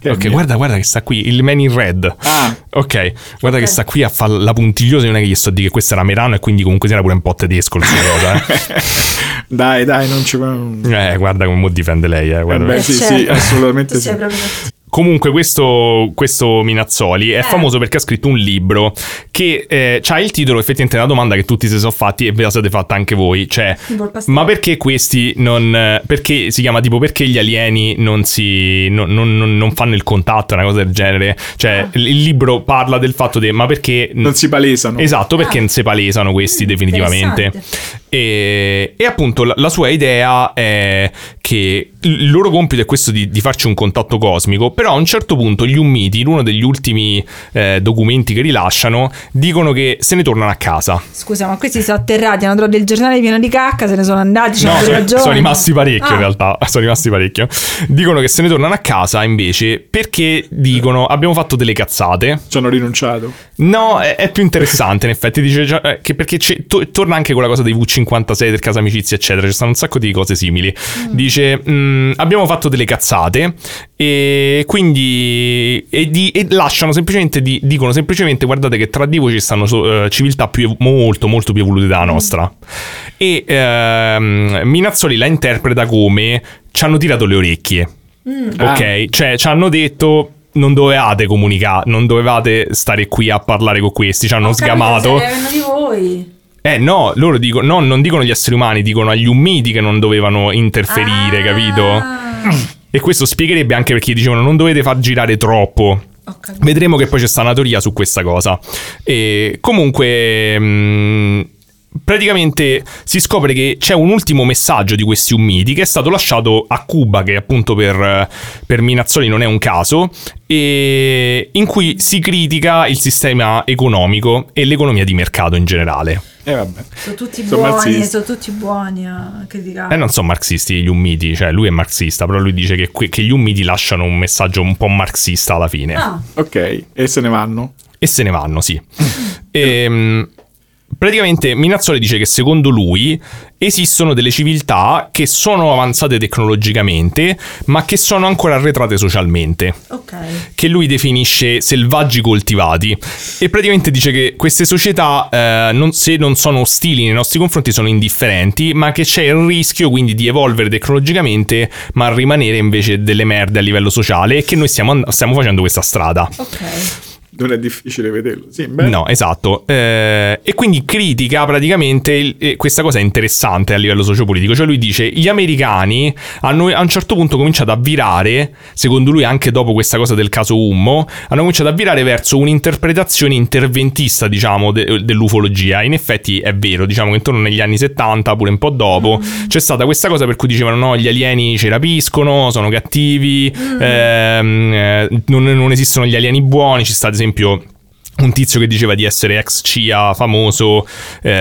S3: che
S1: ok,
S3: mia-
S1: guarda, guarda che sta qui, il Man in Red.
S3: Ah,
S1: <laughs> Ok, guarda che sta qui a fare la puntigliosa, non è che gli sto a dire che questo era Merano e quindi comunque si era pure un po' tedesco il suo cosa.
S3: dai, dai, non ci va.
S1: Eh, Eh, guarda come mo difende lei, eh, guarda.
S3: Eh beh, sì, sì,
S2: Certo. Tu
S3: assolutamente sì.
S2: sei proprio-
S1: <laughs> Comunque questo, questo Minazzoli è famoso perché ha scritto un libro che ha il titolo effettivamente è una domanda che tutti si sono fatti e ve la siete fatta anche voi, cioè
S2: Tipo il pastello.
S1: ma perché questi non... perché si chiama tipo perché gli alieni non si... non, non- non- non fanno il contatto, una cosa del genere,
S2: Ah.
S1: cioè il il libro parla del fatto di ma perché...
S3: Non si palesano.
S1: Esatto, perché
S2: Ah.
S1: non si palesano questi
S2: Mm,
S1: definitivamente.
S2: interessante.
S1: E, e appunto la, la sua idea è che il loro compito è questo di, di farci un contatto cosmico, però a un certo punto gli Ummiti, in uno degli ultimi eh, documenti che rilasciano, dicono che se ne tornano a casa.
S2: Scusa, ma questi sono atterrati, hanno trovato il giornale pieno di cacca, se ne sono andati, c'hanno
S1: No,
S2: pure
S1: sono,
S2: ragione.
S1: sono rimasti parecchio in
S2: Ah.
S1: realtà, <laughs> sono rimasti parecchio. Dicono che se ne tornano a casa invece perché dicono abbiamo fatto delle cazzate,
S3: Ci hanno rinunciato.
S1: No, è, è più interessante in effetti, dice già- eh, che perché c'è- to- torna anche quella cosa dei V56 del Casa Amicizia, eccetera, ci stanno un sacco di cose simili. Dice, "Mm, abbiamo fatto delle cazzate e quindi... e, di- e lasciano semplicemente, di- dicono semplicemente, guardate che tra di voi ci stanno so- eh, civiltà più ev- molto, molto più evolute della nostra. E ehm, Minazzoli la interpreta come ci hanno tirato le orecchie. Ok, cioè ci hanno detto non dovevate comunicare, non dovevate stare qui a parlare con questi, ci hanno
S2: Ho capito,
S1: sgamato.
S2: se erano di voi.
S1: Eh no, loro dicono, no, non dicono agli esseri umani, dicono agli ummiti che non dovevano interferire,
S2: Ah.
S1: capito? E questo spiegherebbe anche perché dicevano non dovete far girare troppo.
S2: Ho capito.
S1: Vedremo che poi c'è sta una teoria su questa cosa. E comunque. mh, Praticamente si scopre che c'è un ultimo messaggio di questi ummiti che è stato lasciato a Cuba, che appunto per, per Minazzoli non è un caso, e in cui si critica il sistema economico e l'economia di mercato in generale.
S3: E vabbè.
S2: Sono tutti
S3: Sono
S2: buoni,
S3: marxisti.
S2: sono tutti buoni a criticare.
S1: Eh, non sono marxisti gli ummiti, cioè lui è marxista, però lui dice che, que- che gli ummiti lasciano un messaggio un po' marxista alla fine.
S2: Ah,
S3: Ok, e se ne vanno.
S1: e se ne vanno, sì. Ehm, praticamente Minazzoli dice che secondo lui esistono delle civiltà che sono avanzate tecnologicamente, ma che sono ancora arretrate socialmente
S2: ok.
S1: che lui definisce selvaggi coltivati e praticamente dice che queste società eh, non- se non sono ostili nei nostri confronti sono indifferenti ma che c'è il rischio quindi di evolvere tecnologicamente ma rimanere invece delle merde a livello sociale e che noi stiamo, and- stiamo facendo questa strada Eh.
S2: Ok.
S3: Non è difficile vederlo. Sì, beh.
S1: No, esatto. Eh, e quindi critica praticamente il- eh, questa cosa è interessante a livello sociopolitico. Cioè, lui dice: gli americani hanno a un certo punto cominciato a virare, secondo lui, anche dopo questa cosa del caso Ummo, hanno cominciato a virare verso un'interpretazione interventista, diciamo, de- dell'ufologia. In effetti è vero, diciamo che intorno negli anni 70, pure un po' dopo, c'è stata questa cosa per cui dicevano: no, gli alieni ci rapiscono, sono cattivi, ehm, eh, non, non esistono gli alieni buoni. Ci sta, ad esempio un tizio che diceva di essere ex CIA famoso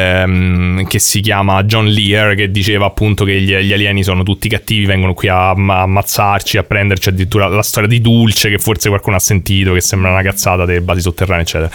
S1: ehm, che si chiama John Lear che diceva appunto che gli, gli alieni sono tutti cattivi vengono qui a amma- ammazzarci a prenderci addirittura la storia di Dulce che forse qualcuno ha sentito che sembra una cazzata delle basi sotterranee eccetera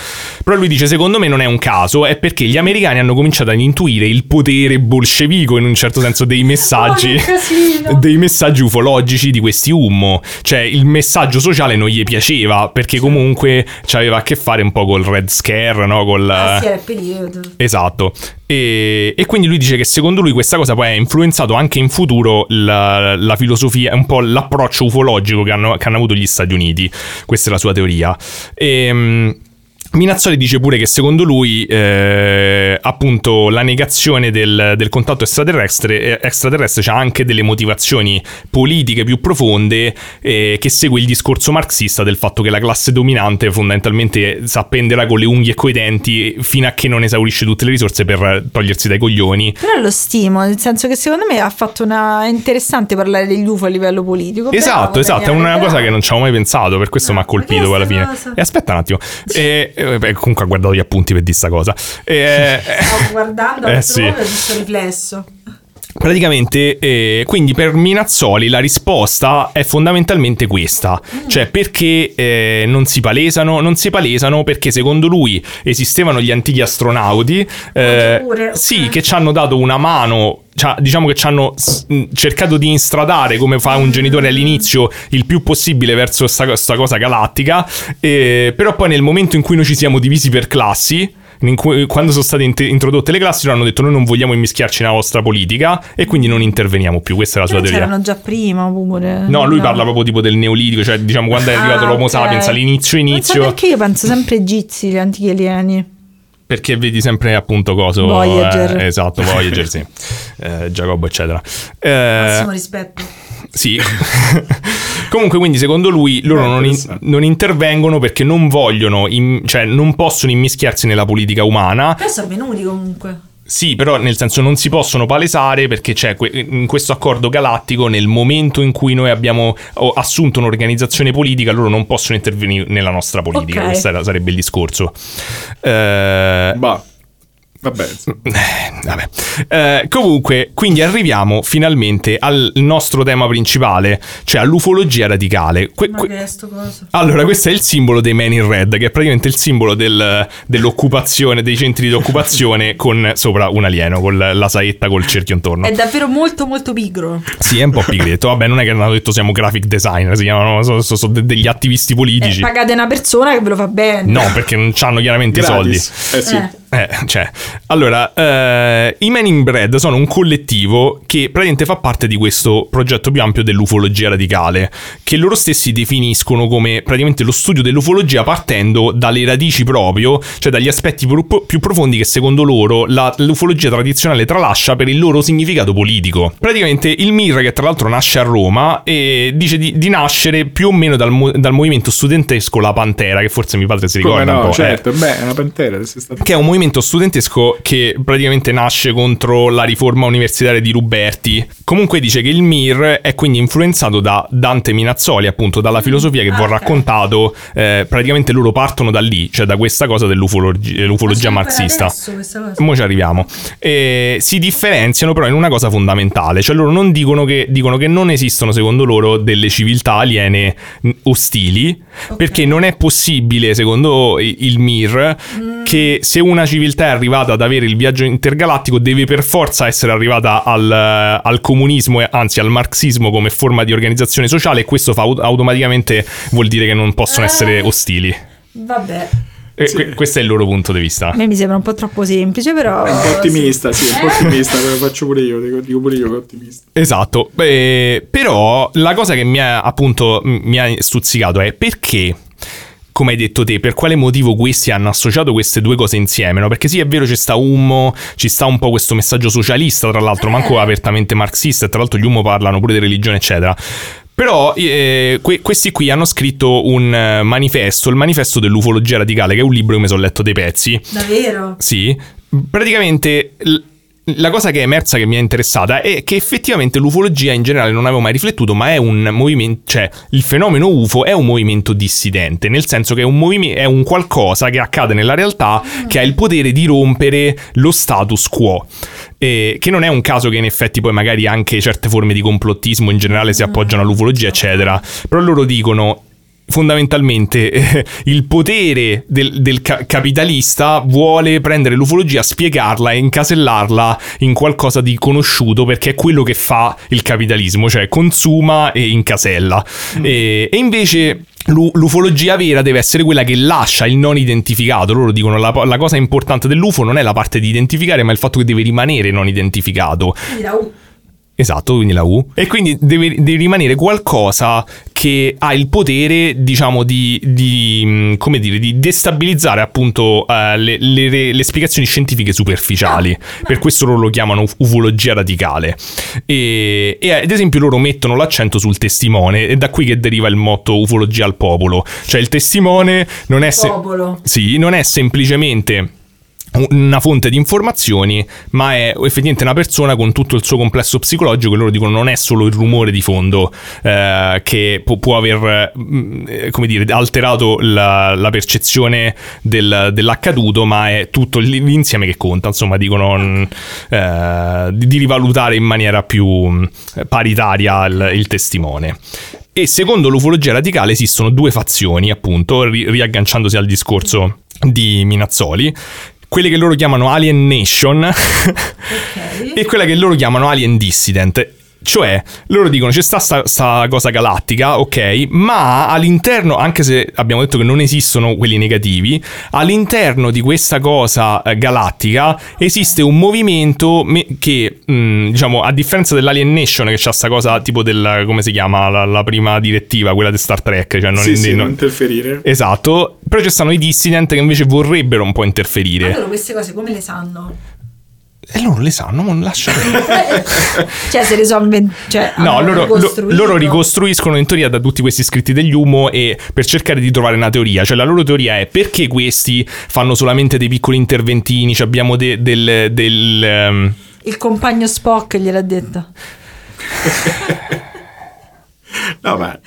S1: però lui dice secondo me non è un caso è perché gli americani hanno cominciato ad intuire il potere bolscevico in un certo senso dei messaggi
S2: <laughs> Oh, che casino.
S1: <laughs> dei messaggi ufologici di questi ummo. Cioè, il messaggio sociale non gli piaceva perché comunque c'aveva a che fare un po' col Red Scare, no? Col,
S2: Ah, sì, era il periodo.
S1: Esatto. E, e quindi lui dice che secondo lui questa cosa poi ha influenzato anche in futuro la, la filosofia, un po' l'approccio ufologico che hanno, che hanno avuto gli Stati Uniti. Questa è la sua teoria. Ehm, Minazzoli dice pure che secondo lui eh, appunto la negazione del, del contatto extraterrestre, eh, extraterrestre ha anche delle motivazioni politiche più profonde eh, che segue il discorso marxista del fatto che la classe dominante fondamentalmente s'appenderà con le unghie e coi denti fino a che non esaurisce tutte le risorse per togliersi dai coglioni.
S2: Però lo stimo, nel senso che secondo me ha fatto una è interessante parlare degli UFO a livello politico.
S1: Esatto,
S2: Bravo,
S1: esatto, è
S2: Daniele,
S1: una
S2: bravo.
S1: cosa che non ci avevo mai pensato, per questo
S2: No,
S1: mi ha colpito
S2: perché
S1: poi alla fine.
S2: sta cosa?
S1: E aspetta un attimo, E- e- beh, comunque ha guardato gli appunti per di sta cosa. Eh,
S2: <laughs>
S1: E-
S2: Stavo guardando,
S1: Eh,
S2: eh,
S1: sì.
S2: sì. ho visto il riflesso.
S1: Praticamente, eh, quindi per Minazzoli la risposta è fondamentalmente questa, cioè perché eh, non si palesano? Non si palesano perché secondo lui esistevano gli antichi astronauti, eh,
S2: pure, ok.
S1: sì, che ci hanno dato una mano. ci ha- diciamo che ci hanno s- mh, cercato di instradare come fa un genitore all'inizio il più possibile verso sta, sta cosa galattica eh, però poi nel momento in cui noi ci siamo divisi per classi in cui- quando sono state int- introdotte le classi loro hanno detto noi non vogliamo immischiarci nella vostra politica e quindi non interveniamo più questa è la sua
S2: Però
S1: teoria
S2: c'erano già prima pure.
S1: No, lui parla proprio tipo del neolitico, cioè diciamo quando è arrivato
S2: Ah,
S1: l'Homo
S2: ok.
S1: sapiens all'inizio
S2: Non so
S1: inizio, Eh.
S2: perché io penso sempre egizi, gli antichi alieni.
S1: perché vedi sempre appunto coso
S2: Voyager.
S1: eh, esatto, Voyager,
S2: <laughs>
S1: sì. Eh, Giacobbo eccetera. Eh,
S2: Massimo rispetto.
S1: Sì. <laughs> Comunque, quindi, secondo lui, loro
S3: Beh,
S1: non, in-
S3: interessante.
S1: non intervengono perché non vogliono, im- cioè non possono immischiarsi nella politica umana.
S2: Però sono venuti comunque.
S1: Sì, però, nel senso, non si possono palesare perché c'è que- in questo accordo galattico, nel momento in cui noi abbiamo oh, assunto un'organizzazione politica, loro non possono intervenire nella nostra politica.
S2: Ok.
S1: Questo era- sarebbe il discorso. Eh,
S3: Bah. Vabbè,
S1: <laughs>
S3: insomma.
S1: eh, vabbè. Eh, comunque, quindi arriviamo finalmente al nostro tema principale, cioè all'ufologia radicale. Que-
S2: Ma
S1: que-
S2: che è sto coso?
S1: allora, questo è il simbolo dei Men in Red, che è praticamente il simbolo del- dell'occupazione, dei centri di occupazione con sopra un alieno, con la saetta col cerchio intorno.
S2: È davvero molto molto pigro.
S1: Sì, è un po' pigretto. Vabbè, non è che hanno detto siamo graphic designer, si chiamano, sono, sono- sono de- degli attivisti
S2: Eh,
S1: politici.
S2: pagate una persona che ve lo fa bene.
S1: No, perché non hanno chiaramente i soldi.
S3: Gratis. Eh sì.
S2: Eh.
S1: Eh, cioè, allora, eh, i Men in Bread sono un collettivo che praticamente fa parte di questo progetto più ampio dell'ufologia radicale, che loro stessi definiscono come praticamente lo studio dell'ufologia partendo dalle radici proprio, cioè dagli aspetti pro- più profondi che secondo loro la- l'ufologia tradizionale tralascia per il loro significato politico. Praticamente il MIR, che tra l'altro nasce a Roma, e dice di, di nascere più o meno dal, mo- dal movimento studentesco La Pantera, che forse mio padre si
S3: Come
S1: ricorda un
S3: no,
S1: po'. eh
S3: certo. Beh, è una pantera. se sta-
S1: che è un movimento studentesco che praticamente nasce contro la riforma universitaria di Ruberti. Comunque dice che il MIR è quindi influenzato da Dante Minazzoli, appunto, dalla filosofia che vi
S2: Ah,
S1: ho
S2: ok.
S1: raccontato. Eh, praticamente loro partono da lì, cioè da questa cosa dell'ufologia, l'ufologia
S2: Ma c'è ancora
S1: marxista.
S2: adesso questa cosa?
S1: Mo' ci arriviamo. Eh, si differenziano però in una cosa fondamentale, cioè loro non dicono che, dicono che non esistono secondo loro delle civiltà aliene mh, ostili,
S2: Ok.
S1: perché non è possibile secondo i- il MIR
S2: Mm.
S1: che se una civiltà è arrivata ad avere il viaggio intergalattico deve per forza essere arrivata al, al comunismo, e anzi al marxismo come forma di organizzazione sociale e questo fa- automaticamente vuol dire che non possono essere
S2: Ah.
S1: ostili.
S2: Vabbè.
S1: E
S3: Sì.
S1: que- questo è il loro punto di vista.
S2: A me mi sembra un po' troppo semplice, però.
S3: È un po' ottimista, sì, è un po' ottimista, lo faccio pure io, dico, dico pure io che è ottimista.
S1: Esatto, Beh, però la cosa che mi ha appunto m- mi ha stuzzicato è perché, come hai detto te, per quale motivo questi hanno associato queste due cose insieme? no? Perché sì, è vero, ci sta Ummo, ci sta un po' questo messaggio socialista, tra l'altro,
S2: Eh.
S1: manco apertamente marxista, e tra l'altro gli Ummo parlano pure di religione, eccetera. Però eh, que- questi qui hanno scritto un eh, manifesto, il manifesto dell'ufologia radicale, che è un libro che mi sono letto dei pezzi.
S2: Davvero?
S1: Sì, praticamente l- la cosa che è emersa che mi è interessata è che effettivamente l'ufologia in generale non avevo mai riflettuto, ma è un movimento, cioè il fenomeno UFO è un movimento dissidente, nel senso che è un, movime- è un qualcosa che accade nella realtà che ha il potere di rompere lo status quo. Eh, che non è un caso che in effetti poi magari anche certe forme di complottismo in generale si appoggiano all'ufologia, eccetera. Però loro dicono fondamentalmente eh, il potere del, del ca- capitalista vuole prendere l'ufologia, spiegarla e incasellarla in qualcosa di conosciuto perché è quello che fa il capitalismo, cioè consuma e incasella. E, e invece... L'u- L'ufologia vera deve essere quella che lascia il non identificato. Loro dicono la, la cosa importante dell'UFO non è la parte di identificare, ma il fatto che deve rimanere non identificato.
S2: "Uh,
S1: Esatto, quindi la U. E quindi deve, deve rimanere qualcosa che ha il potere, diciamo, di, di, mh, come dire, di destabilizzare appunto eh, le, le- le- le spiegazioni scientifiche superficiali. Per questo loro lo chiamano uf- ufologia radicale. E, e, ad esempio loro mettono l'accento sul testimone, e da qui che deriva il motto ufologia al popolo. Cioè il testimone non è... se-
S2: Popolo.
S1: sì, non è semplicemente una fonte di informazioni, ma è effettivamente una persona con tutto il suo complesso psicologico e loro dicono non è solo il rumore di fondo eh, che può, può aver, mm, eh, come dire, alterato la, la percezione del- dell'accaduto, ma è tutto l- l'insieme che conta, insomma dicono mm, eh, di, di rivalutare in maniera più mm, paritaria il- il testimone. E secondo l'ufologia radicale esistono due fazioni, appunto, ri- riagganciandosi al discorso di Minazzoli, quelle che loro chiamano Alien Nation <laughs> e quella che loro chiamano Alien Dissident. Cioè, loro dicono c'è sta, sta, sta cosa galattica, ok, ma all'interno, anche se abbiamo detto che non esistono quelli negativi, all'interno di questa cosa eh, galattica esiste un movimento me- che, mh, diciamo, a differenza dell'Alien Nation, che c'ha sta cosa tipo del, come si chiama, la, la prima direttiva, quella di Star Trek, cioè non,
S3: sì, sì,
S1: non-
S3: non interferire.
S1: Esatto, però ci stanno i dissident che invece vorrebbero un po'
S3: Ah.
S1: interferire.
S2: Allora queste cose come
S1: <laughs>
S2: le sanno?
S1: E loro le sanno, ma non lasciano.
S2: cioè se le sono inven- cioè,
S1: No,
S2: hanno
S1: loro, lo-
S2: ricostruito.
S1: loro ricostruiscono in teoria da tutti questi scritti degli Umo e per cercare di trovare una teoria. Cioè, la loro teoria è perché questi fanno solamente dei piccoli interventini. cioè abbiamo de- del. del, ehm,
S2: Il compagno Spock gliel'ha detto.
S3: No, ma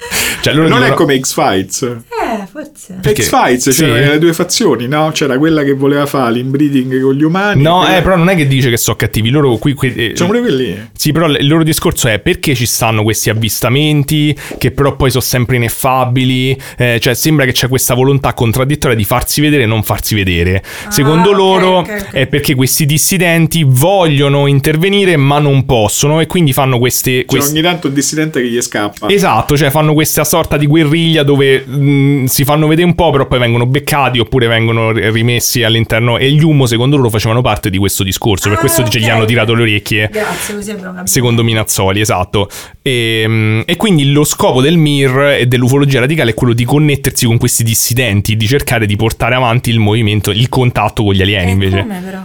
S1: Cioè, loro
S3: non
S1: dicono-
S3: è come X-Files.
S2: Eh, forse.
S1: Perché-
S3: X-Files,
S1: Sì.
S3: c'erano le due fazioni, no? C'era quella che voleva fare l'inbreeding con gli umani.
S1: No,
S3: quella-
S1: eh, però non è che dice che sono cattivi. Loro qui. qui- eh,
S3: C'erano pure quelli.
S1: Sì, però il loro discorso è perché ci stanno questi avvistamenti che però poi sono sempre ineffabili, eh, cioè sembra che c'è questa volontà contraddittoria di farsi vedere e non farsi vedere. Secondo
S2: Ah, ok,
S1: loro
S2: ok, ok.
S1: è perché questi dissidenti vogliono intervenire ma non possono e quindi fanno queste...
S3: C'era
S1: quest-
S3: Cioè, ogni tanto un dissidente che gli scappa.
S1: Esatto, cioè fanno questa sorta di guerriglia dove mh, si fanno vedere un po', però poi vengono beccati oppure vengono ri- rimessi all'interno. E gli Umo, secondo loro, facevano parte di questo discorso. Per
S2: Ah,
S1: questo dice,
S2: ok.
S1: gli hanno tirato le orecchie.
S2: Grazie, così abbiamo capito.
S1: Secondo Minazzoli, esatto. E, mm, e quindi lo scopo del MIR e dell'ufologia radicale è quello di connettersi con questi dissidenti, di cercare di portare avanti il movimento, il contatto con gli alieni
S2: Eh,
S1: invece. Ecco,
S2: come però?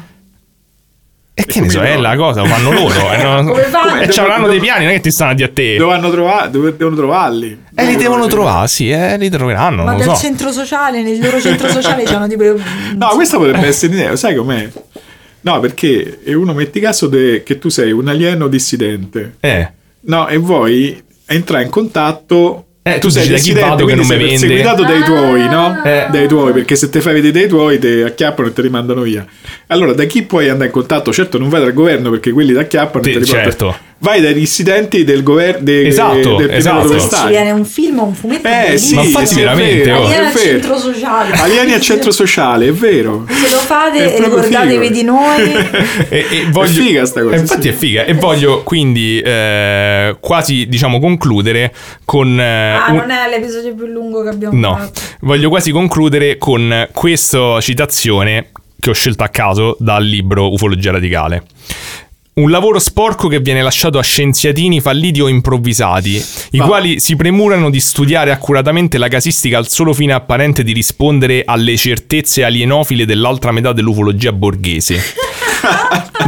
S1: E che ne
S3: come
S1: so, è
S3: no?
S1: la cosa, lo fanno <laughs> loro. eh, no?
S2: Come fanno?
S1: E ci avranno
S3: Dove-
S1: dei piani, non è che ti stanno a dire a te.
S3: Dove hanno trova- dove devono trovarli.
S1: Eh, li
S3: Dove
S1: devono
S3: li-
S1: trovare, sì, eh, li troveranno.
S2: Ma
S1: non
S2: nel
S1: lo so.
S2: centro sociale, nel loro
S1: <laughs>
S2: centro sociale c'hanno tipo...
S3: No, questa
S1: Eh.
S3: potrebbe essere un'idea, sai com'è? No, perché e uno metti caso de- che tu sei un alieno dissidente.
S1: Eh.
S3: No, e vuoi entrare in contatto.
S1: Eh, tu dici, da chi vado che
S3: quindi
S1: non mi
S3: sei
S1: vende?
S3: perseguitato dai tuoi, no?
S1: Eh.
S3: Dai tuoi, perché se te fai vedere dai tuoi ti acchiappano e ti rimandano via. Allora, da chi puoi andare in contatto? Certo, non vai dal governo perché quelli ti acchiappano
S1: Sì,
S3: e te li portano.
S1: certo.
S3: Vai dai dissidenti del governo del
S1: Esatto,
S3: del pianeta
S1: esatto.
S3: dove
S1: Ci
S2: Ci
S3: stai.
S2: viene un film o un fumetto
S3: Eh, sì,
S1: Ma infatti
S3: sì, è
S1: veramente,
S3: vero,
S1: oh.
S3: è
S2: Alieni al
S3: vero.
S2: centro sociale.
S3: Alieni al centro sociale, è vero.
S2: Se lo
S3: È
S2: fate,
S3: proprio
S2: ricordatevi
S3: figo.
S2: di noi.
S1: <laughs> <laughs> e, e voglio-
S3: È figa sta cosa,
S1: Eh, Infatti
S3: sì.
S1: è figa. E voglio quindi eh, quasi diciamo concludere con. eh,
S2: Ah,
S1: un-
S2: non è l'episodio più lungo che abbiamo
S1: No,
S2: fatto.
S1: voglio quasi concludere con questa citazione che ho scelto a caso dal libro Ufologia radicale. Un lavoro sporco che viene lasciato a scienziatini falliti o improvvisati, i
S3: Ma-
S1: quali si premurano di studiare accuratamente la casistica al solo fine apparente di rispondere alle certezze alienofile dell'altra metà dell'ufologia borghese.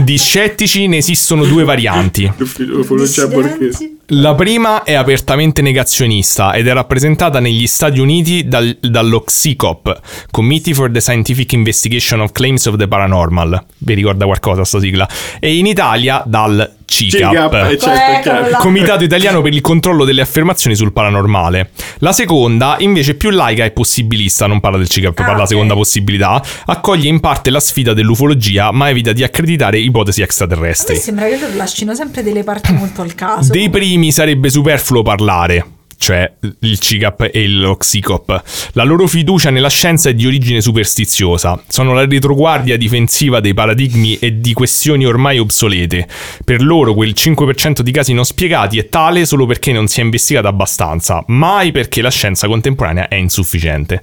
S1: di scettici ne esistono due varianti.
S3: Ufologia borghese.
S1: La prima è apertamente negazionista ed è rappresentata negli Stati Uniti dal, dall'Oxicop, Committee for the Scientific Investigation of Claims of the Paranormal. Vi ricorda qualcosa sta sigla? E in Italia dal
S3: Ciga, eh,
S1: CICAP.
S3: certo, è
S2: Eccolo là.
S3: chiaro.
S1: Comitato Italiano per il controllo delle affermazioni sul paranormale. La seconda, invece più laica e possibilista, non parla del CICAP, parla della
S2: ok.
S1: seconda possibilità, accoglie in parte la sfida dell'ufologia, ma evita di accreditare ipotesi
S2: A
S1: extraterrestri. Mm.
S2: me sembra che loro lasciano sempre delle parti molto al caso.
S1: Dei primi sarebbe superfluo parlare. cioè il CIGAP e lo XICOP. La loro fiducia nella scienza è di origine superstiziosa, sono la retroguardia difensiva dei paradigmi e di questioni ormai obsolete. Per loro quel 5% di casi non spiegati è tale solo perché non si è investigata abbastanza, mai perché la scienza contemporanea è insufficiente.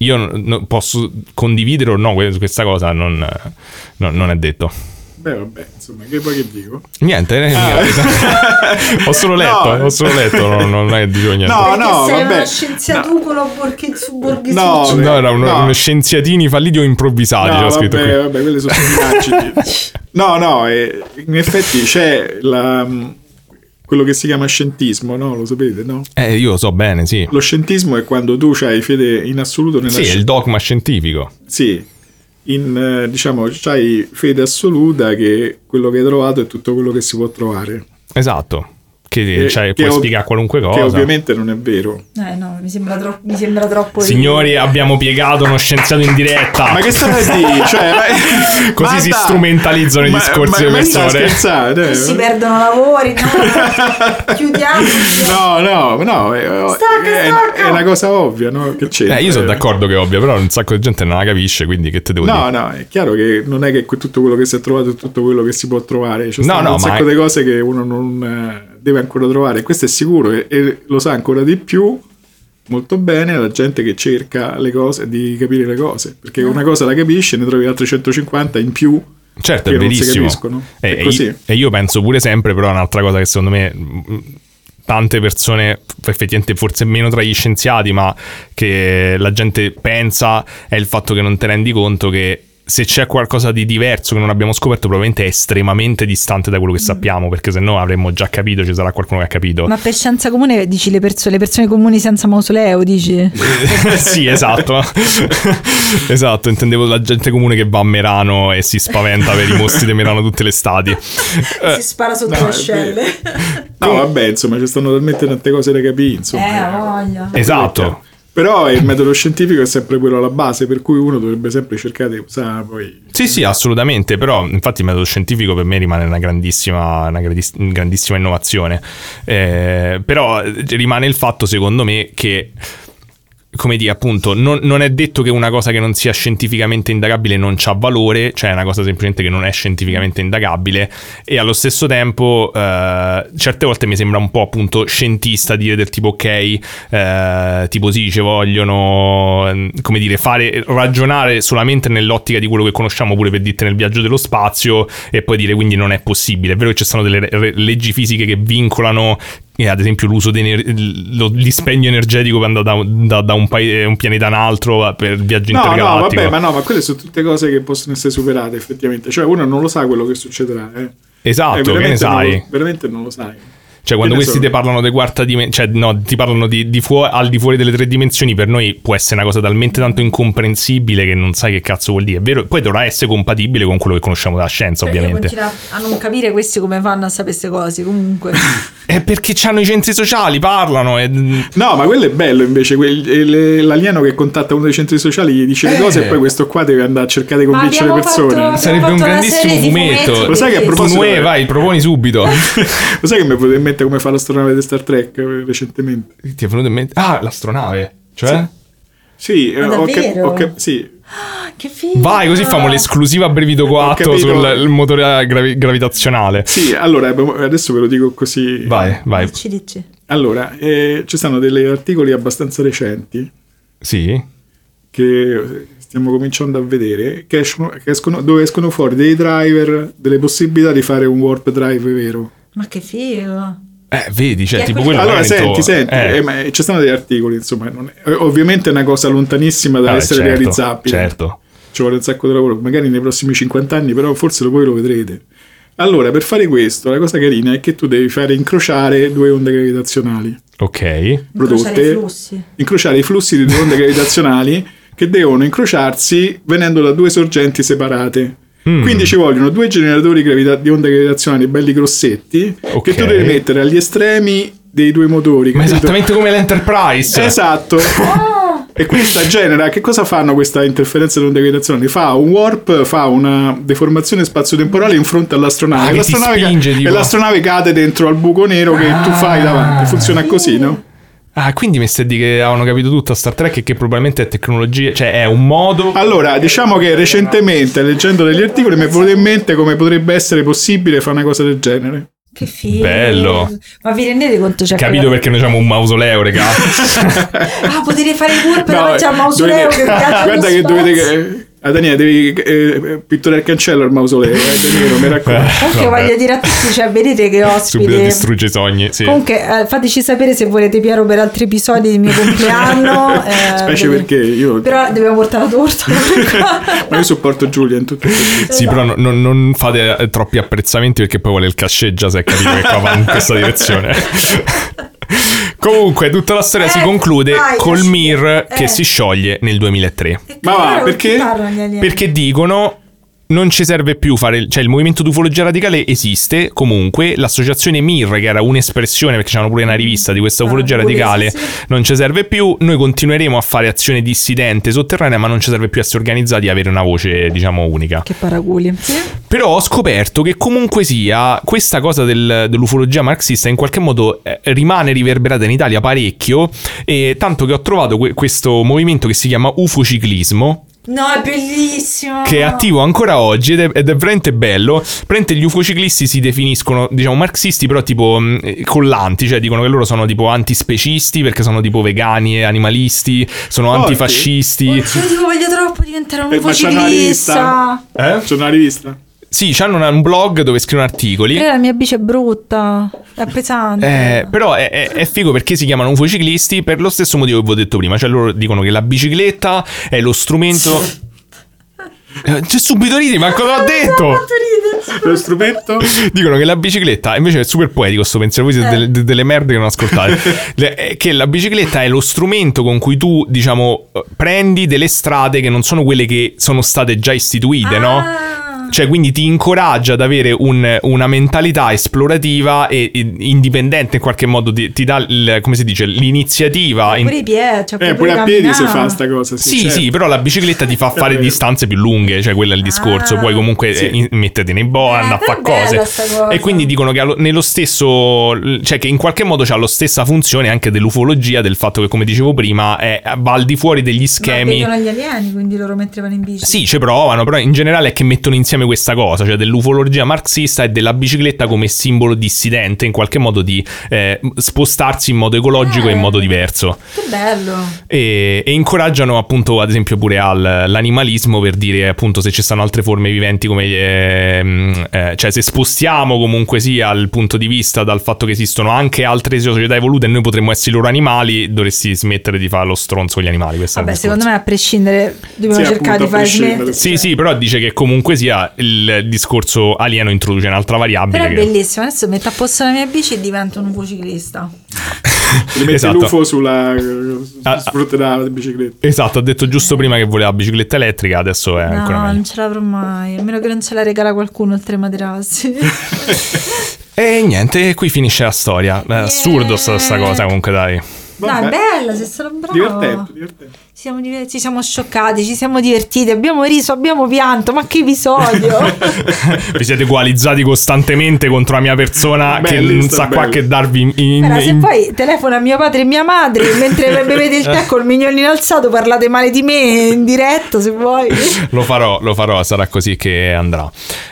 S1: Io n- non posso condividere o no que- questa cosa, non, non- non è detto.
S3: Beh, vabbè, insomma, che poi che dico?
S1: Niente, eh,
S3: Ah. <laughs>
S1: ho solo letto, eh,
S3: No.
S1: ho solo letto, non, non è di niente.
S3: No,
S2: Perché
S3: Ah, no,
S2: sei
S3: vabbè.
S2: uno scienziaducolo borghese- borghese-
S3: No,
S2: cioè,
S1: No, era uno,
S3: No.
S1: uno scienziatini falliti o improvvisati. c'era
S3: no,
S1: scritto
S3: vabbè,
S1: qui.
S3: vabbè, quelle sono stupidaggini.
S1: <laughs>
S3: No, no, eh, in effetti c'è la, mm, quello che si chiama scientismo, no? Lo sapete, no?
S1: Eh, io lo so bene, sì.
S3: Lo scientismo è quando tu hai fede in assoluto nella
S1: Sì, è
S3: scienza.
S1: il dogma scientifico.
S3: Sì, in, eh, diciamo, hai fede assoluta che quello che hai trovato è tutto quello che si può trovare.
S1: Esatto. Che,
S3: Eh,
S1: cioè,
S3: che
S1: puoi
S3: ov-
S1: spiegare qualunque
S3: Che
S1: cosa.
S3: ovviamente non è vero.
S2: Eh no, mi sembra, tro- mi sembra troppo...
S1: Signori, abbiamo piegato uno scienziato in diretta.
S3: Ma che stai a
S1: <laughs>
S3: dire? Cioè, ma-
S1: Ah. Così
S3: ma
S1: si
S3: dai.
S1: strumentalizzano i
S3: Ma-
S1: discorsi
S3: ma-
S1: delle
S3: ma stai
S1: persone.
S3: scherzando, eh?
S2: Si perdono lavori,
S3: <laughs>
S2: no? Chiudiamoci.
S3: No, no, no, è,
S2: Stacca,
S3: è-
S2: stacca.
S3: è una cosa ovvia, no? Che c'è?
S1: Eh, io sono d'accordo che è ovvio, però un sacco di gente non la capisce, quindi che te devo dire?
S3: No, no, è chiaro che non è che que- tutto quello che si è trovato è tutto quello che si può trovare. C'è
S1: No,
S3: stanno
S1: no,
S3: un
S1: ma-
S3: sacco di cose che uno non eh, deve ancora trovare. Questo è sicuro e, e lo sa ancora di più molto bene la gente che cerca le cose, di capire le cose. Perché una cosa la capisce, ne trovi altre 150 in più.
S1: Certo, è
S3: che non si
S1: verissimo.
S3: capiscono.
S1: E,
S3: È
S1: e
S3: così.
S1: io, e io penso pure sempre, però, un'altra cosa che secondo me mh, tante persone, f- effettivamente forse meno tra gli scienziati, ma che la gente pensa è il fatto che non te rendi conto che se c'è qualcosa di diverso che non abbiamo scoperto, probabilmente è estremamente distante da quello che sappiamo, perché se no avremmo già capito, ci sarà qualcuno che ha capito.
S2: Ma per scienza comune dici le persone, le persone comuni senza mausoleo, dici?
S1: <laughs> sì, esatto. <laughs> esatto, intendevo la gente comune che va a Merano e si spaventa per i mostri di Merano tutte le estati. Eh.
S2: si spara sotto
S3: no, è No, vabbè, insomma, ci stanno talmente tante cose da capire.
S2: Eh,
S3: Insomma.
S2: ha voglia.
S1: Esatto.
S3: Però il metodo scientifico è sempre quello alla base, per cui uno dovrebbe sempre cercare di usare poi
S1: Sì, sì, assolutamente, però infatti il metodo scientifico per me rimane una grandissima, una grandis- grandissima innovazione, Eh, però eh, rimane il fatto secondo me che, come dire appunto, non, non è detto che una cosa che non sia scientificamente indagabile non ha valore, cioè è una cosa semplicemente che non è scientificamente indagabile e allo stesso tempo eh, certe volte mi sembra un po' appunto scientista dire del tipo ok, eh, tipo sì, ci vogliono, ehm, come dire, fare ragionare solamente nell'ottica di quello che conosciamo pure per dirti nel viaggio dello spazio e poi dire quindi non è possibile. È vero che ci sono delle re- leggi fisiche che vincolano eh, ad esempio l'uso dello dispendio energetico per andare da, da- da un, paese- un pianeta a un altro eh, per il viaggio
S3: No, no,
S1: intergalattico.
S3: vabbè, ma no, ma quelle sono tutte cose che possono essere superate effettivamente. Cioè, uno non lo sa quello che succederà. Eh. Eh,
S1: Esatto, che ne
S3: veramente non
S1: sai?
S3: lo- veramente non lo sai.
S1: Cioè, quando
S3: Che ne
S1: questi
S3: so.
S1: ti parlano di quarta dimensione, cioè, no, ti parlano di, di fuo- al di fuori delle tre dimensioni, per noi può essere una cosa talmente tanto incomprensibile che non sai che cazzo vuol dire. È vero, poi dovrà essere compatibile con quello che conosciamo dalla scienza, ovviamente.
S2: a non capire questi come fanno a sapere queste
S1: <laughs>
S2: cose, comunque.
S1: È perché hanno i centri sociali, parlano. E...
S3: No, ma quello è bello invece. quel- eh, le- l'alieno che contatta uno dei centri sociali gli dice le
S1: Eh.
S3: cose e poi questo qua deve andare a cercare di
S2: Ma
S3: convincere le
S2: abbiamo
S3: persone.
S2: fatto-
S1: Sarebbe
S2: abbiamo
S1: un
S2: fatto una
S1: grandissimo
S2: serie di
S1: fumetto.
S2: fumetti
S1: Lo
S3: sai che a
S2: bellissimi.
S3: proposito-
S1: Tunue, vai, proponi
S3: <laughs>
S1: subito.
S3: <laughs> Lo sai che mi è venuto in mente come fa l'astronave di Star Trek eh, recentemente?
S1: ti è venuto in mente? Ah, l'astronave. Cioè?
S3: Sì, eh,
S2: Ma
S3: ho cap-
S2: davvero?
S3: ho cap- sì.
S2: Ah, Che figo!
S1: Vai, così famo l'esclusiva a brevito 4
S3: capito.
S1: sul il motore a gravi- gravitazionale.
S3: Sì, allora abbiamo- adesso ve lo dico così.
S1: Vai, vai.
S2: Dici, dici.
S3: Allora, eh, ci stanno degli articoli abbastanza recenti
S1: Sì. Eh,
S3: che stiamo cominciando a vedere, che escono, che escono- dove escono fuori dei driver, delle possibilità di fare un warp drive vero.
S2: Ma che figo!
S1: Eh, vedi, cioè,
S2: Che è
S1: tipo
S2: quel-
S1: quello
S3: Allora,
S1: veramente-
S3: senti, senti,
S1: eh.
S3: eh, ma ci stanno degli articoli, insomma, non è- eh, ovviamente è una cosa lontanissima da
S1: Ah,
S3: essere
S1: certo,
S3: realizzabile.
S1: Certo.
S3: Ci vuole un sacco di lavoro, magari nei prossimi 50 anni, però forse lo- voi lo vedrete. Allora, per fare questo, la cosa carina è che tu devi fare incrociare due onde gravitazionali
S1: Ok.
S2: Incrociare
S3: prodotte,
S2: i flussi.
S3: incrociare i flussi di due onde gravitazionali che devono incrociarsi venendo da due sorgenti separate.
S1: Mm.
S3: Quindi ci vogliono due generatori gravita- di onde gravitazionali belli grossetti
S1: Ok.
S3: che tu devi mettere agli estremi dei due motori.
S1: Ma
S3: capito?
S1: esattamente come l'Enterprise.
S3: Esatto. e questa genera, che cosa fanno questa interferenza di onde gravitazionali? Fa un warp, fa una deformazione spazio-temporale in fronte
S1: Ah,
S3: all'astronave.
S1: che ti
S3: l'astronave,
S1: spinge,
S3: e
S1: tipo.
S3: l'astronave cade dentro al buco nero che tu fai davanti. Funziona così, no?
S1: Ah, quindi mi stai di che avevano capito tutto a Star Trek e che probabilmente è tecnologia, cioè è un modo...
S3: Allora, diciamo che recentemente, leggendo degli articoli, mi è venuto in mente come potrebbe essere possibile fare una cosa del genere.
S2: Che figo.
S1: Bello.
S2: Ma vi rendete conto? Cioè,
S1: Capito perché noi siamo un mausoleo, raga.
S3: <laughs>
S2: Ah, potrei fare i tour per
S3: No, eh,
S2: mangiare a mausoleo.
S3: dovete-
S2: che cazzo
S3: <laughs> Guarda
S2: lo
S3: che dovete...
S2: spazio.
S3: che- Ah, Daniele, devi eh, pitturare il cancello al mausoleo, eh, De Niro, mi raccomando. <laughs>
S2: Comunque
S1: Vabbè.
S2: voglio dire a tutti, cioè, vedete che
S1: Subito
S2: ospite.
S1: distrugge i sogni, sì.
S2: Comunque, eh, fateci sapere se volete Piero per altri episodi del mio
S3: <laughs>
S2: compleanno. eh,
S3: Specie
S2: dove-
S3: perché io...
S2: Però dobbiamo portare la
S3: <laughs>
S2: torta.
S3: Ma io sopporto Giulia in tutto questo.
S1: Sì, però
S2: Esatto.
S1: no- non, non fate eh, troppi apprezzamenti perché poi vuole il casceggia se capito che qua va in
S2: <laughs>
S1: questa direzione. Comunque, tutta la storia
S2: Eh,
S1: si conclude
S2: vai,
S1: col
S2: casceggia.
S1: Mir che
S2: Eh.
S1: si scioglie nel 2003.
S3: Ma va,
S2: Allora, non
S3: perché?
S2: ti parlano gli alieni.
S1: Perché dicono non ci serve più fare, il- cioè il movimento d'ufologia radicale esiste comunque, l'associazione MIR che era un'espressione perché c'erano pure una rivista di questa
S2: Ah,
S1: ufologia
S2: pure,
S1: radicale,
S2: sì, sì.
S1: non ci serve più, noi continueremo a fare azione dissidente sotterranea ma non ci serve più essere organizzati e avere una voce diciamo unica.
S2: Che paraculi.
S1: Però ho scoperto che comunque sia questa cosa del- dell'ufologia marxista in qualche modo eh, rimane riverberata in Italia parecchio, e tanto che ho trovato que- questo movimento che si chiama ufociclismo
S2: No, è bellissimo.
S1: che è attivo ancora oggi ed è, ed è veramente bello. Prende gli ufociclisti si definiscono, diciamo, marxisti, però tipo mh, eh, collanti, cioè dicono che loro sono tipo antispecisti perché sono tipo vegani e animalisti, sono
S3: Forti.
S1: antifascisti.
S2: Oddio, io voglio troppo diventare un
S3: Eh, ma c'hanno la
S2: vociclista.
S1: Eh?
S3: C'è una rivista.
S1: Sì, hanno una- un blog dove scrivono articoli.
S2: Eh, la mia bici è brutta, è pesante.
S1: Eh, però è, è- è figo perché si chiamano ufociclisti per lo stesso motivo che vi ho detto prima, cioè loro dicono che la bicicletta è lo
S2: <laughs>
S1: strumento... Eh, Cioè subito ridi, ma cosa ho detto?
S3: Lo <laughs> strumento? Eh,
S1: Dicono che la bicicletta, invece è super poetico sto pensiero, voi siete
S2: Eh.
S1: delle, de- delle merde che non ascoltate, Le- eh, che la bicicletta è lo strumento con cui tu, diciamo, eh, prendi delle strade che non sono quelle che sono state già istituite, no?
S2: Ah.
S1: Cioè, quindi ti incoraggia ad avere un- una mentalità esplorativa e, e indipendente in qualche modo, ti, ti dà, il- come si dice, l'iniziativa. in-
S2: Pure i piedi, cioè
S3: Eh,
S2: puoi
S3: pure a piedi si
S2: camminare.
S3: fa sta cosa. Sì,
S1: Sì,
S3: certo.
S1: sì, però la bicicletta ti
S2: <laughs>
S1: fa fare
S3: vero.
S1: distanze più lunghe, cioè quello è il discorso.
S2: Ah.
S1: Puoi comunque
S3: Sì.
S1: eh, in- metterti nei boa,
S2: Eh,
S1: andare a
S2: però
S1: fare
S2: è bella
S1: cose.
S2: sta cosa.
S1: E quindi dicono che ha lo- nello stesso, l- cioè che in qualche modo ha la stessa funzione anche dell'ufologia, del fatto che, come dicevo prima, è- va al di fuori degli
S2: Ma
S1: schemi.
S2: vedono gli alieni, quindi loro mentre vanno in bici.
S1: Sì, ci provano, però in generale è che mettono insieme questa cosa, cioè dell'ufologia marxista e della bicicletta come simbolo dissidente, in qualche modo di eh, spostarsi in modo ecologico e in modo diverso
S2: Che bello.
S1: e, e incoraggiano appunto ad esempio pure all'animalismo per dire appunto se ci stanno altre forme viventi come ehm, eh, cioè se spostiamo comunque sia il punto di vista dal fatto che esistono anche altre società evolute e noi potremmo essere i loro animali dovresti smettere di fare lo stronzo con gli animali questo
S2: Vabbè, secondo me a prescindere dobbiamo
S3: Sì,
S2: cercare
S3: appunto,
S2: di
S3: a
S2: fare
S3: prescindere.
S2: smettere.
S1: sì sì però dice che comunque sia il discorso alieno introduce un'altra
S2: Però
S1: variabile
S2: è
S1: che-
S2: bellissimo, adesso metto a posto la mia bici e divento un vociclista.
S3: Li metti
S1: Esatto.
S3: l'UFO sulla...
S1: Ah,
S3: sfrutterà la bicicletta.
S1: esatto ha detto giusto prima che voleva la bicicletta elettrica adesso è
S3: Eh,
S1: ancora
S2: Eh. no,
S1: meglio
S2: non ce l'avrò mai, a meno che non ce la regala qualcuno oltre ai
S3: <laughs>
S2: materassi.
S1: e niente qui finisce la storia È assurdo sta, sta cosa comunque dai
S2: no, è
S3: Vabbè.
S2: bella, se sono bravo.
S3: Divertente, divertente.
S2: Ci siamo, diver- ci siamo scioccati, ci siamo divertiti, abbiamo riso, abbiamo pianto, ma che
S3: <laughs>
S2: episodio!
S1: Vi siete equalizzati costantemente contro la mia persona
S3: Bello,
S1: che non
S3: sta
S1: sa qua
S3: bello.
S1: che darvi in... in-
S2: Guarda, se
S1: in-
S2: poi telefona mio padre e mia madre mentre bevete il tè col mignolino alzato, parlate male di me in diretta se vuoi.
S1: Lo farò, lo farò, sarà così che andrà.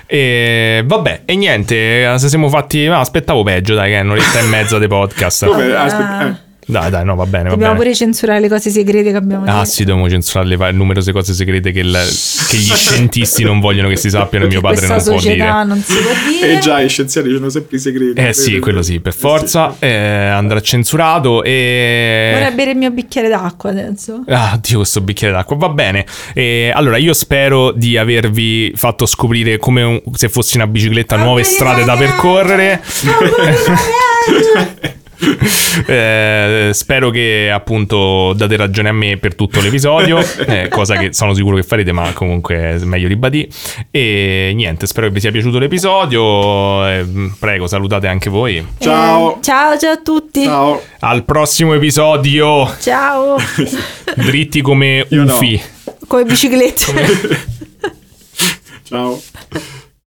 S1: E vabbè, e niente, eh, se siamo fatti... Ma aspettavo peggio, dai, che è un'oretta e mezza di podcast.
S3: Come?
S2: Ah.
S3: Aspetta, eh.
S1: Dai, dai, no, va bene, va
S2: Dobbiamo
S1: bene.
S2: pure censurare le cose segrete che abbiamo detto.
S1: Ah sì, dobbiamo censurare le va- numerose cose segrete che, il- che
S2: <laughs>
S1: gli scientisti non vogliono che si sappiano e mio padre
S2: Questa
S1: non può
S2: società
S1: dire.
S2: non si
S3: <laughs>
S2: può dire.
S3: Eh già, i scienziati sono sempre i segreti.
S1: Eh sì, quello sì, per
S3: Eh
S1: forza eh, andrà censurato e...
S2: Vorrei bere il mio bicchiere d'acqua adesso.
S1: Ah, Dio, questo bicchiere d'acqua. Va bene. Eh, allora, io spero di avervi fatto scoprire come un- se fossi una bicicletta nuove strade da percorrere. <laughs> Eh, spero che appunto date ragione a me per tutto
S3: <laughs>
S1: l'episodio, eh, cosa che sono sicuro che farete, ma comunque è meglio ribadì. E niente, spero che vi sia piaciuto l'episodio. Eh, prego, salutate anche voi.
S3: <laughs> Ciao.
S2: Eh, ciao, ciao a tutti.
S3: Ciao.
S1: Al prossimo episodio,
S3: <laughs>
S2: Ciao.
S1: dritti come
S3: Io no.
S1: ufi.
S2: Come biciclette.
S3: Ciao.